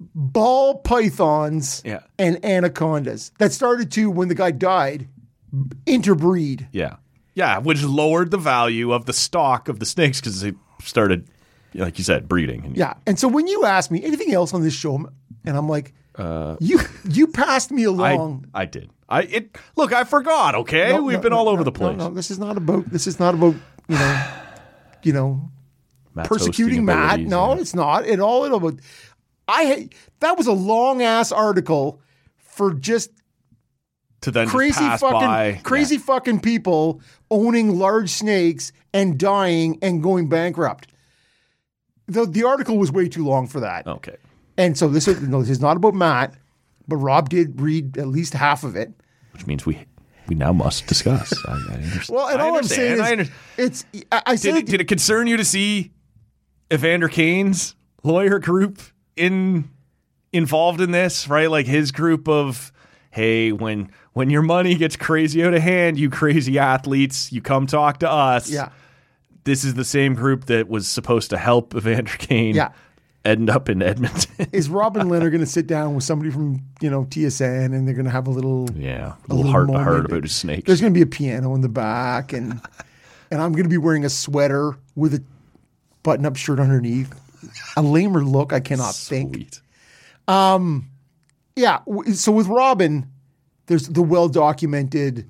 Speaker 3: ball pythons
Speaker 1: Yeah.
Speaker 3: and anacondas that started to when the guy died interbreed.
Speaker 1: Yeah. Yeah, which lowered the value of the stock of the snakes because they started, like you said, breeding. And
Speaker 3: Yeah, and so when you ask me anything else on this show, and I'm like, you you passed me
Speaker 1: Uh, I,
Speaker 3: along.
Speaker 1: I did. I it look. I forgot. Okay,
Speaker 3: No,
Speaker 1: we've
Speaker 3: no,
Speaker 1: been all
Speaker 3: no,
Speaker 1: over the
Speaker 3: no, no,
Speaker 1: place.
Speaker 3: No, this is not about. This is not about you know, you know,
Speaker 1: Matt's
Speaker 3: persecuting
Speaker 1: hosting
Speaker 3: Matt.
Speaker 1: abilities,
Speaker 3: No,
Speaker 1: yeah.
Speaker 3: it's not at all. It all. I ha- that was a long ass article for just
Speaker 1: to then just
Speaker 3: crazy
Speaker 1: pass
Speaker 3: fucking
Speaker 1: by.
Speaker 3: crazy
Speaker 1: Yeah.
Speaker 3: fucking people owning large snakes and dying and going bankrupt. the, the article was way too long for that.
Speaker 1: Okay.
Speaker 3: And so this is no, this is not about Matt, but Rob did read at least half of it.
Speaker 1: Which means we we now must discuss. I, I understand.
Speaker 3: Well, and
Speaker 1: I
Speaker 3: all I'm
Speaker 1: understand,
Speaker 3: saying
Speaker 1: I
Speaker 3: is,
Speaker 1: under-
Speaker 3: it's I, I said
Speaker 1: did, it, did it concern you to see Evander Kane's lawyer group in involved in this? Right, like his group of hey, when when your money gets crazy out of hand, you crazy athletes, you come talk to us.
Speaker 3: yeah.
Speaker 1: this is the same group that was supposed to help Evander Kane.
Speaker 3: Yeah.
Speaker 1: End up in Edmonton.
Speaker 3: Is Robin Leonard going to sit down with somebody from you know TSN and they're going to have a little
Speaker 1: yeah, a
Speaker 3: a
Speaker 1: little heart to heart
Speaker 3: moment.
Speaker 1: about his snakes.
Speaker 3: There's going to be a piano in the back, and and I'm going to be wearing a sweater with a button-up shirt underneath. A lamer look, I cannot think.
Speaker 1: Sweet.
Speaker 3: Yeah. w- So with Robin, there's the well-documented,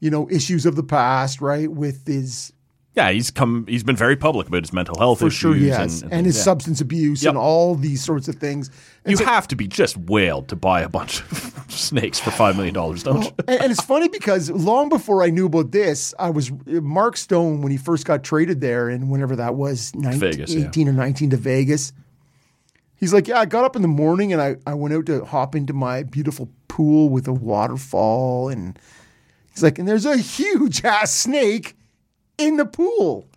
Speaker 3: you know, issues of the past, right? With his
Speaker 1: Yeah, he's come. He's been very public about his mental health
Speaker 3: for
Speaker 1: issues.
Speaker 3: sure, yes,
Speaker 1: and,
Speaker 3: and,
Speaker 1: and things.
Speaker 3: his substance abuse
Speaker 1: Yep.
Speaker 3: and all these sorts of things. And
Speaker 1: you
Speaker 3: so-
Speaker 1: have to be just whaled to buy a bunch of snakes for five million dollars, don't you?
Speaker 3: and, and it's funny because long before I knew about this, I was Mark Stone when he first got traded there, and whenever that was, 19,
Speaker 1: Vegas, yeah.
Speaker 3: 18 or 19 to Vegas. He's like, yeah, I got up in the morning and I, I went out to hop into my beautiful pool with a waterfall. And he's like, and there's a huge ass snake in the pool.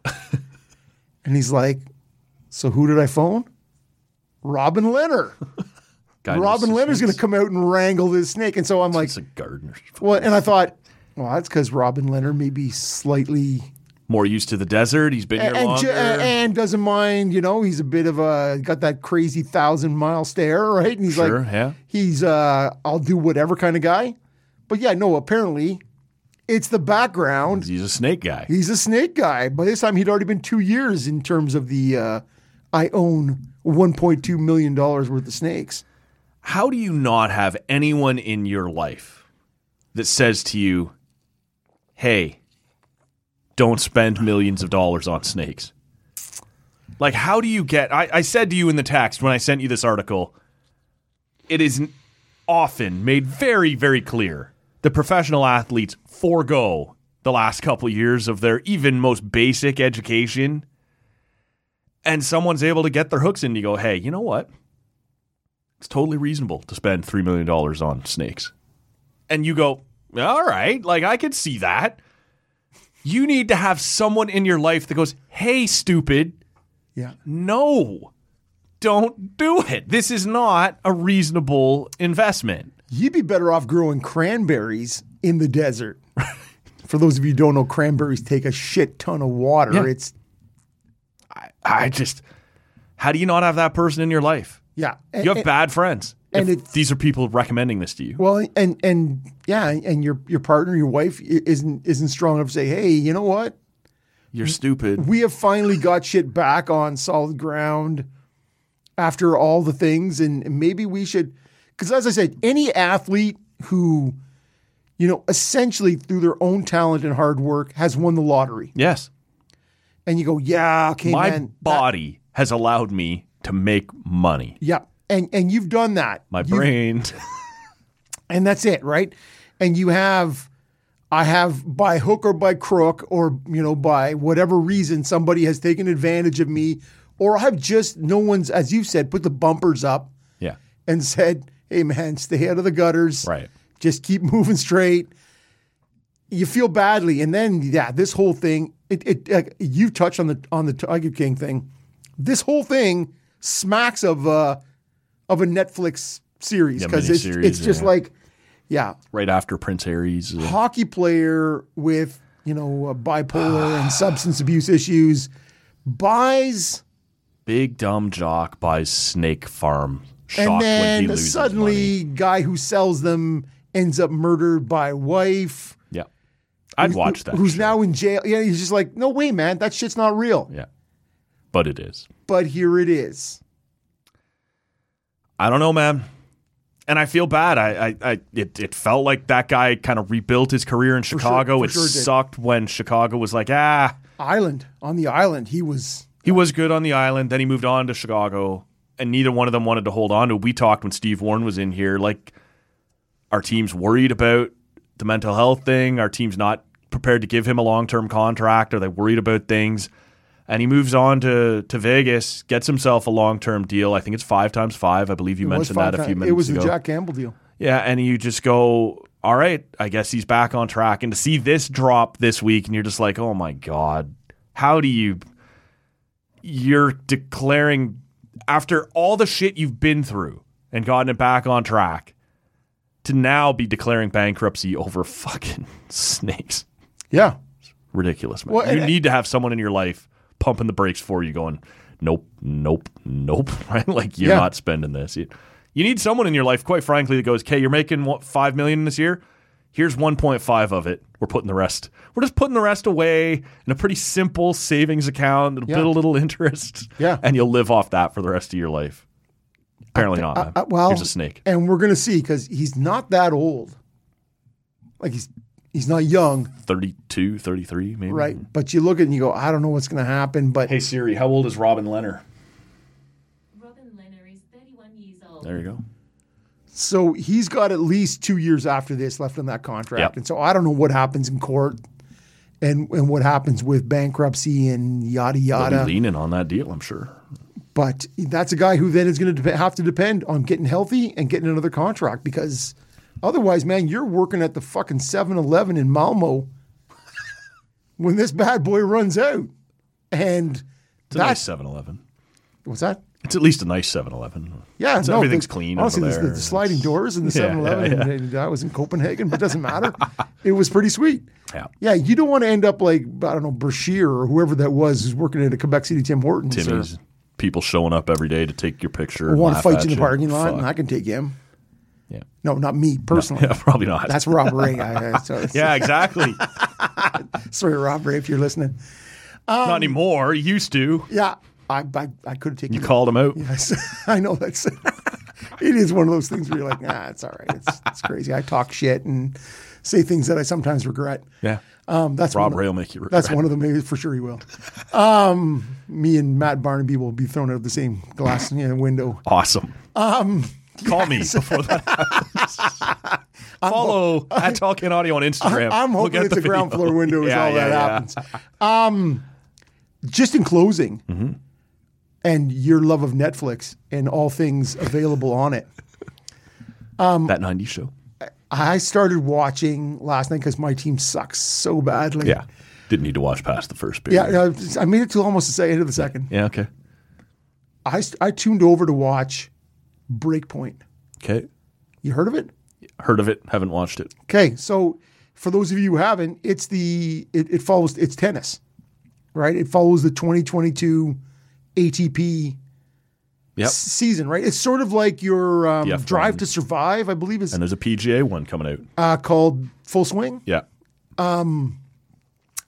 Speaker 3: and he's like, so who did I phone? Robin Leonard.
Speaker 1: Guy knows
Speaker 3: Robin
Speaker 1: his
Speaker 3: Leonard's going
Speaker 1: snakes.
Speaker 3: to come out and wrangle this snake. And so I'm like,
Speaker 1: It's a gardener.
Speaker 3: well, and I thought, well, that's because Robin Leonard may be slightly
Speaker 1: More used to the desert. He's been here
Speaker 3: and,
Speaker 1: longer.
Speaker 3: ju- and doesn't mind. You know, he's a bit of a got that crazy thousand mile stare, right? And he's
Speaker 1: Sure,
Speaker 3: like,
Speaker 1: yeah.
Speaker 3: he's uh, I'll do whatever kind of guy. But yeah, no, apparently, it's the background.
Speaker 1: he's a snake guy.
Speaker 3: He's a snake guy. By this time, he'd already been two years in terms of the uh, I own one point two million dollars worth of snakes.
Speaker 1: How do you not have anyone in your life that says to you, "Hey, don't spend millions of dollars on snakes"? Like, how do you get? I, I said to you in the text when I sent you this article, it is n- often made very, very clear that professional athletes forego the last couple years of their even most basic education, and someone's able to get their hooks in. You go, hey, you know what? it's totally reasonable to spend $3 million on snakes. And you go, all right, like I could see that. You need to have someone in your life that goes, hey, stupid,
Speaker 3: Yeah,
Speaker 1: no, don't do it. This is not a reasonable investment.
Speaker 3: You'd be better off growing cranberries in the desert. For those of you who don't know, cranberries take a shit ton of water.
Speaker 1: Yeah.
Speaker 3: It's
Speaker 1: I just, how do you not have that person in your life?
Speaker 3: yeah. And,
Speaker 1: You have
Speaker 3: and-
Speaker 1: bad friends.
Speaker 3: and
Speaker 1: if
Speaker 3: it's-
Speaker 1: these are people recommending this to you.
Speaker 3: well, and and yeah, and your your partner, your wife i- isn't isn't strong enough to say, hey, you know what?
Speaker 1: You're stupid.
Speaker 3: We have finally got shit back on solid ground after all the things, and maybe we should. Because as I said, any athlete who, you know, essentially through their own talent and hard work has won the lottery,
Speaker 1: Yes.
Speaker 3: and you go, yeah, okay,
Speaker 1: My
Speaker 3: man, that-
Speaker 1: body has allowed me to make money.
Speaker 3: Yeah. And and you've done that.
Speaker 1: My
Speaker 3: You've-
Speaker 1: brain.
Speaker 3: And that's it, right? And you have I have by hook or by crook or you know by whatever reason somebody has taken advantage of me or I've just no one's as you said put the bumpers up
Speaker 1: yeah.
Speaker 3: and said, "Hey man, stay out of the gutters."
Speaker 1: Right.
Speaker 3: Just keep moving straight. You feel badly, and then yeah, this whole thing. It, it like, you touched on the on the Tiger King thing. This whole thing smacks of uh of a Netflix series
Speaker 1: Yeah,
Speaker 3: because it's
Speaker 1: miniseries,
Speaker 3: it's just
Speaker 1: yeah.
Speaker 3: like yeah,
Speaker 1: right after Prince Harry's. uh,
Speaker 3: hockey player with you know uh, bipolar and substance abuse issues buys
Speaker 1: big dumb jock buys Snake Farm. Shocked
Speaker 3: and
Speaker 1: when he
Speaker 3: then
Speaker 1: loses money.
Speaker 3: suddenly guy who sells them ends up murdered by wife
Speaker 1: yeah, I'd
Speaker 3: who-
Speaker 1: watch that.
Speaker 3: who's
Speaker 1: show.
Speaker 3: now in jail yeah he's just like no way man that shit's not real
Speaker 1: yeah, but it is.
Speaker 3: but here it is
Speaker 1: I don't know, man. And I feel bad. I, I, I it, it felt like that guy kind of rebuilt his career in Chicago.
Speaker 3: for
Speaker 1: it
Speaker 3: sure it did.
Speaker 1: sucked when Chicago was like, ah,
Speaker 3: island on the island he was
Speaker 1: He was good on the island. Then he moved on to Chicago, and neither one of them wanted to hold on to. it. We talked when Steve Warren was in here. Like, our team's worried about the mental health thing. Our team's not prepared to give him a long term contract. Are they worried about things? And he moves on to, to Vegas, gets himself a long term deal. I think it's five times five. I believe you
Speaker 3: It was
Speaker 1: mentioned that
Speaker 3: five
Speaker 1: a few
Speaker 3: times-
Speaker 1: minutes
Speaker 3: It was
Speaker 1: ago.
Speaker 3: the Jack Campbell deal.
Speaker 1: Yeah, and you just go, all right, I guess he's back on track. And to see this drop this week, and you're just like, oh my God, how do you. You're declaring, after all the shit you've been through and gotten it back on track, to now be declaring bankruptcy over fucking snakes.
Speaker 3: Yeah.
Speaker 1: Ridiculous, man.
Speaker 3: Well,
Speaker 1: you
Speaker 3: and-
Speaker 1: need to have someone in your life pumping the brakes for you going, nope, nope, nope, right? Like, you're
Speaker 3: Yeah.
Speaker 1: not spending this. You, you need someone in your life, quite frankly, that goes, okay, you're making what, $5 million this year? Here's 1.5 of it. We're putting the rest. We're just putting the rest away in a pretty simple savings account. It'll
Speaker 3: Yeah.
Speaker 1: build a little interest.
Speaker 3: Yeah.
Speaker 1: And you'll live off that for the rest of your life. Apparently not. man.
Speaker 3: Uh, well,
Speaker 1: Here's a snake.
Speaker 3: and we're gonna see because he's not that old. Like he's he's not young,
Speaker 1: Mm-hmm. 32, 33, maybe.
Speaker 3: right? But you look at it and you go, I don't know what's gonna happen, but
Speaker 1: Hey, Siri, how old is Robin Leonard?
Speaker 4: Robin Lehner is 31 years old.
Speaker 1: There you go.
Speaker 3: So he's got at least two years after this left on that contract,
Speaker 1: Yep.
Speaker 3: and so I don't know what happens in court, and and what happens with bankruptcy and yada
Speaker 1: They'll be
Speaker 3: yada.
Speaker 1: leaning on that deal, I'm sure.
Speaker 3: But that's a guy who then is going to dep have to depend on getting healthy and getting another contract because otherwise, man, you're working at the fucking 7-Eleven in Malmo when this bad boy runs out, and
Speaker 1: It's a
Speaker 3: that
Speaker 1: nice 7 Eleven.
Speaker 3: what's that?
Speaker 1: It's at least a nice 7 Eleven.
Speaker 3: Yeah,
Speaker 1: So everything's clean over
Speaker 3: Honestly, the-
Speaker 1: there.
Speaker 3: The, sliding doors and the
Speaker 1: Yeah,
Speaker 3: 7 Eleven,
Speaker 1: yeah,
Speaker 3: and I was in Copenhagen, but it doesn't matter. it was pretty sweet.
Speaker 1: Yeah.
Speaker 3: Yeah, you don't want to end up like, I don't know, Brashear or whoever that was who's working at a Quebec City Tim Hortons. or-
Speaker 1: Timmy's people showing up every day to take your picture.
Speaker 3: I
Speaker 1: and
Speaker 3: want to
Speaker 1: laugh
Speaker 3: fight
Speaker 1: at
Speaker 3: you in the parking lot, and
Speaker 1: Fuck.
Speaker 3: I can take him.
Speaker 1: Yeah.
Speaker 3: No, not me personally.
Speaker 1: Yeah, probably not.
Speaker 3: That's Rob Ray. I, I, so,
Speaker 1: yeah, exactly.
Speaker 3: Sorry, Rob Ray, if you're listening. Um,
Speaker 1: not anymore. You used to.
Speaker 3: Yeah, I I, I could have taken
Speaker 1: You called him out.
Speaker 3: Yes, I know that's. it is one of those things where you're like, nah, it's all right. It's, it's crazy. I talk shit and say things that I sometimes regret.
Speaker 1: Yeah.
Speaker 3: Um, that's
Speaker 1: Rob
Speaker 3: one of-
Speaker 1: Ray will make you regret.
Speaker 3: That's one of them. Maybe for sure he will. Um, me and Matt Barnaby will be thrown out of the same glass you know, window.
Speaker 1: Awesome. Um, Call me before that happens. Follow at Talking Audio on Instagram.
Speaker 3: I'm
Speaker 1: Look
Speaker 3: hoping
Speaker 1: at
Speaker 3: it's the, ground
Speaker 1: video.
Speaker 3: floor window is
Speaker 1: Yeah,
Speaker 3: all
Speaker 1: yeah,
Speaker 3: that
Speaker 1: yeah.
Speaker 3: happens. Um, just in closing,
Speaker 1: Mm-hmm.
Speaker 3: and your love of Netflix and all things available on it.
Speaker 1: That 90s show.
Speaker 3: I started watching last night because my team sucks so badly.
Speaker 1: Yeah. Didn't need to watch past the first
Speaker 3: Yeah,
Speaker 1: period.
Speaker 3: yeah, I made it to almost the end of the second.
Speaker 1: Yeah, okay.
Speaker 3: I, st- I tuned over to watch Breakpoint.
Speaker 1: Okay.
Speaker 3: You heard of it?
Speaker 1: Heard of it, haven't watched it.
Speaker 3: Okay, so for those of you who haven't, it's the it, it follows it's tennis, right? It follows the 2022 ATP
Speaker 1: Yep.
Speaker 3: s- season, right? It's sort of like your um,
Speaker 1: The F1.
Speaker 3: Drive to Survive, I believe, is
Speaker 1: And there's a PGA one coming out.
Speaker 3: uh, called Full Swing.
Speaker 1: Yeah.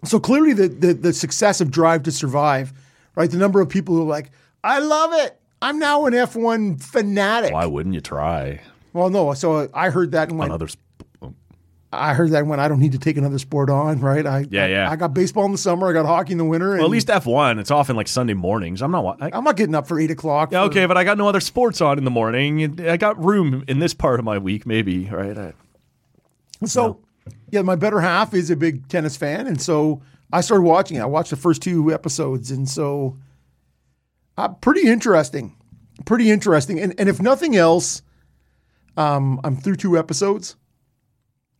Speaker 3: So clearly, the, the the success of Drive to Survive, right? The number of people who are like, I love it. I'm now an F1 fanatic.
Speaker 1: Why wouldn't you try
Speaker 3: Well, no. So I heard that and went,
Speaker 1: another? Sp-
Speaker 3: I heard that when I don't need to take another sport on, right? I
Speaker 1: Yeah, yeah.
Speaker 3: I, got baseball in the summer, I got hockey in the winter. And
Speaker 1: well, at least F one. It's often like Sunday mornings. I'm not. wa- I,
Speaker 3: I'm not getting up for eight o'clock.
Speaker 1: yeah,
Speaker 3: for-
Speaker 1: okay, but I got no other sports on in the morning. I got room in this part of my week, maybe. Right? I,
Speaker 3: So yeah, my better half is a big tennis fan, and so I started watching it. I watched the first two episodes, and so uh, pretty interesting, pretty interesting. And and if nothing else, um, I'm through two episodes,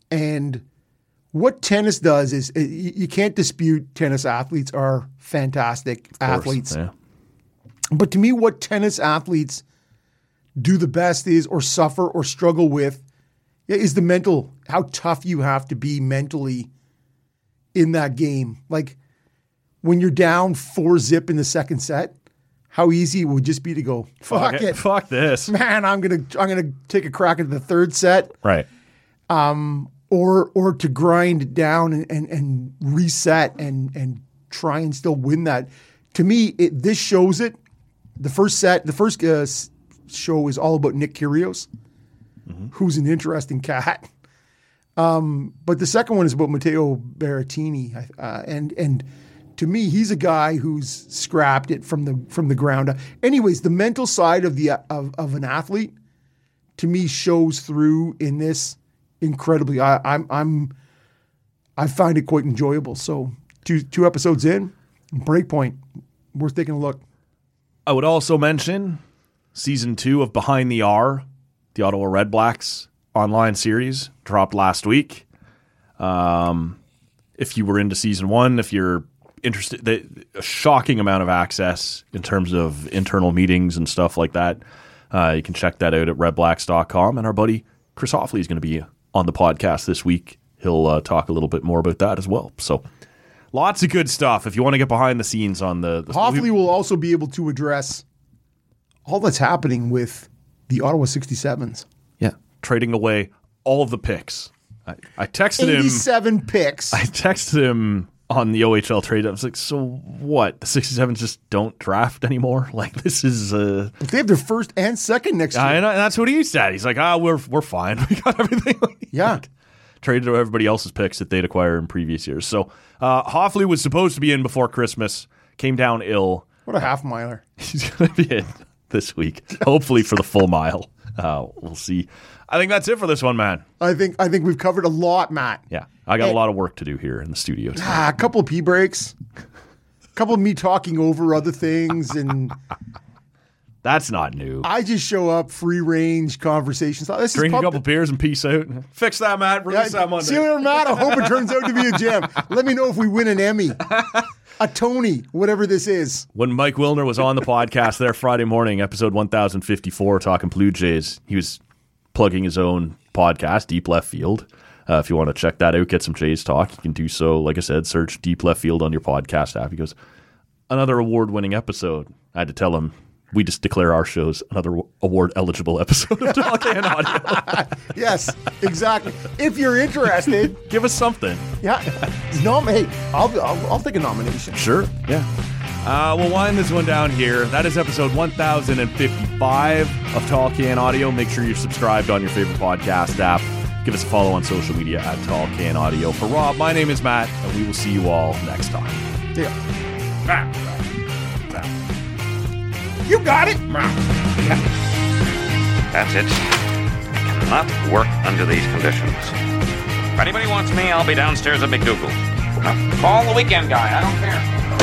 Speaker 3: and what tennis does is uh, you you can't dispute tennis athletes are fantastic
Speaker 1: of course,
Speaker 3: athletes.
Speaker 1: Yeah.
Speaker 3: But to me, what tennis athletes do the best is, or suffer, or struggle with, is the mental, how tough you have to be mentally in that game. Like when you're down four zip in the second set, how easy it would just be to go, fuck,
Speaker 1: Okay,
Speaker 3: it.
Speaker 1: Fuck this.
Speaker 3: Man, I'm gonna I'm gonna take a crack at the third set
Speaker 1: Right.
Speaker 3: or or to grind it down and, and, and reset and and try and still win that. To me, it this shows it. The first set, the first uh, s- show is all about Nick Kyrgios, who's an interesting cat. Um, but the second one is about Matteo Berrettini, I- uh, and and to me, he's a guy who's scrapped it from the from the ground up. Anyways, the mental side of the of, of an athlete to me shows through in this incredibly. I, I'm I'm I find it quite enjoyable. So two two episodes in, Breakpoint, Worth taking a look.
Speaker 1: I would also mention season two of Behind the R, the Ottawa Red Blacks online series, dropped last week. Um, if you were into season one, if you're interested, they, a shocking amount of access in terms of internal meetings and stuff like that. Uh, you can check that out at redblacks.com. And our buddy Chris Hoffley is going to be on the podcast this week. He'll uh, talk a little bit more about that as well. So, lots of good stuff if you want to get behind the scenes on the. the
Speaker 3: Hoffley will also be able to address all that's happening with the Ottawa 67s.
Speaker 1: Yeah. Trading away all of the picks. I, I texted him.
Speaker 3: 87 picks.
Speaker 1: I texted him on the OHL trade. I was like, so what? The 67s just don't draft anymore? Like, this is. Uh,
Speaker 3: They have their first and second next year.
Speaker 1: I know, and that's what he said. He's like, ah, we're, we're fine. We got everything.
Speaker 3: yeah.
Speaker 1: Traded away everybody else's picks that they'd acquire in previous years. So uh, Hoffley was supposed to be in before Christmas, came down ill.
Speaker 3: What a half miler.
Speaker 1: He's going to be in this week, hopefully for the full mile. Uh, we'll see. I think that's it for this one, man.
Speaker 3: I think I think we've covered a lot, Matt.
Speaker 1: Yeah, I got
Speaker 3: Hey.
Speaker 1: a lot of work to do here in the studio. Today.
Speaker 3: Ah, a couple of pee breaks, a couple of me talking over other things, and
Speaker 1: That's not new.
Speaker 3: I just show up free range conversations. This
Speaker 1: Drink
Speaker 3: is
Speaker 1: a
Speaker 3: pub-
Speaker 1: couple beers and peace out. Fix that, Matt.
Speaker 3: Yeah,
Speaker 1: Release that Monday.
Speaker 3: See what I'm at? I hope it turns out to be a jam. Let me know if we win an Emmy, a Tony, whatever this is.
Speaker 1: When Mike Wilner was on the podcast there Friday morning, episode 1054, talking Blue Jays, he was plugging his own podcast, Deep Left Field. Uh, if you want to check that out, get some Jays talk. You can do so. Like I said, search Deep Left Field on your podcast app. He goes, another award winning episode. I had to tell him. We just declare our shows another award eligible episode of Talk and Audio.
Speaker 3: Yes, exactly. if you're interested,
Speaker 1: Give us something.
Speaker 3: yeah, nom- hey, I'll, I'll, I'll take a nomination.
Speaker 1: Sure. Yeah. Uh, we'll wind this one down here. That is episode 1055 of Tall Can Audio. Make sure you're subscribed on your favorite podcast app. Give us a follow on social media at Tall Can Audio. For Rob, my name is Matt, and we will see you all next time.
Speaker 3: Yeah.
Speaker 5: That's it. I cannot work under these conditions. If anybody wants me, I'll be downstairs at McDougal's. Now, Call the weekend guy. I don't care.